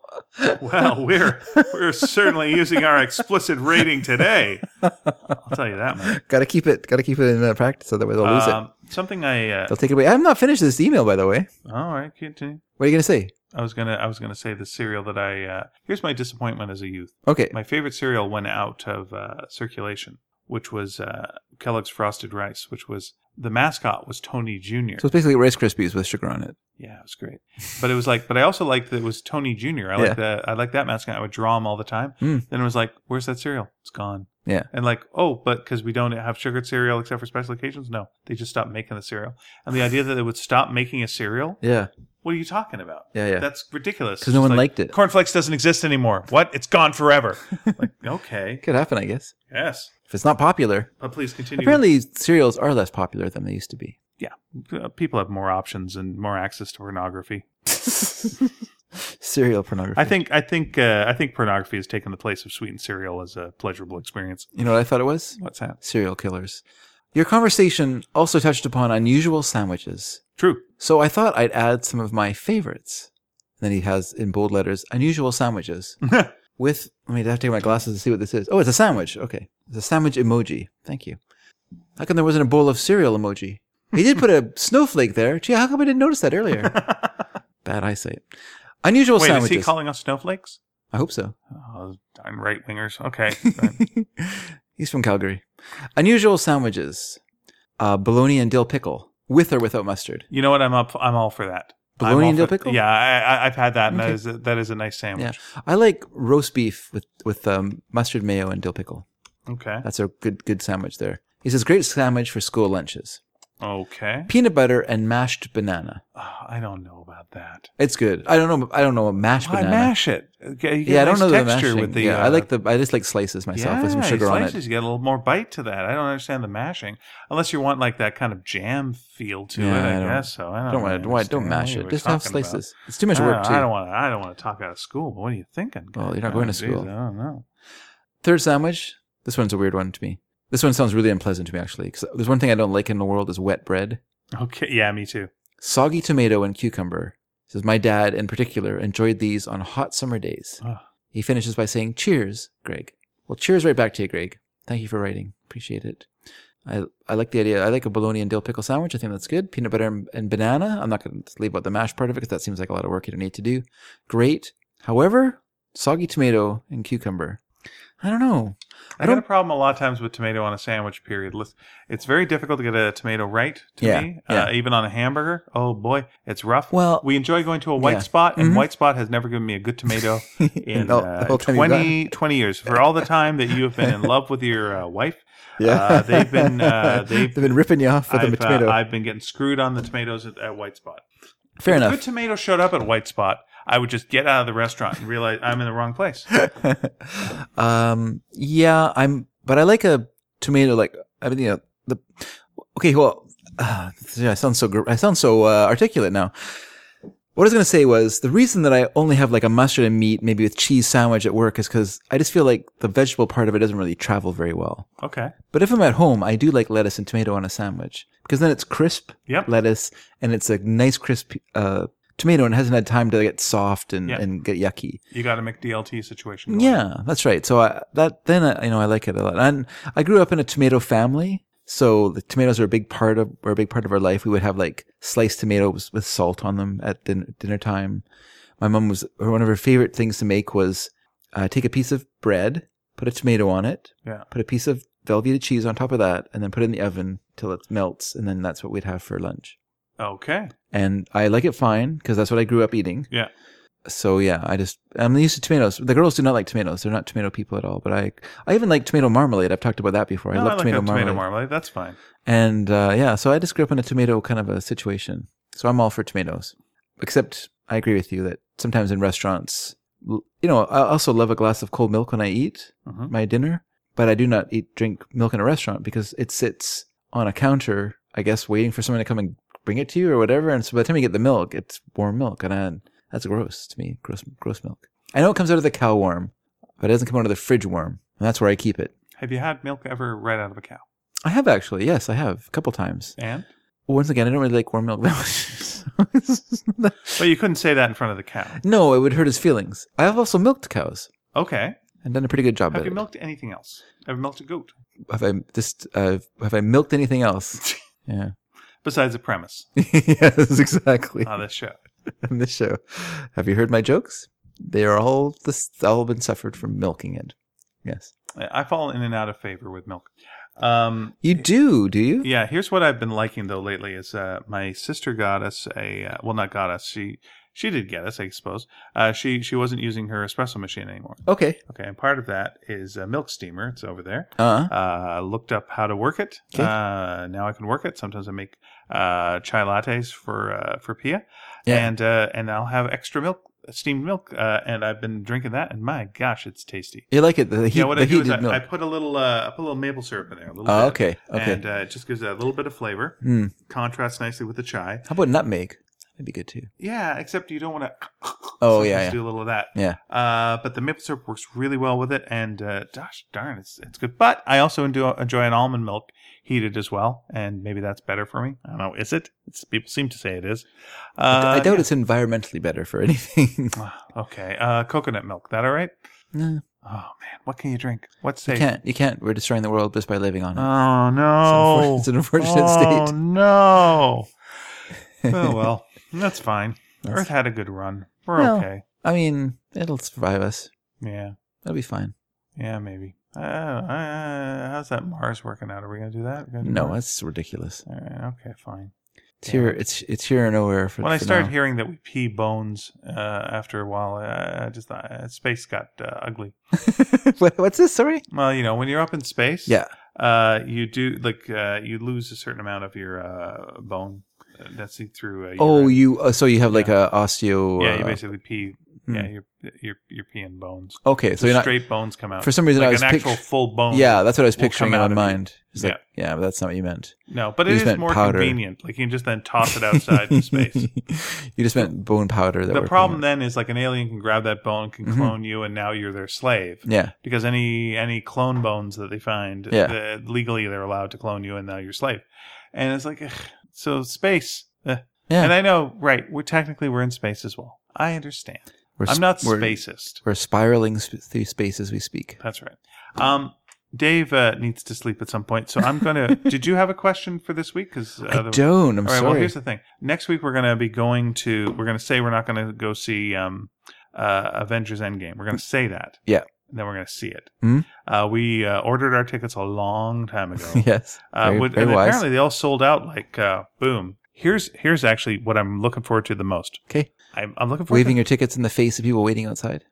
S1: Well, we're we're certainly using our explicit rating today. I'll tell you that much.
S2: Got to keep it. Got to keep it in uh, practice, otherwise I'll lose it.
S1: Um, something I uh, oh,
S2: They'll take it away. I'm not finished this email, by the way.
S1: all right, continue.
S2: What are you gonna say?
S1: I was gonna I was gonna say the cereal that I uh, here's my disappointment as a youth.
S2: Okay.
S1: My favorite cereal went out of uh, circulation, which was uh, Kellogg's Frosted Rice, which was the mascot was Tony Jr.
S2: So it's basically Rice Krispies with sugar on it.
S1: yeah, it was great. But it was like, but I also liked that it was Tony Jr. I like that. I like that mascot. I would draw him all the time.
S2: Mm.
S1: Then it was like, where's that cereal? It's gone.
S2: Yeah.
S1: And like, oh, but because we don't have sugared cereal except for special occasions, no, they just stopped making the cereal. And the idea that they would stop making a cereal,
S2: Yeah.
S1: what are you talking about?
S2: Yeah. Yeah.
S1: That's ridiculous.
S2: 'Cause no
S1: It's
S2: one
S1: like,
S2: liked it.
S1: Cornflakes doesn't exist anymore. What? It's gone forever. like, okay,
S2: Could happen, I guess.
S1: yes,
S2: If it's not popular.
S1: but please continue.
S2: Apparently, cereals are less popular than they used to be.
S1: Uh, people have more options and more access to pornography.
S2: Cereal pornography.
S1: I think, I think, uh, I think pornography has taken the place of sweetened cereal as a pleasurable experience.
S2: You know what I thought it was?
S1: What's that?
S2: Serial killers. Your conversation also touched upon unusual sandwiches.
S1: True.
S2: So I thought I'd add some of my favorites. And then he has in bold letters unusual sandwiches with. I mean, I have to take my glasses to see what this is. Oh, it's a sandwich. Okay, it's a sandwich emoji. Thank you. How come there wasn't a bowl of cereal emoji? He did put a snowflake there. Gee, how come I didn't notice that earlier? Bad eyesight. Unusual
S1: Wait, is
S2: sandwiches.
S1: he calling us snowflakes?
S2: I hope so.
S1: Oh, darn right wingers. Okay.
S2: He's from Calgary. Unusual sandwiches: uh, bologna and dill pickle, with or without mustard.
S1: you know what? I'm up. I'm all for that. I'm
S2: Bologna
S1: all
S2: and dill
S1: for-
S2: pickle?
S1: Yeah, I, I, I've had that, and
S2: Okay.
S1: that is a, that is a nice sandwich.
S2: I like roast beef with with um, mustard, mayo, and dill pickle.
S1: Okay.
S2: That's a good good sandwich there. He says great sandwich for school lunches:
S1: Okay.
S2: peanut butter and mashed banana.
S1: Oh, I don't know about that.
S2: It's good. I don't know. I don't know a mashed
S1: Why
S2: banana.
S1: mash it? Okay, you get
S2: yeah,
S1: a
S2: I don't
S1: nice
S2: know the
S1: texture
S2: mashing.
S1: with the.
S2: yeah,
S1: uh,
S2: I like the. I just like slices myself with some
S1: yeah,
S2: sugar on it.
S1: slices, You get a little more bite to that. I don't understand the mashing unless you want like that kind of jam feel to
S2: Yeah,
S1: it.
S2: I
S1: I,
S2: don't-
S1: guess so. I don't.
S2: Don't
S1: really
S2: want. Don't,
S1: understand
S2: don't mash
S1: what
S2: it.
S1: we're
S2: Just have
S1: talking about.
S2: slices. It's too much
S1: I
S2: work
S1: don't-
S2: too.
S1: I don't want. I don't want to talk out of school. What are you thinking?
S2: Well, you're
S1: guys?
S2: not going to
S1: Oh,
S2: school.
S1: I don't know.
S2: Third sandwich. This one's a weird one to me. This one sounds really unpleasant to me actually. Because there's one thing I don't like in the world is wet bread.
S1: Okay. Yeah, me too.
S2: Soggy tomato and cucumber. He Says my dad in particular enjoyed these on hot summer days.
S1: Ugh.
S2: He finishes by saying, "Cheers, Greg." Well, cheers right back to you, Greg. Thank you for writing. Appreciate it. I I like the idea. I like a bologna and dill pickle sandwich. I think that's good. Peanut butter and, and banana. I'm not going to leave out the mash part of it because that seems like a lot of work you don't need to do. Great. However, soggy tomato and cucumber. I don't know.
S1: I,
S2: I
S1: got a
S2: don't-
S1: problem a lot of times with tomato on a sandwich. Period. Lis- It's very difficult to get a tomato right to
S2: Yeah,
S1: me,
S2: yeah.
S1: Uh, even on a hamburger. Oh boy, it's rough.
S2: Well-
S1: we enjoy going to a white
S2: Yeah.
S1: spot, and
S2: Mhm.
S1: White Spot has never given me a good tomato in
S2: All-
S1: uh,
S2: the whole time you've
S1: 20, 20 years. For all the time that you have been in love with your uh, wife, uh, they've been uh, they've,
S2: been ripping you off with a
S1: I've, uh,
S2: tomato.
S1: I've been getting screwed on the tomatoes at, at White Spot.
S2: Fair
S1: Good
S2: enough.
S1: tomato showed up at White Spot. I would just get out of the restaurant and realize I'm in the wrong place.
S2: um, yeah, I'm, but I like a tomato. Like I mean, you know, the okay. Well, uh, I sound so gr- I sound so uh, articulate now. What I was gonna say was the reason that I only have like a mustard and meat, maybe with cheese sandwich at work, is because I just feel like the vegetable part of it doesn't really travel very well.
S1: Okay.
S2: But if I'm at home, I do like lettuce and tomato on a sandwich because then it's crisp
S1: Yep.
S2: lettuce and it's a nice crisp uh, tomato and it hasn't had time to get soft and,
S1: Yeah.
S2: and get yucky.
S1: You got a McDLT situation. Going.
S2: Yeah, that's right. So I, that then I, you know I like it a lot. And I grew up in a tomato family, so the tomatoes are a big part of were a big part of our life. We would have like sliced tomatoes with salt on them at dinner, dinner time. My mom was her- one of her favorite things to make was uh, take a piece of bread, put a tomato on it,
S1: Yeah.
S2: put a piece of Velveeta cheese on top of that, and then put it in the oven till it melts, and then that's what we'd have for lunch.
S1: Okay.
S2: And I like it fine because that's what I grew up eating.
S1: Yeah.
S2: So yeah, I just I'm used to tomatoes. The girls do not like tomatoes. They're not tomato people at all. But I I even like tomato marmalade. I've talked about that before. I
S1: No,
S2: love
S1: like
S2: tomato
S1: a
S2: marmalade.
S1: tomato marmalade. That's fine.
S2: and uh, yeah, so I just grew up in a tomato kind of a situation. So I'm all for tomatoes. Except I agree with you that sometimes in restaurants, l- you know, I also love a glass of cold milk when I eat
S1: Mhm.
S2: my dinner, but I do not eat drink milk in a restaurant because it sits on a counter, I guess, waiting for someone to come and bring it to you or whatever. And so by the time you get the milk, it's warm milk, and I, that's gross to me. Gross, gross milk. I know it comes out of the cow worm, but it doesn't come out of the fridge worm, and that's where I keep it.
S1: Have you had milk ever right out of a cow?
S2: I have actually, yes, I have a couple times.
S1: And
S2: Once again, I don't really like warm milk that much. It's not that-
S1: But you couldn't say that in front of the cow.
S2: no, it would hurt his feelings. I have also milked cows
S1: Okay.
S2: and done a pretty good job
S1: Have
S2: at
S1: you
S2: it.
S1: milked anything else? Have you milked a goat
S2: have I just uh, have I milked anything else? yeah.
S1: besides the premise
S2: yes, exactly.
S1: on this show?
S2: In this show, have you heard my jokes? They are all this all been suffered from milking it. Yes,
S1: I I fall in and out of favor with milk. Um,
S2: you do. Do you?
S1: Yeah, here's what I've been liking though lately is uh, my sister got us a uh, well, not got us. She she did get us, I suppose. Uh, she she wasn't using her espresso machine anymore.
S2: Okay.
S1: Okay, and part of that is a milk steamer. It's over there.
S2: Uh.
S1: Uh, looked up how to work it.
S2: Okay.
S1: Uh, now I can work it. Sometimes I make uh, chai lattes for uh, for Pia,
S2: Yeah.
S1: and uh, and I'll have extra milk, steamed milk, uh, and I've been drinking that. And my gosh, it's tasty.
S2: you like it? The heat,
S1: yeah, what
S2: the
S1: I do is
S2: heated
S1: I,
S2: milk.
S1: I put a little uh, I put a little maple syrup in there. A little
S2: oh,
S1: bit.
S2: okay. Okay.
S1: And uh, it just gives it a little bit of flavor.
S2: Hmm.
S1: Contrasts nicely with the chai.
S2: How about nutmeg? That'd be good too.
S1: Yeah, except you don't want to.
S2: Oh, yeah, yeah.
S1: do a little of that.
S2: Yeah.
S1: Uh, but the maple syrup works really well with it, and uh, gosh darn, it's it's good. But I also enjoy, enjoy an almond milk heated as well, and maybe that's better for me. I don't know. Is it? It's, people seem to say it is. Uh,
S2: I doubt it's environmentally better for anything.
S1: Okay. Uh, coconut milk. That all right?
S2: no,
S1: Oh man, what can you drink? What's
S2: you
S1: safe?
S2: can't. You can't. We're destroying the world just by living on it.
S1: Oh no.
S2: It's unfor- it's an unfortunate
S1: oh
S2: state.
S1: no. oh well, that's fine.
S2: That's-
S1: Earth had a good run. We're
S2: Well-
S1: okay.
S2: I mean, it'll survive us.
S1: Yeah,
S2: That'll be fine.
S1: yeah, maybe. Uh, uh, how's that Mars working out? Are we gonna do that? We're gonna do
S2: No,
S1: Mars?
S2: that's ridiculous.
S1: All right, okay, fine.
S2: It's here. It's it's here and nowhere. For,
S1: when I
S2: for
S1: started
S2: now.
S1: hearing that we pee bones uh, after a while, I, I just thought uh, space got uh, ugly.
S2: What- what's this? Sorry.
S1: Well, you know, when you're up in space,
S2: Yeah.
S1: uh, you do like uh, you lose a certain amount of your uh, bone density through. Uh, your,
S2: Oh, you. Uh, so you have like a osteo.
S1: yeah, you
S2: uh,
S1: basically pee.
S2: hmm.
S1: Yeah, you're you're you're peeing bones.
S2: Okay, so
S1: The
S2: you're not.
S1: straight bones come out.
S2: For some reason,
S1: like
S2: I was
S1: an actual
S2: pictu-
S1: full bone.
S2: Yeah, that's what I was
S1: will come
S2: picturing
S1: out
S2: in my
S1: of you.
S2: mind. It's like, yeah, but that's not what you meant.
S1: No, but
S2: You
S1: it
S2: just
S1: is
S2: meant
S1: more
S2: powder.
S1: convenient. Like you can just then toss it outside in space.
S2: you just meant bone powder. That
S1: The
S2: we're
S1: problem
S2: putting
S1: then is like an alien can grab that bone, can
S2: Mhm.
S1: clone you, and now you're their slave.
S2: in. yeah,
S1: Because any any clone bones that they find,
S2: Yeah.
S1: the- legally they're allowed to clone you, and now you're slave. And it's like, ugh, so space. ugh.
S2: Yeah.
S1: And I know, right? We're technically we're in space as well. I understand.
S2: we're,
S1: I'm
S2: sp-
S1: not
S2: we're-
S1: spacist.
S2: We're spiraling sp- through space as we speak.
S1: That's right. Um, Dave uh, needs to sleep at some point, so I'm gonna. did you have a question for this week? Because
S2: I don't. I'm
S1: All right.
S2: sorry.
S1: Well, here's the thing. Next week we're going to be going to. We're going to say we're not going to go see um, uh, Avengers Endgame. We're going to say that.
S2: Mm. Yeah.
S1: And then we're going to see it.
S2: Mhm.
S1: Uh, we uh, ordered our tickets a long time ago.
S2: yes.
S1: Uh,
S2: very,
S1: would-
S2: very
S1: and
S2: wise.
S1: apparently they all sold out. Like uh, boom. Here's here's actually what I'm looking forward to the most.
S2: Okay.
S1: I'm, I'm looking forward
S2: Waving
S1: to
S2: your tickets in the face of people waiting outside.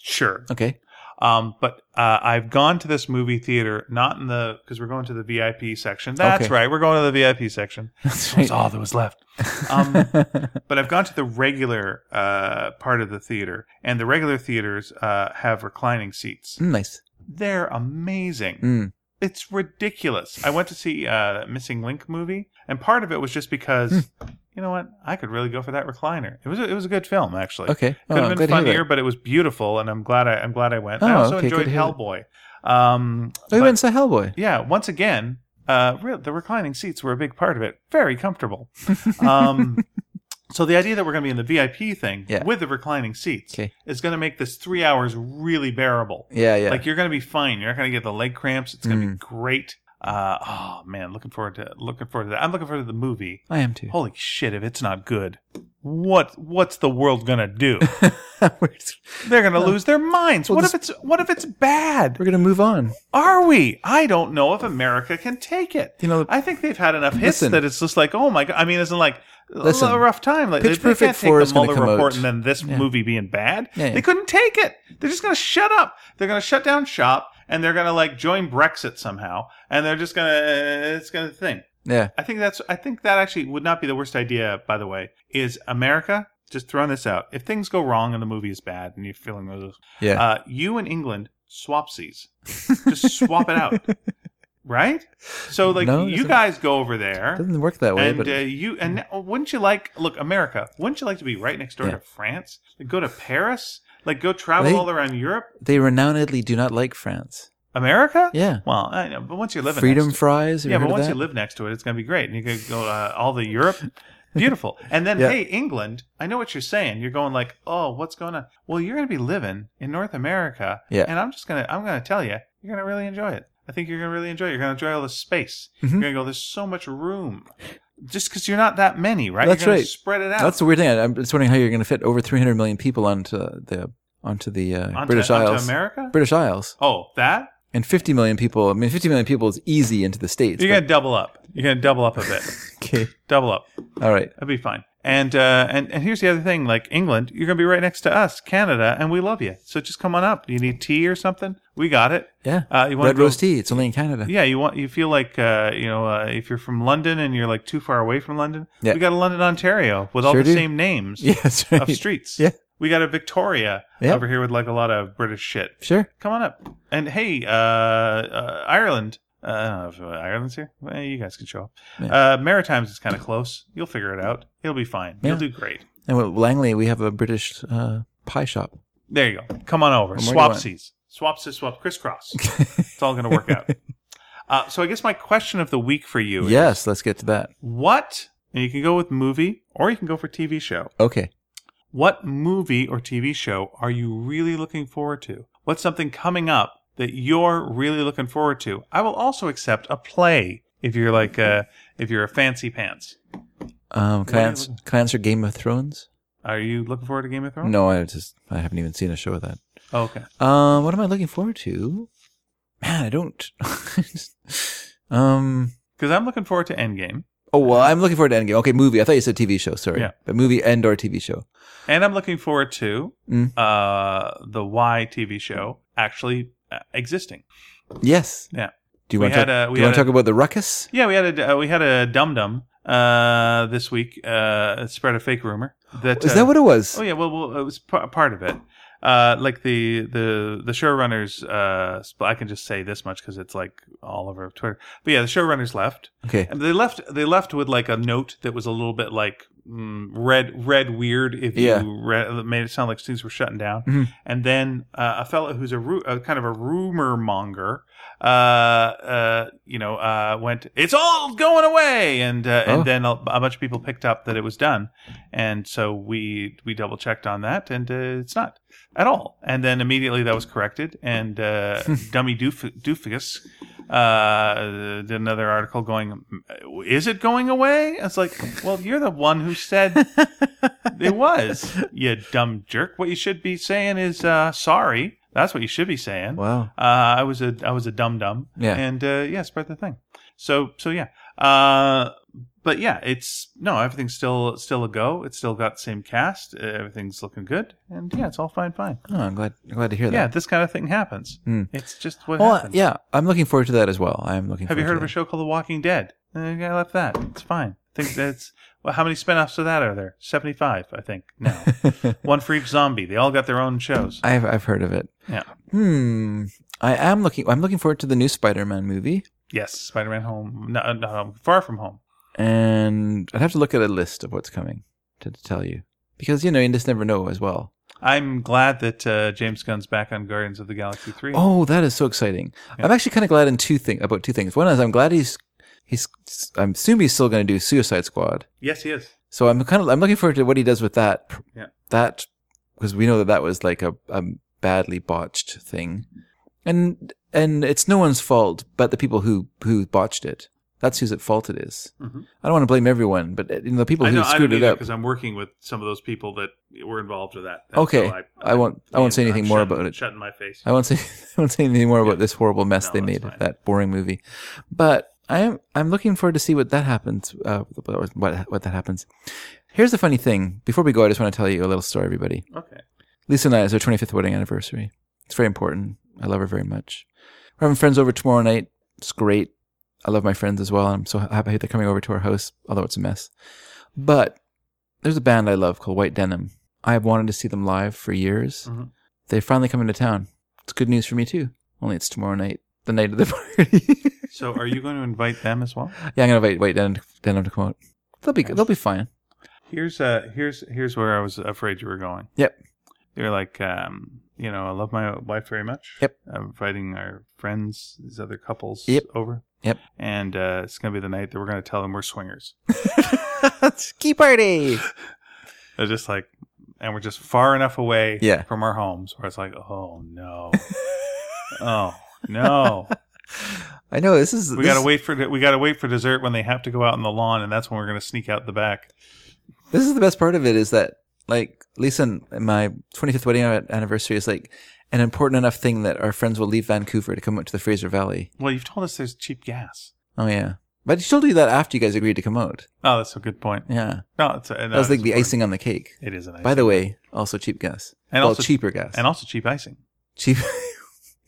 S1: sure.
S2: Okay.
S1: Um, but uh, I've gone to this movie theater not in the because we're going to the VIP section. That's
S2: Okay.
S1: right. We're going to the VIP section.
S2: That's
S1: That's all that was left. Um,
S2: right.
S1: But I've gone to the regular uh, part of the theater, and the regular theaters uh, have reclining seats.
S2: Mm, nice.
S1: They're amazing.
S2: Mm.
S1: It's ridiculous. I went to see uh, Missing Link movie, and part of it was just because,
S2: Hmm.
S1: you know what, I could really go for that recliner. It was a, it was a good film actually.
S2: Okay.
S1: Could
S2: Oh,
S1: have been
S2: glad to hear that.
S1: funnier, but it was beautiful, and I'm glad I, I'm glad I went. I
S2: Oh,
S1: also
S2: okay, good
S1: enjoyed
S2: to hear
S1: Hellboy.
S2: that.
S1: Um,
S2: Oh, you
S1: but-
S2: went and saw Hellboy.
S1: yeah, once again, uh, re- the reclining seats were a big part of it. Very comfortable. Um, so the idea that we're going to be in the VIP thing
S2: Yeah.
S1: with the reclining seats
S2: Okay.
S1: is going to make this three hours really bearable.
S2: Yeah, yeah.
S1: Like you're going to be fine. You're not going to get the leg cramps. It's going to be
S2: Mm.
S1: great. Uh, oh man, looking forward to looking forward to that. I'm looking forward to the movie.
S2: I am too.
S1: Holy shit! If it's not good, what what's the world gonna do?
S2: we're, just-
S1: They're gonna lose their minds.
S2: Well,
S1: what
S2: this-
S1: if it's what if it's bad?
S2: we're gonna move on.
S1: Are we? I don't know if America can take it.
S2: You know,
S1: I think they've had enough hits
S2: Listen.
S1: that it's just like, oh my god. I mean, it's like
S2: Listen.
S1: a rough time. Like,
S2: Pitch
S1: they, they
S2: Perfect
S1: can't take
S2: 4
S1: the
S2: is gonna
S1: Mueller
S2: come
S1: report
S2: out.
S1: and then this
S2: Yeah.
S1: movie being bad.
S2: Yeah, yeah.
S1: They couldn't take it. They're just going to shut up. They're going to shut down shop and they're going to like join Brexit somehow. And they're just going to it's going to thing.
S2: yeah.
S1: I think that's I think that actually would not be the worst idea. By the way, is America just throwing this out? If things go wrong and the movie is bad and you're feeling those,
S2: Yeah.
S1: uh, you and England swapsies, just swap it out, right? So like
S2: No, it
S1: you
S2: doesn't-
S1: guys go over there.
S2: Doesn't work that way,
S1: And
S2: but
S1: uh, you and now- wouldn't you like look America? Wouldn't you like to be right next door
S2: Yeah.
S1: to France? Like, go to Paris? Like go travel
S2: They-
S1: all around Europe?
S2: they renownedly do not like France.
S1: America?
S2: Yeah.
S1: Well, I know, but once you're living next
S2: Freedom
S1: to-
S2: fries. have
S1: yeah,
S2: heard
S1: but
S2: of
S1: once
S2: that?
S1: you live next to it, it's going to be great, and you can go uh, all the Europe. Beautiful. And then,
S2: Yeah.
S1: hey, England, I know what you're saying. You're going like, oh, what's going on? Well, you're going to be living in North America.
S2: Yeah.
S1: And I'm just going to, I'm going to tell you, you're going to really enjoy it. I think you're going to really enjoy it. You're going to enjoy all the space.
S2: Mm-hmm.
S1: You're going to go, there's so much room. Just because you're not that many, right?
S2: That's
S1: you're gonna
S2: right.
S1: Spread it out.
S2: That's the weird thing. I'm just wondering how you're going to fit over 300 million people onto the onto the uh,
S1: onto,
S2: British
S1: onto
S2: Isles.
S1: America?
S2: British Isles
S1: Oh, that?
S2: and 50 million people. I mean, 50 million people is easy into the states.
S1: You're
S2: but-
S1: going to double up. You're going to double up a bit.
S2: okay.
S1: double up.
S2: All right.
S1: That'd be fine. And uh, and and here's the other thing: like England, you're gonna be right next to us, Canada, and we love you. So just come on up. You need tea or something? We got it.
S2: Yeah.
S1: Uh, you want
S2: Red roast tea. It's only in Canada.
S1: Yeah, you want you feel like uh, you know uh, if you're from London and you're like too far away from London,
S2: Yeah.
S1: we got a London, Ontario, with all
S2: Sure
S1: the
S2: do.
S1: same names
S2: Yeah, that's
S1: of
S2: right.
S1: streets.
S2: Yeah.
S1: we got a Victoria
S2: Yeah.
S1: over here with like a lot of British shit.
S2: Sure.
S1: Come on up. And hey, uh, uh, Ireland. Uh, I don't know if uh, Ireland's here. Well, you guys can show up. Uh, Maritimes is kind of close. You'll figure it out. It'll be fine.
S2: Yeah.
S1: You'll do great.
S2: And with Langley, we have a British uh, pie shop.
S1: There you go. Come on over.
S2: One more to one.
S1: Swapsies. Swapsies, swap, crisscross. it's all going to work out. Uh, so I guess my question of the week for you is
S2: Yes, let's get to that.
S1: what, and you can go with movie or you can go for TV show.
S2: Okay.
S1: What movie or TV show are you really looking forward to? What's something coming up that you're really looking forward to? I will also accept a play if you're like, uh, if you're a fancy pants.
S2: Um, can,
S1: What
S2: I
S1: are you
S2: answer,
S1: looking-
S2: can I answer Game of Thrones?
S1: Are you looking forward to Game of Thrones?
S2: No, I just I haven't even seen a show of that.
S1: Oh, okay.
S2: Um, what am I looking forward to? Man, I don't. um.
S1: Because I'm looking forward to Endgame.
S2: Oh well, I'm looking forward to Endgame. Okay, movie. I thought you said TV show. Sorry,
S1: Yeah.
S2: but movie and or TV show.
S1: And I'm looking forward to
S2: Mm.
S1: uh, the Y TV show actually uh, existing.
S2: Yes.
S1: Yeah.
S2: Do you
S1: We
S2: want to
S1: had
S2: talk,
S1: a- we
S2: do you want to
S1: had a-
S2: talk about the ruckus?
S1: Yeah, we had a uh, we had a dum dum uh, this week. Uh, it spread a fake rumor that
S2: Is
S1: uh,
S2: that what it was?
S1: Oh yeah, well, well it was p- part of it. Uh, like the the the showrunners. Uh, sp- I can just say this much because it's like all over Twitter. But yeah, the showrunners left.
S2: Okay.
S1: And they left. They left with like a note that was a little bit like mm, red, red, weird. If
S2: Yeah.
S1: you read, made it sound like things were shutting down,
S2: Mhm.
S1: and then uh, a fellow who's a, ru- a kind of a rumor monger, uh, uh, you know, uh, went, "It's all going away," and uh,
S2: Oh.
S1: and then a, a bunch of people picked up that it was done, and so we we double checked on that, and uh, it's not at all. And then immediately that was corrected, and uh, Dummy Doof- Doofus uh, did another article going, "Is it going away?" It's like, well, you're the one who said it was. You dumb jerk. What you should be saying is uh, sorry. That's what you should be saying.
S2: Wow.
S1: Uh, I was a I was a dum dum.
S2: Yeah.
S1: And uh, yeah, spread the thing. So so yeah. Uh, but yeah, it's no everything's still still a go. It's still got the same cast. Uh, everything's looking good, and yeah, it's all fine, fine.
S2: Oh, I'm glad. I'm glad to hear
S1: Yeah,
S2: that.
S1: this kind of thing happens.
S2: Hmm.
S1: It's just what
S2: Well,
S1: happens.
S2: yeah, I'm looking forward to that as well. I'm looking.
S1: Have
S2: forward
S1: you heard
S2: to
S1: of a show called The Walking Dead? Uh, I left that. It's fine. I think that's well. How many spin-offs of that are there? Seventy-five, I think. Now,
S2: that.
S1: one for each zombie. They all got their own shows.
S2: I've I've heard of it.
S1: Yeah.
S2: Hmm. I am looking. I'm looking forward to the new Spider-Man movie,
S1: Yes, Spider-Man: Home, no, uh, no, Home- Far From Home.
S2: and I'd have to look at a list of what's coming to, to tell you, because you know you just never know as well.
S1: I'm glad that uh, James Gunn's back on Guardians of the Galaxy Three.
S2: Oh, that is so exciting!
S1: Yeah.
S2: I'm actually kind of glad in two thing about two things. One is I'm glad he's he's. I'm assuming he's still going to do Suicide Squad,
S1: yes, he is.
S2: so I'm kind of I'm looking forward to what he does with that. pr-
S1: Yeah.
S2: That because we know that that was like a, a badly botched thing, and and it's no one's fault but the people who who botched it. That's whose at fault it is.
S1: Mhm.
S2: I don't want to blame everyone, but uh, you know the people
S1: I
S2: who
S1: know I
S2: screwed
S1: don't
S2: it
S1: either
S2: up.
S1: because I'm working with some of those people that were involved with that. And
S2: Okay.
S1: so
S2: I won't- I won't say
S1: I'm
S2: anything more
S1: shutting-
S2: about it. Uh,
S1: Shutting my face.
S2: I won't say I won't say anything more about this horrible mess
S1: No,
S2: they
S1: that's
S2: made
S1: fine.
S2: of that boring movie. But I am I'm looking forward to see what that happens. Uh, what what that happens. Here's the funny thing. Before we go, I just want to tell you a little story, everybody.
S1: Okay.
S2: Lisa and I, it's our 25th wedding anniversary. It's very important. I love her very much. We're having friends over tomorrow night. It's great. I love my friends as well. I'm so happy they're coming over to our house, although it's a mess. But there's a band I love called White Denim. I have wanted to see them live for years.
S1: Mhm.
S2: They finally come into town. It's good news for me too. Only it's tomorrow night, the night of the party.
S1: So are you going to invite them as well?
S2: yeah, I'm gonna invite White Denim, Denim to come out. They'll be they'll be fine.
S1: Here's uh here's here's where I was afraid you were going.
S2: Yep.
S1: You're like, um, you know, I love my wife very much.
S2: Yep.
S1: I'm inviting our friends, these other couples
S2: Yep.
S1: over.
S2: Yep.
S1: And uh, it's going to be the night that we're going to tell them we're swingers.
S2: Ski party.
S1: They're just like, and we're just far enough away
S2: Yeah.
S1: from our homes where it's like, oh no, oh no,
S2: I know this is.
S1: we
S2: this,
S1: got to wait for we got to wait for dessert when they have to go out on the lawn, and that's when we're going to sneak out the back.
S2: This is the best part of it is that like Lisa and my 25th wedding anniversary is like an important enough thing that our friends will leave Vancouver to come out to the Fraser Valley.
S1: Well, you've told us there's cheap gas.
S2: Oh yeah, but she'll do that after you guys agreed to come out.
S1: Oh, that's a good point.
S2: Yeah,
S1: No, it's a, no,
S2: that was like
S1: it's
S2: the
S1: important.
S2: icing on the cake.
S1: It is an icing.
S2: By the way, also cheap gas.
S1: And
S2: well,
S1: also-
S2: cheaper gas.
S1: and also cheap icing
S2: cheap.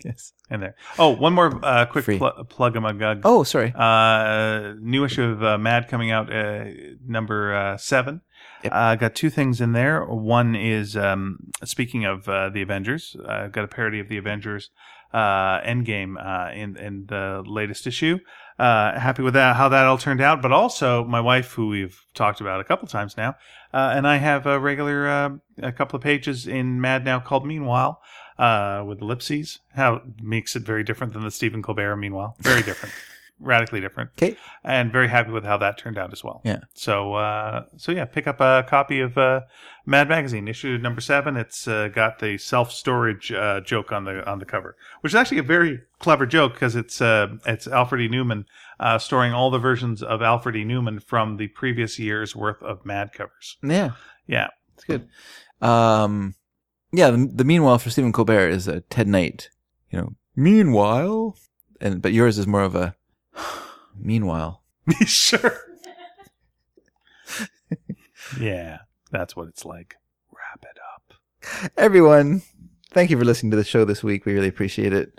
S2: yes.
S1: in there. Oh, one more uh, quick
S2: Free.
S1: pl- plug of my gug.
S2: Oh, sorry.
S1: Uh, new issue of uh, Mad coming out, uh, number uh, seven.
S2: Yep.
S1: Uh, got two things in there. One is um, speaking of uh, the Avengers. I've got a parody of the Avengers uh, Endgame uh, in in the latest issue. Uh, happy with that, how that all turned out. But also, my wife, who we've talked about a couple times now, uh, and I have a regular uh, a couple of pages in Mad now called Meanwhile uh, with ellipses. How makes it very different than the Stephen Colbert Meanwhile. Very different, radically different.
S2: 'Kay.
S1: and very happy with how that turned out as well.
S2: Yeah.
S1: So uh, so yeah, pick up a copy of uh, Mad Magazine issue number seven. It's uh, got the self storage uh, joke on the on the cover, which is actually a very clever joke because it's uh, it's Alfred E. Newman uh, storing all the versions of Alfred E. Newman from the previous year's worth of Mad covers.
S2: Yeah,
S1: Yeah.
S2: it's good. Um, yeah. The, the meanwhile for Stephen Colbert is a Ted Knight. You know, meanwhile, and but yours is more of a meanwhile.
S1: sure. yeah, that's what it's like. Wrap it up.
S2: Everyone, thank you for listening to the show this week. We really appreciate it.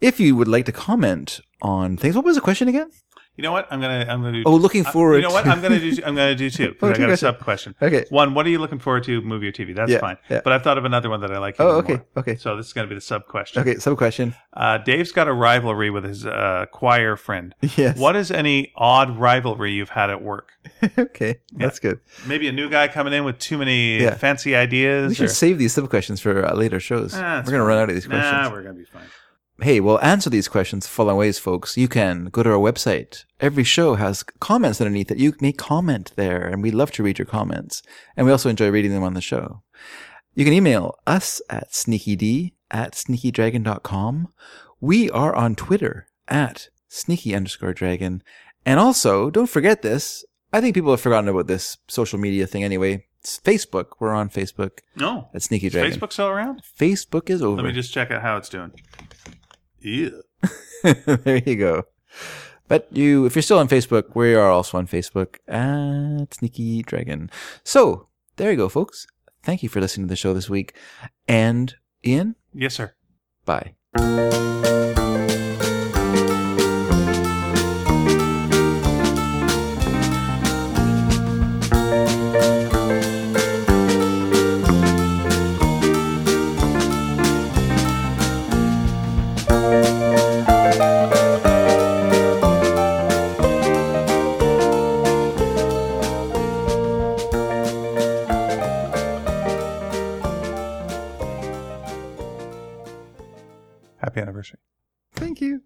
S2: If you would like to comment on things, what was the question again?
S1: You know what? I'm gonna I'm gonna do.
S2: Oh, looking
S1: Uh,
S2: forward.
S1: you know what?
S2: to-
S1: I'm gonna do. I'm gonna do two. 'cause
S2: Oh,
S1: I
S2: two
S1: got a
S2: questions.
S1: sub question.
S2: okay.
S1: One, what are you looking forward to, movie or TV? That's
S2: Yeah,
S1: fine.
S2: yeah.
S1: But I've thought of another one that I like.
S2: Oh,
S1: even
S2: okay.
S1: more.
S2: Okay.
S1: So this is going to be the sub question.
S2: Okay. Sub question.
S1: Uh, Dave's got a rivalry with his uh, choir friend.
S2: Yes.
S1: What is any odd rivalry you've had at work?
S2: okay. That's good.
S1: Maybe a new guy coming in with too many
S2: Yeah.
S1: fancy
S2: We
S1: ideas.
S2: should
S1: or-
S2: save these sub questions for uh, later shows.
S1: Ah,
S2: we're
S1: that's
S2: going to run out of these questions.
S1: nah, we're gonna be fine.
S2: hey, we'll answer these questions following ways, folks. You can go to our website. Every show has comments underneath it. You may comment there, and we love to read your comments. And we also enjoy reading them on the show. You can email us at sneakyd at sneakydragon.com. We are on Twitter at sneaky underscore dragon. And also, don't forget this. I think people have forgotten about this social media thing anyway. It's Facebook. We're on Facebook
S1: No,
S2: at Sneaky
S1: is
S2: Dragon. Facebook,
S1: Facebook still around?
S2: is over.
S1: Let me just check out how it's doing. Yeah.
S2: there you go. But you, if you're still on Facebook, we are also on Facebook at Sneaky Dragon. So there you go, folks. Thank you for listening to the show this week. And Ian,
S1: Yes, sir.
S2: bye.
S1: Happy anniversary.
S2: Thank you.